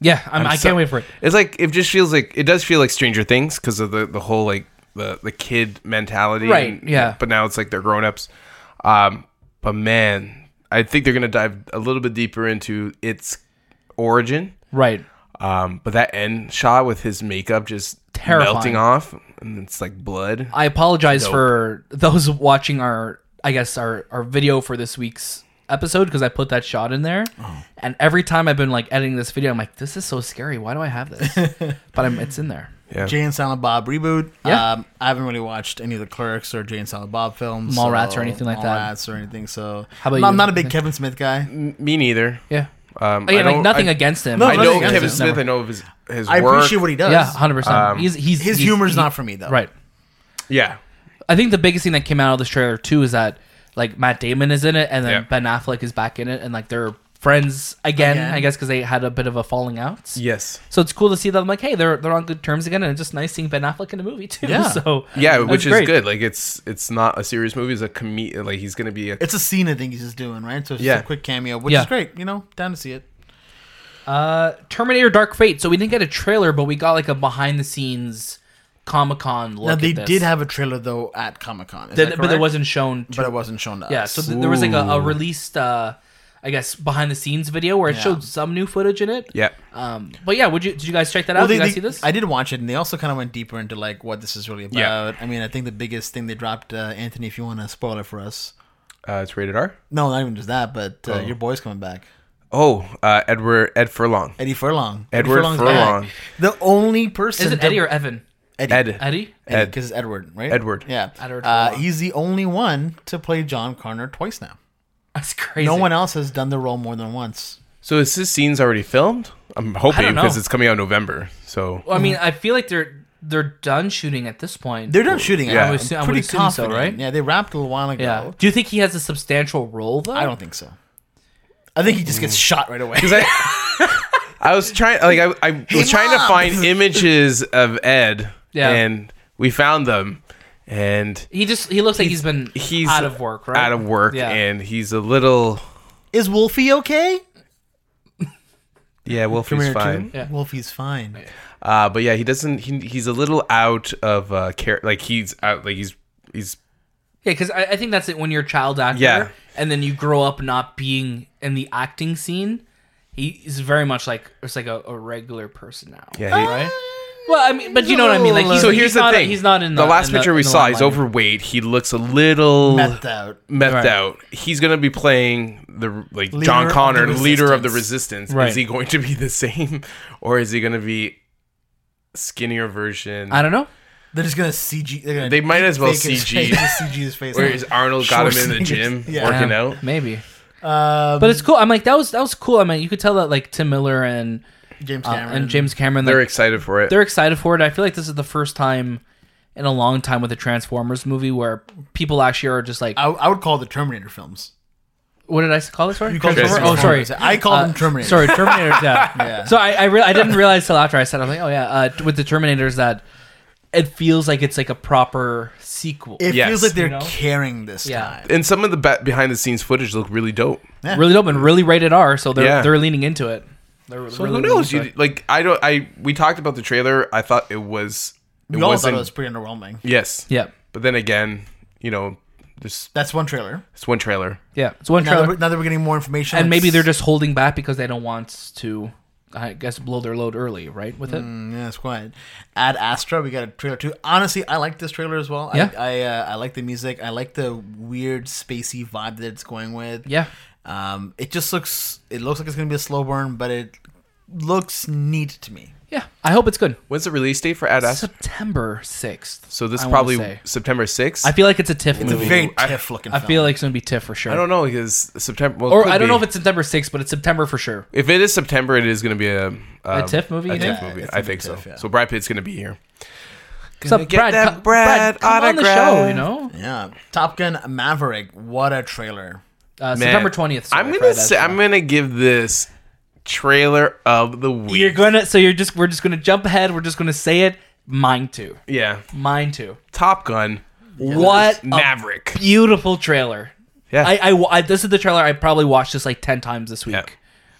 B: Yeah, I'm, I'm I can not
A: so-
B: wait for it.
A: It's like it just feels like it does feel like Stranger Things because of the the whole like the the kid mentality,
B: Right,
A: and-
B: yeah.
A: But now it's like they're grown ups. Um, but man, I think they're gonna dive a little bit deeper into its origin.
B: Right.
A: Um, but that end shot with his makeup just
B: Terrifying.
A: melting off, and it's like blood.
B: I apologize for those watching our, I guess our our video for this week's episode because I put that shot in there, and every time I've been like editing this video, I'm like, this is so scary. Why do I have this? but I'm, it's in there.
A: Yeah.
C: Jay and Silent Bob reboot.
B: Yeah.
C: Um, I haven't really watched any of the Clerks or Jay and Silent Bob films.
B: Mallrats or anything like that.
C: Mallrats or anything. So
B: about
C: I'm not,
B: you? Mm-hmm.
C: I'm not a big Kevin Smith guy.
A: M- Me neither.
B: Yeah.
A: Um, I
B: Again, like
A: don't-
B: nothing
A: I,
B: against him.
A: I know
C: nothing against
A: Kevin
C: him.
A: Smith. I know of his his
C: I
A: work.
C: appreciate what he does.
B: Yeah, hundred percent. He's he's he's-
C: His humor's
B: he-
C: not for me though.
B: right.
A: yeah.
B: I think the biggest thing that came out of this trailer too is that like Matt Damon is in it, and then
A: Yeah.
B: Ben Affleck is back in it, and like they're friends again,
C: Again.
B: I guess, because they had a bit of a falling out.
A: Yes.
B: So it's cool to see that I'm like, hey, they're they're on good terms again, and it's just nice seeing Ben Affleck in a movie too.
C: Yeah.
B: So
A: Yeah,
B: that's
A: which is
B: great.
A: good. Like it's it's not a serious movie. It's a comed. Like he's gonna be a
C: It's a scene I think he's just doing right. So it's
A: Yeah.
C: just a quick cameo, which
B: Yeah.
C: is great. You know, down to see it.
B: Uh, Terminator Dark Fate. So we didn't get a trailer, but we got like a behind the scenes Comic Con look.
C: Now they
B: at this.
C: did have a trailer though at Comic Con,
B: Th- but it wasn't shown. To,
C: But it wasn't shown to
B: yeah,
C: us.
B: so th- there was like a, a released, uh, I guess, behind the scenes video where it
C: Yeah.
B: showed some new footage in it.
A: yeah.
B: Um, but yeah, would you did you guys check that
C: Well,
B: out?
C: they-
B: did oh, you guys
C: they-
B: see this?
C: I did watch it, and they also kind of went deeper into like what this is really about.
A: Yeah.
C: I mean, I think the biggest thing they dropped, uh, Anthony, if you want to spoil it for us.
A: Uh, it's rated R.
C: No, not even just that, but uh, your boy's coming back,
A: Oh, uh, Edward Ed Furlong.
C: Eddie Furlong.
A: Edward
C: Furlong's back.
A: Furlong.
C: the only person.
B: Is it
C: to-
B: Eddie or Evan?
C: Eddie?
A: Ed.
B: Eddie.
A: Ed.
C: because it's Edward, right?
A: Edward.
C: Yeah,
B: Edward
C: Uh,
B: Furlong.
C: he's the only one to play John Connor twice now.
B: That's crazy.
C: No one else has done the role more than once.
A: So is this scene's already filmed? I'm
B: I
A: hoping
B: don't know.
A: because it's coming out in November. So
B: Well, I mean, I feel like they're they're done shooting at this point.
C: They're done shooting. it.
A: Yeah. I
C: I'm
A: would
B: assume- I would
C: pretty
B: assume so,
C: confident.
B: right?
C: Yeah, they wrapped a little while ago.
B: yeah. Do you think he has a substantial role though?
C: I don't think so. I think he just
A: Mm.
C: gets shot right away.
A: 'Cause I, I was trying like I, I was trying to
C: Mom!
A: find images of Ed.
B: Yeah.
A: And we found them, and
B: He just he looks like he's been
A: he's
B: out of work, right?
A: Out of work,
B: Yeah.
A: and he's a little.
C: Is Wolfie okay?
A: Yeah,
C: Come
A: Wolfie's
C: here,
A: fine.
C: Jim. Wolfie's fine.
A: Uh, but yeah, he doesn't. He, he's a little out of uh, care. Like he's out. Like he's he's
B: Yeah, because I, I think that's it when you're a child actor,
A: Yeah.
B: and then you grow up not being in the acting scene. He is very much like it's like a, a regular person now.
A: yeah. He,
B: Right. Well, I mean, but you know what I mean. Like, he's,
A: so
B: he's
A: here's the
B: not,
A: thing.
B: He's not in the,
A: last
B: in the-
A: picture we
B: in the
A: saw. He's
B: limelight.
A: overweight. He looks a little
C: Methed out.
A: methed
B: Right.
A: out. He's gonna be playing the like John
C: of
A: Connor,
C: the
A: leader of the resistance.
B: resistance. Right.
A: Is he going to be the same, or is he gonna be skinnier version?
B: I don't know.
C: They're just gonna CG. They're gonna
A: They might as well
C: fake his
A: CG.
C: face, just CG his face.
A: Where is Arnold got him in the
C: Schwarzenegger's-
A: gym
C: yeah.
A: working
B: Yeah,
A: out?
B: maybe.
C: Um,
B: But it's cool. I'm like that was that was cool. I mean, you could tell that like Tim Miller and
C: James
B: uh,
C: Cameron
B: and James Cameron like,
A: They're excited for it.
B: they're excited for it. I feel like this is the first time in a long time with a Transformers movie where people actually are just like, uh,
C: I, I would call the Terminator films.
B: what did I call this? Sorry,
C: You call them
B: Transformer? Oh,
C: Transformers.
B: sorry.
C: I call them
B: Uh,
C: Terminator.
B: Sorry, Terminator. Yeah.
C: Yeah.
B: So I I, re- I didn't realize till after I said it, I'm like, oh yeah, uh, with the Terminators that it feels like it's like a proper sequel.
C: It
A: Yes.
C: feels like they're
B: You know?
C: carrying this
B: Yeah.
C: time.
A: And some of the be- behind the scenes footage look really dope.
C: Yeah.
B: Really dope and really rated R, so they're
A: Yeah.
B: they're leaning into it. They're
A: So who knows? You, like I don't. I we talked about the trailer. I thought it was. It
C: We all thought
A: wasn't.
C: it was pretty underwhelming.
A: yes.
B: Yeah,
A: But then again, you know, this
C: That's one trailer.
A: it's one trailer.
B: yeah. It's one
C: Now
B: trailer,
C: that, we're, now that we're getting more information,
B: and maybe
C: it's-
B: they're just holding back because they don't want to, I guess, blow their load early, right? With it,
C: Mm, yeah, it's quiet. Ad Astra, we got a trailer too. Honestly, I like this trailer as well.
B: Yeah.
C: I I, uh, I like the music. I like the weird spacey vibe that it's going with.
B: yeah.
C: Um, it just looks. It looks like it's gonna be a slow burn, but it looks neat to me.
B: Yeah, I hope it's good.
A: When's the release date for Ad Astra?
B: September sixth.
A: So this
B: I
A: is
B: wanna
A: probably
B: say.
A: September 6th.
B: I feel like it's a TIFF
C: It's a
B: movie.
C: very
A: I-
C: tiff looking.
B: I
C: film.
B: feel like it's gonna be TIFF for sure.
A: I don't know because September. Well,
B: or
A: could
B: I don't
A: be.
B: know if it's September sixth, but it's September for sure.
A: If it is September, it is going to be a um, a
B: TIFF movie, you
A: TIFF
C: think?
A: movie.
C: Yeah, it's
A: I
C: gonna
A: think
C: be
A: so.
C: TIFF, yeah.
A: So Brad Pitt's going to be here.
B: So
A: Gonna get that
B: co-
A: Brad
B: come on the
A: autograph.
B: show, you know.
C: Yeah, Top Gun Maverick. What a trailer!
B: Uh,
A: Man,
B: September twentieth.
A: I'm gonna say I'm gonna give this trailer of the week.
B: You're gonna. So you're just. We're just gonna jump ahead. We're just gonna say it. Mine too.
A: yeah,
B: Mine too.
A: Top Gun,
B: What a
A: Maverick.
B: beautiful trailer.
A: Yeah.
B: I, I, wa- I- this is the trailer I probably watched this like ten times this week,
A: Yeah.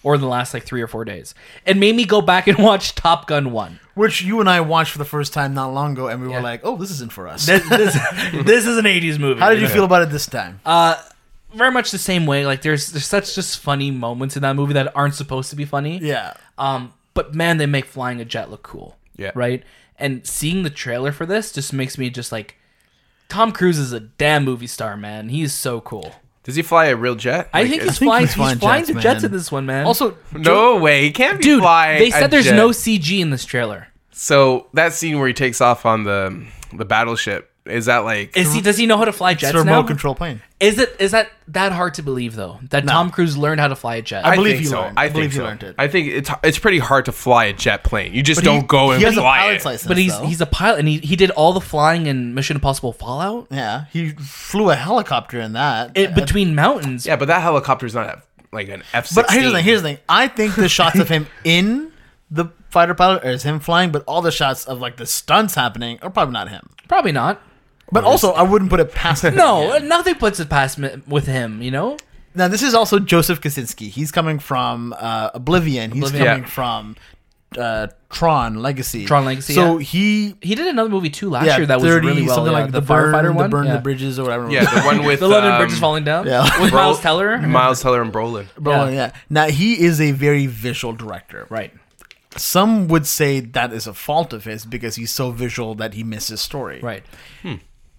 B: or in the last like three or four days. It made me go back and watch Top Gun one.
C: Which you and I watched for the first time not long ago, and we
B: Yeah.
C: were like, "Oh, this isn't for us."
B: This, this, this is an eighties movie.
C: How did you feel about it this time?
B: Uh, very much the same way. Like there's there's such just funny moments in that movie that aren't supposed to be funny.
C: yeah,
B: Um, but man, they make flying a jet look cool.
A: Yeah.
B: Right. And seeing the trailer for this just makes me just like, Tom Cruise is a damn movie star, man. He is so cool.
A: Does he fly a real jet?
B: I
A: Like,
B: think
A: it's-
B: he's
C: think
B: flying.
C: he's
B: He's flying,
C: flying
B: the
C: jets,
B: jets
C: man.
B: in this one, man.
C: Also,
A: no way he can't be
B: dude,
A: flying.
B: they
A: a
B: said there's
A: jet.
B: no CG in this trailer.
A: So that scene where he takes off on the the battleship is that like
B: Is he? Does he know how to fly jets
C: it's a remote
B: now?
C: control plane.
B: Is it? Is that that hard to believe though? That Tom Cruise learned how to fly a jet.
A: I
C: believe
A: think
C: he
A: so.
C: learned.
A: I,
C: I
A: think
C: believe he
A: so.
C: learned it.
A: I think it's it's pretty hard to fly a jet plane. You just
C: But he-
A: don't go and
C: he has a
A: fly
C: pilot's
A: it.
C: license,
B: but he's
C: though.
B: he's a pilot, and he, he did all the flying in Mission Impossible Fallout
C: Yeah, he flew a helicopter in that.
B: it, between mountains.
A: Yeah, but that helicopter's not a, like an F sixteen.
C: but here's the thing. Here's the thing. I think the shots of him in the fighter pilot is him flying, but all the shots of like the stunts happening are probably not him.
B: Probably not.
C: But also, I wouldn't put it past him.
B: No,
C: again.
B: nothing puts it past mi- with him. You know,
C: Now this is also Joseph Kaczynski. He's coming from uh, Oblivion. He's
B: Oblivion.
C: coming
A: Yeah.
C: from uh, Tron Legacy.
B: Tron Legacy,
C: So
B: yeah.
C: he.
B: he did another movie too last
C: Yeah,
B: year that was
C: 30,
B: really well.
C: something
B: yeah,
C: like
B: the,
C: the, burn,
B: firefighter
C: the
B: one,
C: burn
B: yeah.
C: the bridges or whatever.
A: yeah, the one with
B: the London
A: um,
B: Bridge is falling down.
C: yeah.
B: with
A: Bro-
B: Miles Teller.
A: Miles Teller and Brolin.
B: Yeah.
C: Bro, yeah. Now he is a very visual director.
B: Right.
C: Some would say that is a fault of his because he's so visual that he misses story.
B: Right.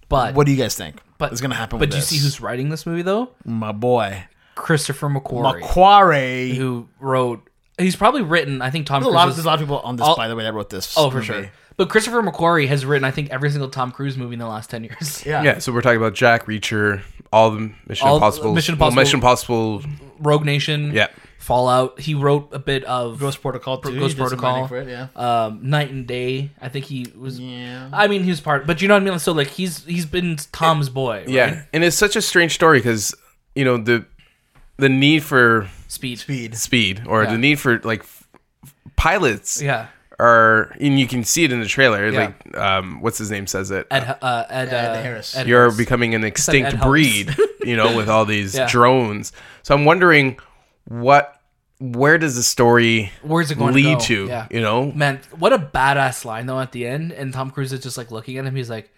B: But
C: Hmm. What do you guys think?
B: but
C: is going to happen.
B: But
C: with
B: do you see
C: this?
B: who's writing this movie though?
C: my boy?
B: Christopher McQuarrie,
C: Macquarie.
B: who wrote. He's probably written. I think Tom
C: There's a
B: Cruise.
C: lot of
B: was-
C: there's a lot of people on this,
B: I'll-
C: by the way, that wrote this.
B: oh, for
C: movie.
B: sure. But Christopher McQuarrie has written, I think, every single Tom Cruise movie in the last ten years.
C: Yeah.
A: Yeah, so we're talking about Jack Reacher, all the Mission
B: All the
A: Impossible,
B: Mission
A: well,
B: Impossible-
A: Mission Impossible.
B: Rogue Nation.
A: Yeah.
B: Fallout. He wrote a bit of
C: Ghost Protocol.
B: Ghost
C: Too. He did some
B: Protocol.
C: writing For it, yeah.
B: um, Night and Day. I think he was.
C: Yeah.
B: I mean, he was part, but you know what I mean. So like, he's he's been Tom's boy. right?
A: Yeah, and it's such a strange story because you know the the need for
B: Speed.
C: Speed.
A: speed or the need for like f- pilots
B: Yeah.
A: are, and you can see it in the trailer.
B: Yeah.
A: Like, um, what's his name says it.
B: Ed, uh, Ed, uh,
C: Harris.
B: Ed
A: You're
B: Harris.
A: becoming an
B: Ed
A: extinct
B: Helms.
A: breed, you know, with all these
B: Yeah.
A: drones. So I'm wondering what, where does the story
B: Where's it going
A: lead
B: to,
A: to?
B: go? Yeah.
A: You know,
B: Man, what a badass line though at the end, and Tom Cruise is just like looking at him. He's like,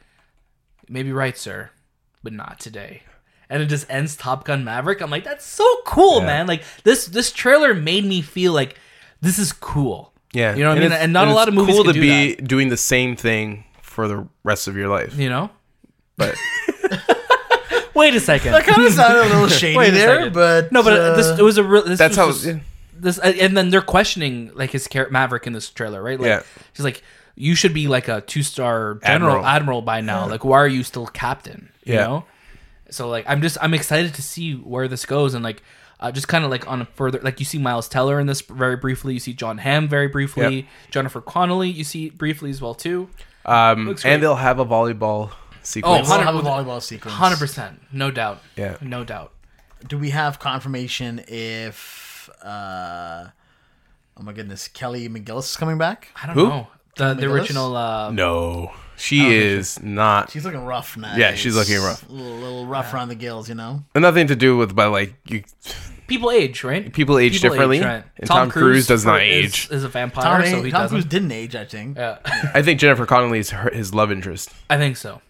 B: "Maybe right, sir, but not today." And it just ends Top Gun Maverick. I'm like, that's so cool, man. Like this this trailer made me feel like this is cool.
A: yeah,
B: you know what I mean.
A: it's-
B: And not a lot
A: it's
B: of movies
A: cool
B: could
A: to be
B: do
A: doing the same thing for the rest of your life.
B: that. You know.
A: But
B: Wait a second.
C: That kind of sounded a little shady
B: Wait a
C: there,
B: second.
C: but
B: no, but
C: uh,
B: uh, this it was a real. This
A: that's how.
B: was just-
A: yeah.
B: this uh, and then they're questioning like his char- Maverick in this trailer, right? Like
A: Yeah.
B: she's like, "You should be like a two-star general admiral,
A: Admiral.
B: by now. Like, why are you still captain?" You
A: Yeah.
B: know. So like, I'm just I'm excited to see where this goes and like. Uh, just kind of like on a further, like you see Miles Teller in this very briefly. You see John Hamm very briefly.
A: Yep.
B: Jennifer Connolly you see briefly as well too.
A: Um,
B: great. Oh,
A: and they'll have a volleyball sequence.
C: we'll
B: hundred-
C: have a volleyball sequence.
B: Hundred percent, no doubt.
A: Yeah.
B: no doubt.
C: Do we have confirmation if? uh Oh my goodness, Kelly McGillis is coming back.
B: I don't
A: Who?
B: know the the
C: Miguelis?
B: original uh,
A: no, She is not
C: She's looking rough now.
A: Yeah, she's looking rough.
C: A little, little rough around the gills, you know.
A: nothing to do with, but like you,
B: People age, right?
A: people age differently,
B: right.
A: and Tom, Cruise, does not
B: is-
A: age.
B: Is a vampire,
C: Tom,
B: so he
C: Tom
B: doesn't. Uh,
C: Cruise didn't age, I think.
B: Yeah,
A: I think Jennifer Connelly is her, his love interest.
B: I think so.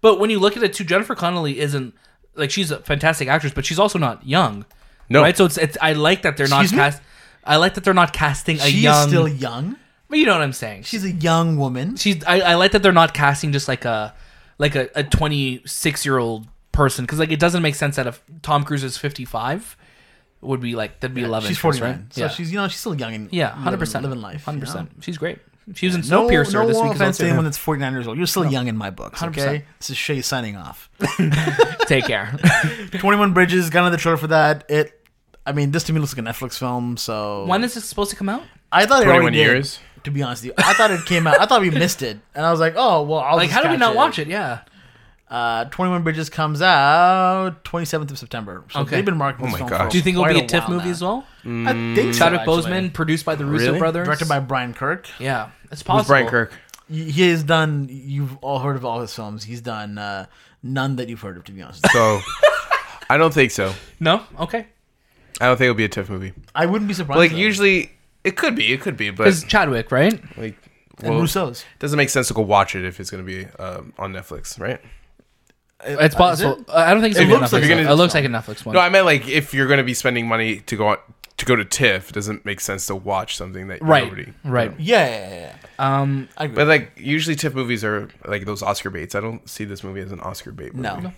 B: But when you look at it too, Jennifer Connelly isn't like she's a fantastic actress, but she's also not young.
A: No.
B: right? So it's, it's I like that they're not
C: Excuse me?
B: cast. I like that they're not casting a
C: She
B: young.
C: is still young.
B: but you know what I'm saying. She's
C: She's a young woman.
B: she's I, I like that they're not casting just like a like a, a 26 year old person because like it doesn't make sense that if Tom Cruise is 55 would be like that'd be 11.
C: She's 49. So
B: yeah.
C: she's, you know, she's still young and
B: yeah, 100 percent
C: living, living life. you know?
B: 100. percent She's great. She was in
C: No,
B: Snowpiercer this
C: no one
B: week. as well,
C: offense to
B: too.
C: anyone that's 49 years old. You're still young in my books,
B: 100%.
C: okay? This is Shay signing off.
B: Take care.
C: 21 Bridges, got another trailer for that. It, I mean, this to me looks like a Netflix film, so.
B: when is it supposed to come out?
C: I thought it
A: 21
C: already
A: years?
C: Did, to be honest with you. I thought it came out. I thought we missed it. And I was like, oh, well, I'll
B: Like,
C: just
B: how do we
C: catch
B: not watch it? Yeah.
C: Uh, 21 Bridges comes out 27th of September. So
B: Okay.
C: they've been marketing
A: Oh
C: this
A: my
C: film
A: gosh.
C: for
B: Do you think it'll
C: quite
B: be a TIFF
C: while
B: movie Mm.
C: now.
B: as well?
C: I think so,
B: Chadwick
C: actually.
B: Boseman, produced by the Russo
A: Really?
B: brothers,
C: Directed by Brian Kirk.
B: Yeah, it's possible.
A: Who's Brian Kirk?
C: He he has done. You've all heard of all his films. He's done uh, none that you've heard of, to be honest.
A: So I don't think so.
B: No, okay.
A: I don't think it'll be a TIFF movie.
C: I wouldn't be surprised.
A: Like
C: though.
A: usually, it could be, it could be, but
B: It's Chadwick, right? Uh,
A: like,
C: and
A: well, it
C: Rousseau's.
A: doesn't make sense to go watch it if it's going to be um, on Netflix, right?
B: It's possible.
C: it?
B: Uh, I don't think it's
A: It
B: gonna be
A: looks
B: a
A: like
B: Netflix
A: you're
B: one.
A: gonna-
B: It looks like a Netflix one.
A: No, I meant like if you're going to be spending money to go on, to go to TIFF, it doesn't make sense to watch something that
B: right,
A: nobody.
B: right.
C: Yeah, yeah, yeah, yeah.
B: Um,
C: I agree.
A: But like usually TIFF movies are like those Oscar baits. I don't see this movie as an Oscar bait. Movie.
C: no.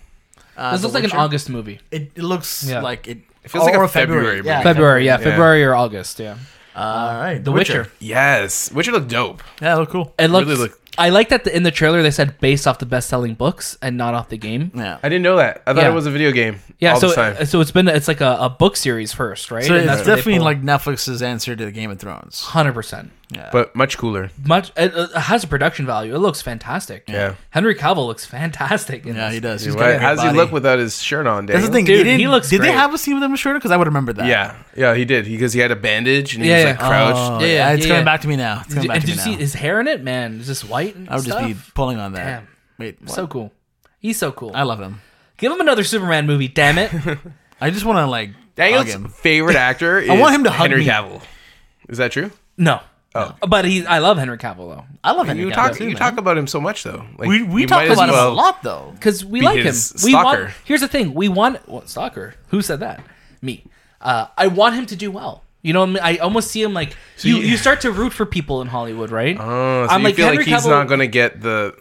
C: Uh,
B: this
C: The
B: looks like an
C: Witcher,
B: August movie.
C: It, it looks
B: Yeah.
C: like it. It
A: feels like a February movie.
B: February, yeah,
A: Yeah.
B: February or August, yeah.
C: all right.
B: The Witcher.
A: Yes, Witcher looked dope.
C: Yeah, look cool.
B: It looks.
A: Really look-
B: I like that the, in the trailer they said based off the best-selling books and not off the game.
C: Yeah. uh,
A: I didn't know that. I thought
B: Yeah.
A: it was a video game.
B: Yeah,
A: all
B: so
A: the time.
B: so it's been it's like a, a book series first, right?
C: So
B: And
C: it's
B: that's what they
C: definitely
B: pulled.
C: like Netflix's answer to the Game of Thrones.
B: 100%.
C: Yeah.
A: but much cooler.
B: Much it, it has a production value. It looks fantastic.
A: Yeah.
B: Henry Cavill looks fantastic. In
C: yeah,
B: this.
C: he does. He's got a
A: Right?
C: good
A: How does he
C: body.
A: look without his shirt on? Daniel?
C: That's the thing.
B: Dude,
C: they didn't,
B: he looks
C: Did they
B: great.
C: have a scene with him shirt? Because I would remember that.
A: Yeah, yeah, he did because he had a bandage and he
B: Yeah,
A: was
B: yeah.
A: like crouched.
C: Oh, yeah,
B: Yeah,
C: it's
B: yeah,
C: coming
B: yeah.
C: back to me now. It's coming
B: Did,
C: back
B: and
C: to
B: did
C: me
B: you see
C: now.
B: his hair in it? Man, is this white? And
C: I would just
B: stuff?
C: be pulling on that.
B: Damn.
C: Wait, what?
B: so cool. He's so cool.
C: I love him.
B: Give him another Superman movie, damn it.
C: I just want to like hug
A: Daniel's
C: him.
A: favorite actor is
C: want him to hug
A: Henry
C: me.
A: Cavill. Is that true?
B: No.
C: Oh.
B: But he I love Henry Cavill though.
C: I love him.
A: you talk you talk about him so much though. Like,
C: We we
A: you
C: talk
A: might as
C: about
A: well-
C: him a lot though.
B: Cuz we
A: Be
B: like him.
A: his
B: We want
A: stalker.
B: Here's the thing. We want what stalker? Who said that? Me. Uh, I want him to do well. You know, what I mean? I almost see him like you,
A: you-
B: you. start to root for people in Hollywood, right?
A: Oh, so you feel like he's not going to get the.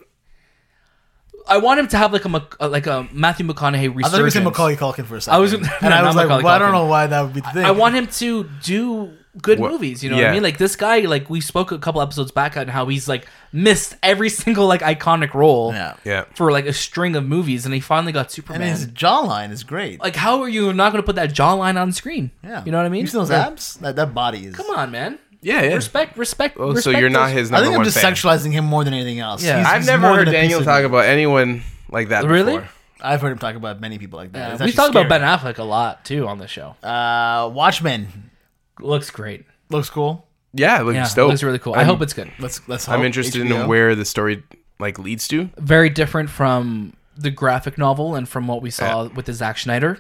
B: I want him to have like a Mac- uh, like a Matthew McConaughey resurgence.
C: I thought you said Macaulay Culkin for a second.
B: I was-
C: and I
B: no, not
C: was like,
B: Macaulay
C: well, I don't
B: Culkin.
C: know why that would be the thing.
B: I want him to do good
A: What-
B: movies. You know what
A: yeah.
B: I mean? Like this guy, like we spoke a couple episodes back on how he's like missed every single like iconic role
C: Yeah.
A: Yeah.
B: for like a string of movies, and he finally got
C: And
B: Superman.
C: his jawline is great.
B: like, how are you not going to put that jawline on screen?
C: yeah.
B: you know what I mean.
C: You see those
B: Like,
C: abs? That that body is.
B: Come on, man.
A: Yeah, yeah.
B: Respect, respect.
A: Oh, so
B: respect
A: you're not
B: those-
A: his
C: I
A: number
C: think I'm
A: one
C: just
A: fan.
C: sexualizing him more than anything else.
B: Yeah.
C: He's-
A: I've
C: he's
A: never
C: more
A: heard
C: than a piece
A: Daniel
C: of-
A: talk about anyone like that.
B: Really?
A: Before.
C: I've heard him talk about many people like that. It's
B: We
C: actually
B: talked about
C: scary.
B: Ben Affleck a lot too on the show.
C: Uh, Watchmen
B: Looks great.
C: looks cool.
A: Yeah, it looks
B: Yeah,
A: dope.
B: looks really cool. i
A: Oh, I'm-
B: hope it's good.
C: Let's let's.
A: I'm
C: hope.
A: interested
C: HBO.
A: in where the story like leads to.
B: Very different from the graphic novel and from what we saw with the Zack Snyder.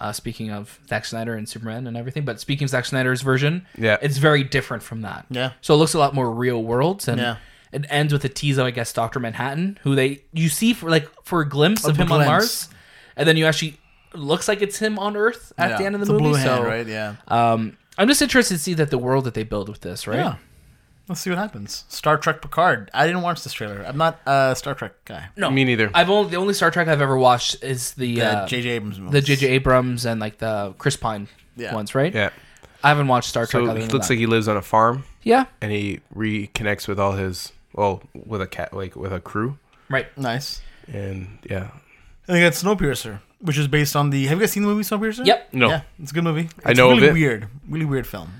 B: Uh, speaking of Zack Snyder and Superman and everything, but speaking of Zack Snyder's version,
A: Yeah.
B: it's very different from that.
C: Yeah.
B: So it looks a lot more real world, and
C: Yeah.
B: it ends with a tease of I guess Doctor Manhattan, who they you see for like for a glimpse of
C: A
B: him on
C: glimpse.
B: Mars, and then you actually looks like it's him on Earth at
C: Yeah.
B: the end of the
C: It's a
B: movie.
C: blue
B: so
C: hand, right? Yeah.
B: um, I'm just interested to see that the world that they build with this, right?
C: Yeah. Let's see what happens. Star Trek Picard. I didn't watch this trailer. I'm not a Star Trek guy.
B: No,
A: Me neither.
B: I've only the only Star Trek I've ever watched is the
C: The
B: uh,
C: J.J. Abrams movie.
B: the J.J. Abrams and like the Chris Pine
C: Yeah.
B: ones, right?
A: Yeah.
B: I haven't watched Star Trek.
A: So
B: other
A: it
B: than
A: looks
B: that.
A: like he lives on a farm
B: yeah,
A: and he reconnects with all his well with a cat like with a crew
B: right.
C: Nice.
A: and yeah.
C: I think that's Snowpiercer, which is based on the. Have you guys seen the movie Snowpiercer?
B: Yep.
A: No.
C: Yeah, it's a good movie. It's
A: I know of
C: really
A: it.
C: Weird, really weird film.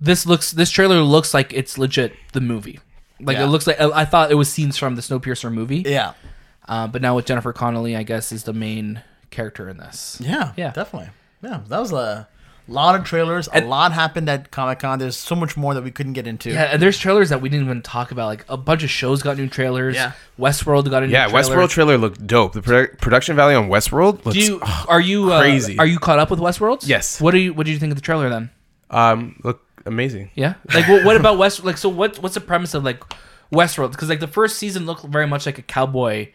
B: This looks this trailer looks like it's legit the movie. Like
C: Yeah.
B: it looks like I I thought it was scenes from the Snowpiercer movie,
C: Yeah,
B: uh, but now with Jennifer Connelly, I guess is the main character in this.
C: yeah,
B: Yeah.
C: definitely. Yeah, that was a A lot of trailers. a lot happened at Comic Con. There's so much more that we couldn't get into.
B: Yeah, and there's trailers that we didn't even talk about. Like a bunch of shows got new trailers.
C: Yeah.
B: Westworld got a new
A: Yeah,
B: trailer.
A: Westworld trailer looked dope. The produ- production value on Westworld looks
B: Do you are you uh,
A: crazy.
B: Are you caught up with Westworld?
A: Yes.
B: What do you What did you think of the trailer then?
A: um look amazing.
B: Yeah. Like what, what about West? Like so what What's the premise of like Westworld? Because like the first season looked very much like a cowboy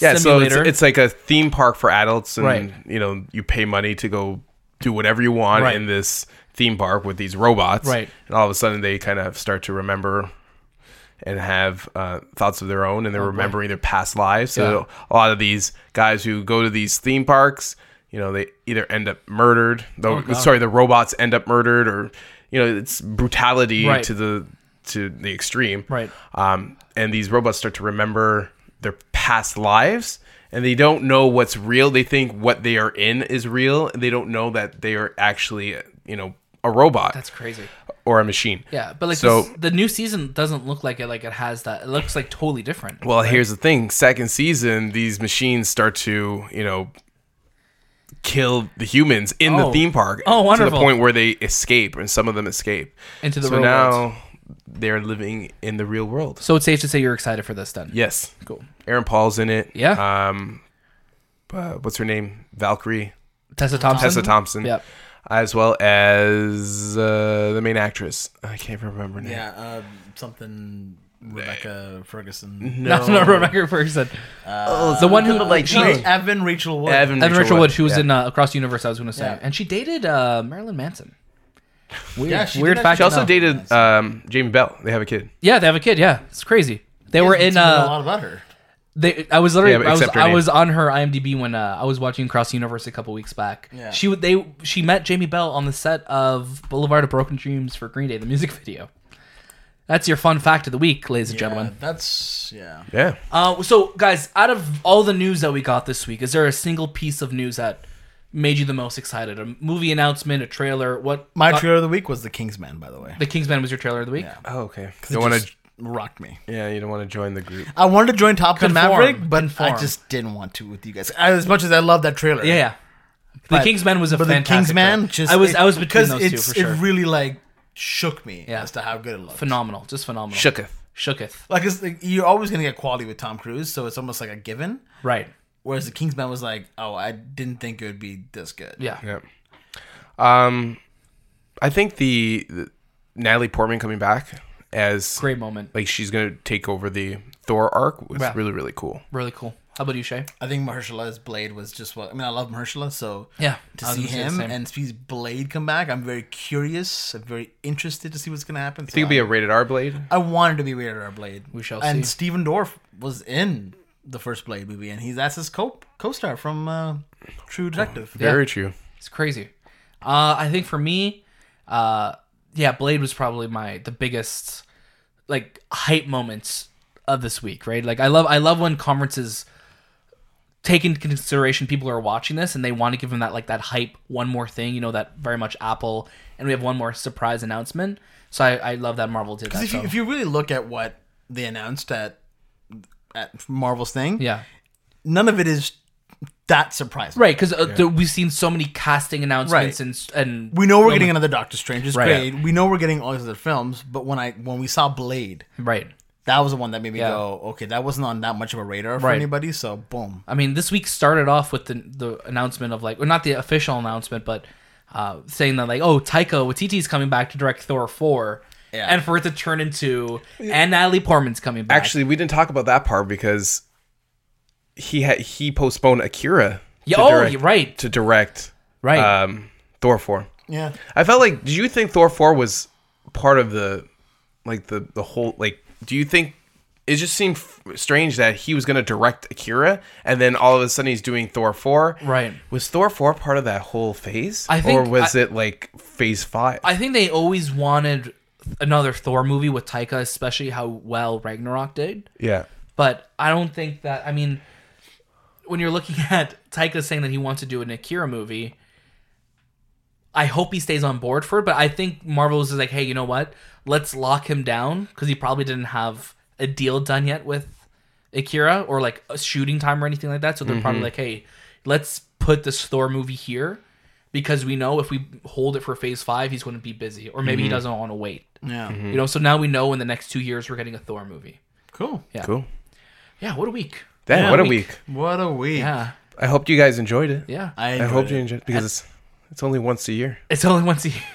A: Yeah,
B: simulator.
A: so it's, it's like a theme park for adults, and
B: Right.
A: you know you pay money to go do whatever you want
B: Right.
A: in this theme park with these robots,
B: Right.
A: And all of a sudden they kind of start to remember and have uh, thoughts of their own, and they're
B: Oh,
A: remembering their past lives. So a lot of these guys who go to these theme parks, you know, they either end up murdered.
B: Oh,
A: Though, sorry, the robots end up murdered, or you know, it's brutality
B: Right.
A: to the to the extreme,
B: Right.
A: um, and these robots start to remember their past lives and they don't know what's real they think what they are in is real and they don't know that they are actually you know a robot
B: that's crazy.
A: or a machine
B: Yeah, but like
A: So-
B: this, the new season doesn't look like it. Like it has that. It looks like totally different.
A: well here's the thing second season these machines start to you know kill the humans in
B: Oh.
A: the theme park
B: Oh,
A: to
B: wonderful.
A: the point where they escape and some of them escape
B: Into the
A: so
B: real world.
A: now they're living in the real world
B: So it's safe to say you're excited for this then.
A: yes
B: Cool.
A: Aaron Paul's in it.
B: Yeah.
A: Um, uh, what's her name? Valkyrie
B: Tessa Thompson.
A: Tessa Thompson.
B: Yep.
A: As well as uh, the main actress. I can't remember her name.
C: Yeah, uh, something Rebecca Ferguson.
A: No.
B: That's not Rebecca Ferguson.
C: Uh,
B: the one who- she-
C: she, Evan Rachel Wood.
A: Evan,
B: Evan Rachel Wood, she was
A: Yeah.
B: in uh, Across the Universe. I was going to say,
C: Yeah.
B: and she dated uh, Marilyn Manson. Weird,
C: Yeah, she did
B: weird
C: that-
B: fact.
A: She also
B: no.
A: dated um, Jamie Bell. They have a kid.
B: Yeah, they have a kid. Yeah, it's crazy. They were in.
C: Didn't know a
B: Uh,
C: lot about her.
B: they, I was literally.
A: Yeah, but
B: I was.
A: except her
B: I
A: name.
B: was on her IMDb when uh, I was watching Across the Universe a couple weeks back.
C: Yeah.
B: She would. They. She met Jamie Bell on the set of Boulevard of Broken Dreams for Green Day, the music video. That's your fun fact of the week, ladies and gentlemen.
C: Yeah, that's yeah.
A: Yeah.
B: Uh, so, guys, out of all the news that we got this week, is there a single piece of news that made you the most excited? A movie announcement, a trailer? What?
C: My
B: got-
C: trailer of the week was The Kingsman, by the way.
B: The Kingsman was your trailer of the week.
C: Yeah.
A: Oh, okay.
C: It
A: Don't want to.
C: just rocked me.
A: Yeah, you don't want to join the group.
C: I wanted to join Top Gun
B: Conform.
C: Maverick, but
B: Conform.
C: I just didn't want to with you guys. As much as I love that trailer,
B: Yeah. yeah. The
C: But-
B: Kingsman was a
C: but The
B: fantastic.
C: Kingsman
B: trailer.
C: just
B: I was
C: it-
B: I was between
C: because
B: those two
C: it's-
B: for sure.
C: It really like shook me
B: Yeah.
C: as to how good it looked.
B: phenomenal, just phenomenal.
A: Shooketh.
B: Shooketh.
C: Like, it's, like you're always gonna get quality with Tom Cruise, so it's almost like a given.
B: Right.
C: Whereas The Kingsman was like, oh, I didn't think it would be this good.
B: Yeah.
A: Yeah. Um, I think the, the Natalie Portman coming back as
B: Great moment.
A: like she's gonna take over the Thor arc was
B: Yeah.
A: really really cool.
B: Really cool. How about you, Shay?
C: I think Mahershala's Blade was just what I mean. I love Mahershala, so
B: Yeah,
C: to
B: I was
C: see
B: gonna say the
C: him
B: same.
C: and see his Blade come back, I'm very curious. I'm very interested to see what's gonna happen.
A: I think it'll be a rated R blade.
C: I wanted to be rated R Blade.
B: We shall
C: and
B: see.
C: Steven Dorff was in the first Blade movie, and he's that's his co co-star from uh, True Detective.
A: Very true.
B: It's crazy. Uh, I think for me, uh, yeah, Blade was probably my the biggest like hype moments of this week, right? Like I love I love when conferences take into consideration people are watching this and they want to give them that like that hype one more thing, you know, that very much Apple and we have one more surprise announcement. So I, I love that Marvel did that.
C: If you,
B: So.
C: if you really look at what they announced at at Marvel's thing,
B: Yeah.
C: none of it is that surprising.
B: Right, because uh, th- we've seen so many casting announcements and s- and
C: We know we're getting another Doctor Strange. It's
B: Right.
C: great. We know we're getting all these other films, but when I when we saw Blade,
B: right.
C: that was the one that made me
B: Yeah.
C: go, okay, that wasn't on that much of a radar for
B: Right.
C: anybody. So boom.
B: I mean, this week started off with the the announcement of like, or not the official announcement, but uh, saying that like, oh, Taika Waititi is coming back to direct Thor four,
C: Yeah.
B: and for it to turn into and Natalie Portman's coming back.
A: Actually, we didn't talk about that part because he had he postponed Akira.
B: Yeah,
A: to
B: oh,
A: direct-
B: you're right.
A: To direct,
B: right?
A: um, Thor four.
C: Yeah.
A: I felt like. Did you think Thor four was part of the, like the the whole like? Do you think it just seemed f- strange that he was going to direct Akira and then all of a sudden he's doing Thor four?
B: Right.
A: Was Thor four part of that whole phase?
B: I think
A: or was
B: I-
A: it like phase five?
B: I think they always wanted another Thor movie with Taika, especially how well Ragnarok did.
A: yeah.
B: But I don't think that. I mean, when you're looking at Taika saying that he wants to do an Akira movie, I hope he stays on board for it. But I think Marvel's is like, hey, you know what? Let's lock him down because he probably didn't have a deal done yet with Akira or like a shooting time or anything like that. So they're probably like, hey, let's put this Thor movie here. because we know if we hold it for phase five, he's going to be busy, or maybe he doesn't want to wait.
C: Yeah.
B: You know, so now we know in the next two years we're getting a Thor movie.
C: Cool.
B: Yeah.
A: Cool.
B: Yeah, what a week.
A: Damn,
C: Yeah,
A: what a
B: week.
A: week.
C: What a week.
B: Yeah,
A: I hope you guys enjoyed it.
B: yeah.
C: I,
A: I hope you enjoyed
C: enjoyed
A: it because it's it's only once a year.
B: It's only once a year.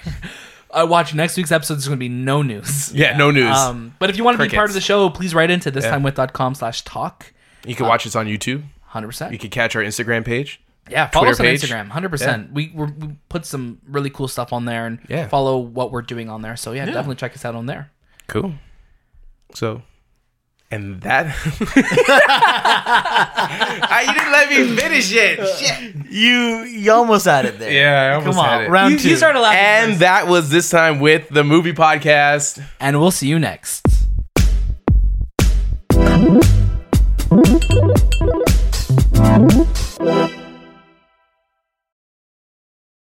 B: I watch next week's episode. There's going to be no news.
A: Yeah, no news.
B: Um, but if you want to be part of
A: Crickets.
B: the show, please write into this time with.com slash talk.
A: you can watch us on YouTube.
B: 100%.
A: You can catch our Instagram page.
B: yeah, follow us on
A: Twitter page.
B: Instagram. 100%. We, we're, we put some really cool stuff on there and
A: Yeah.
B: follow what we're doing on there. So, yeah, definitely check us out on there.
A: Cool. So, and that. Ah, you didn't let me finish it. Shit.
C: it. You you almost had it there.
A: Yeah, I almost
C: Come on,
A: had it.
C: round
B: You,
C: two.
B: you started laughing.
A: And that was this time with the movie podcast.
B: and we'll see you next.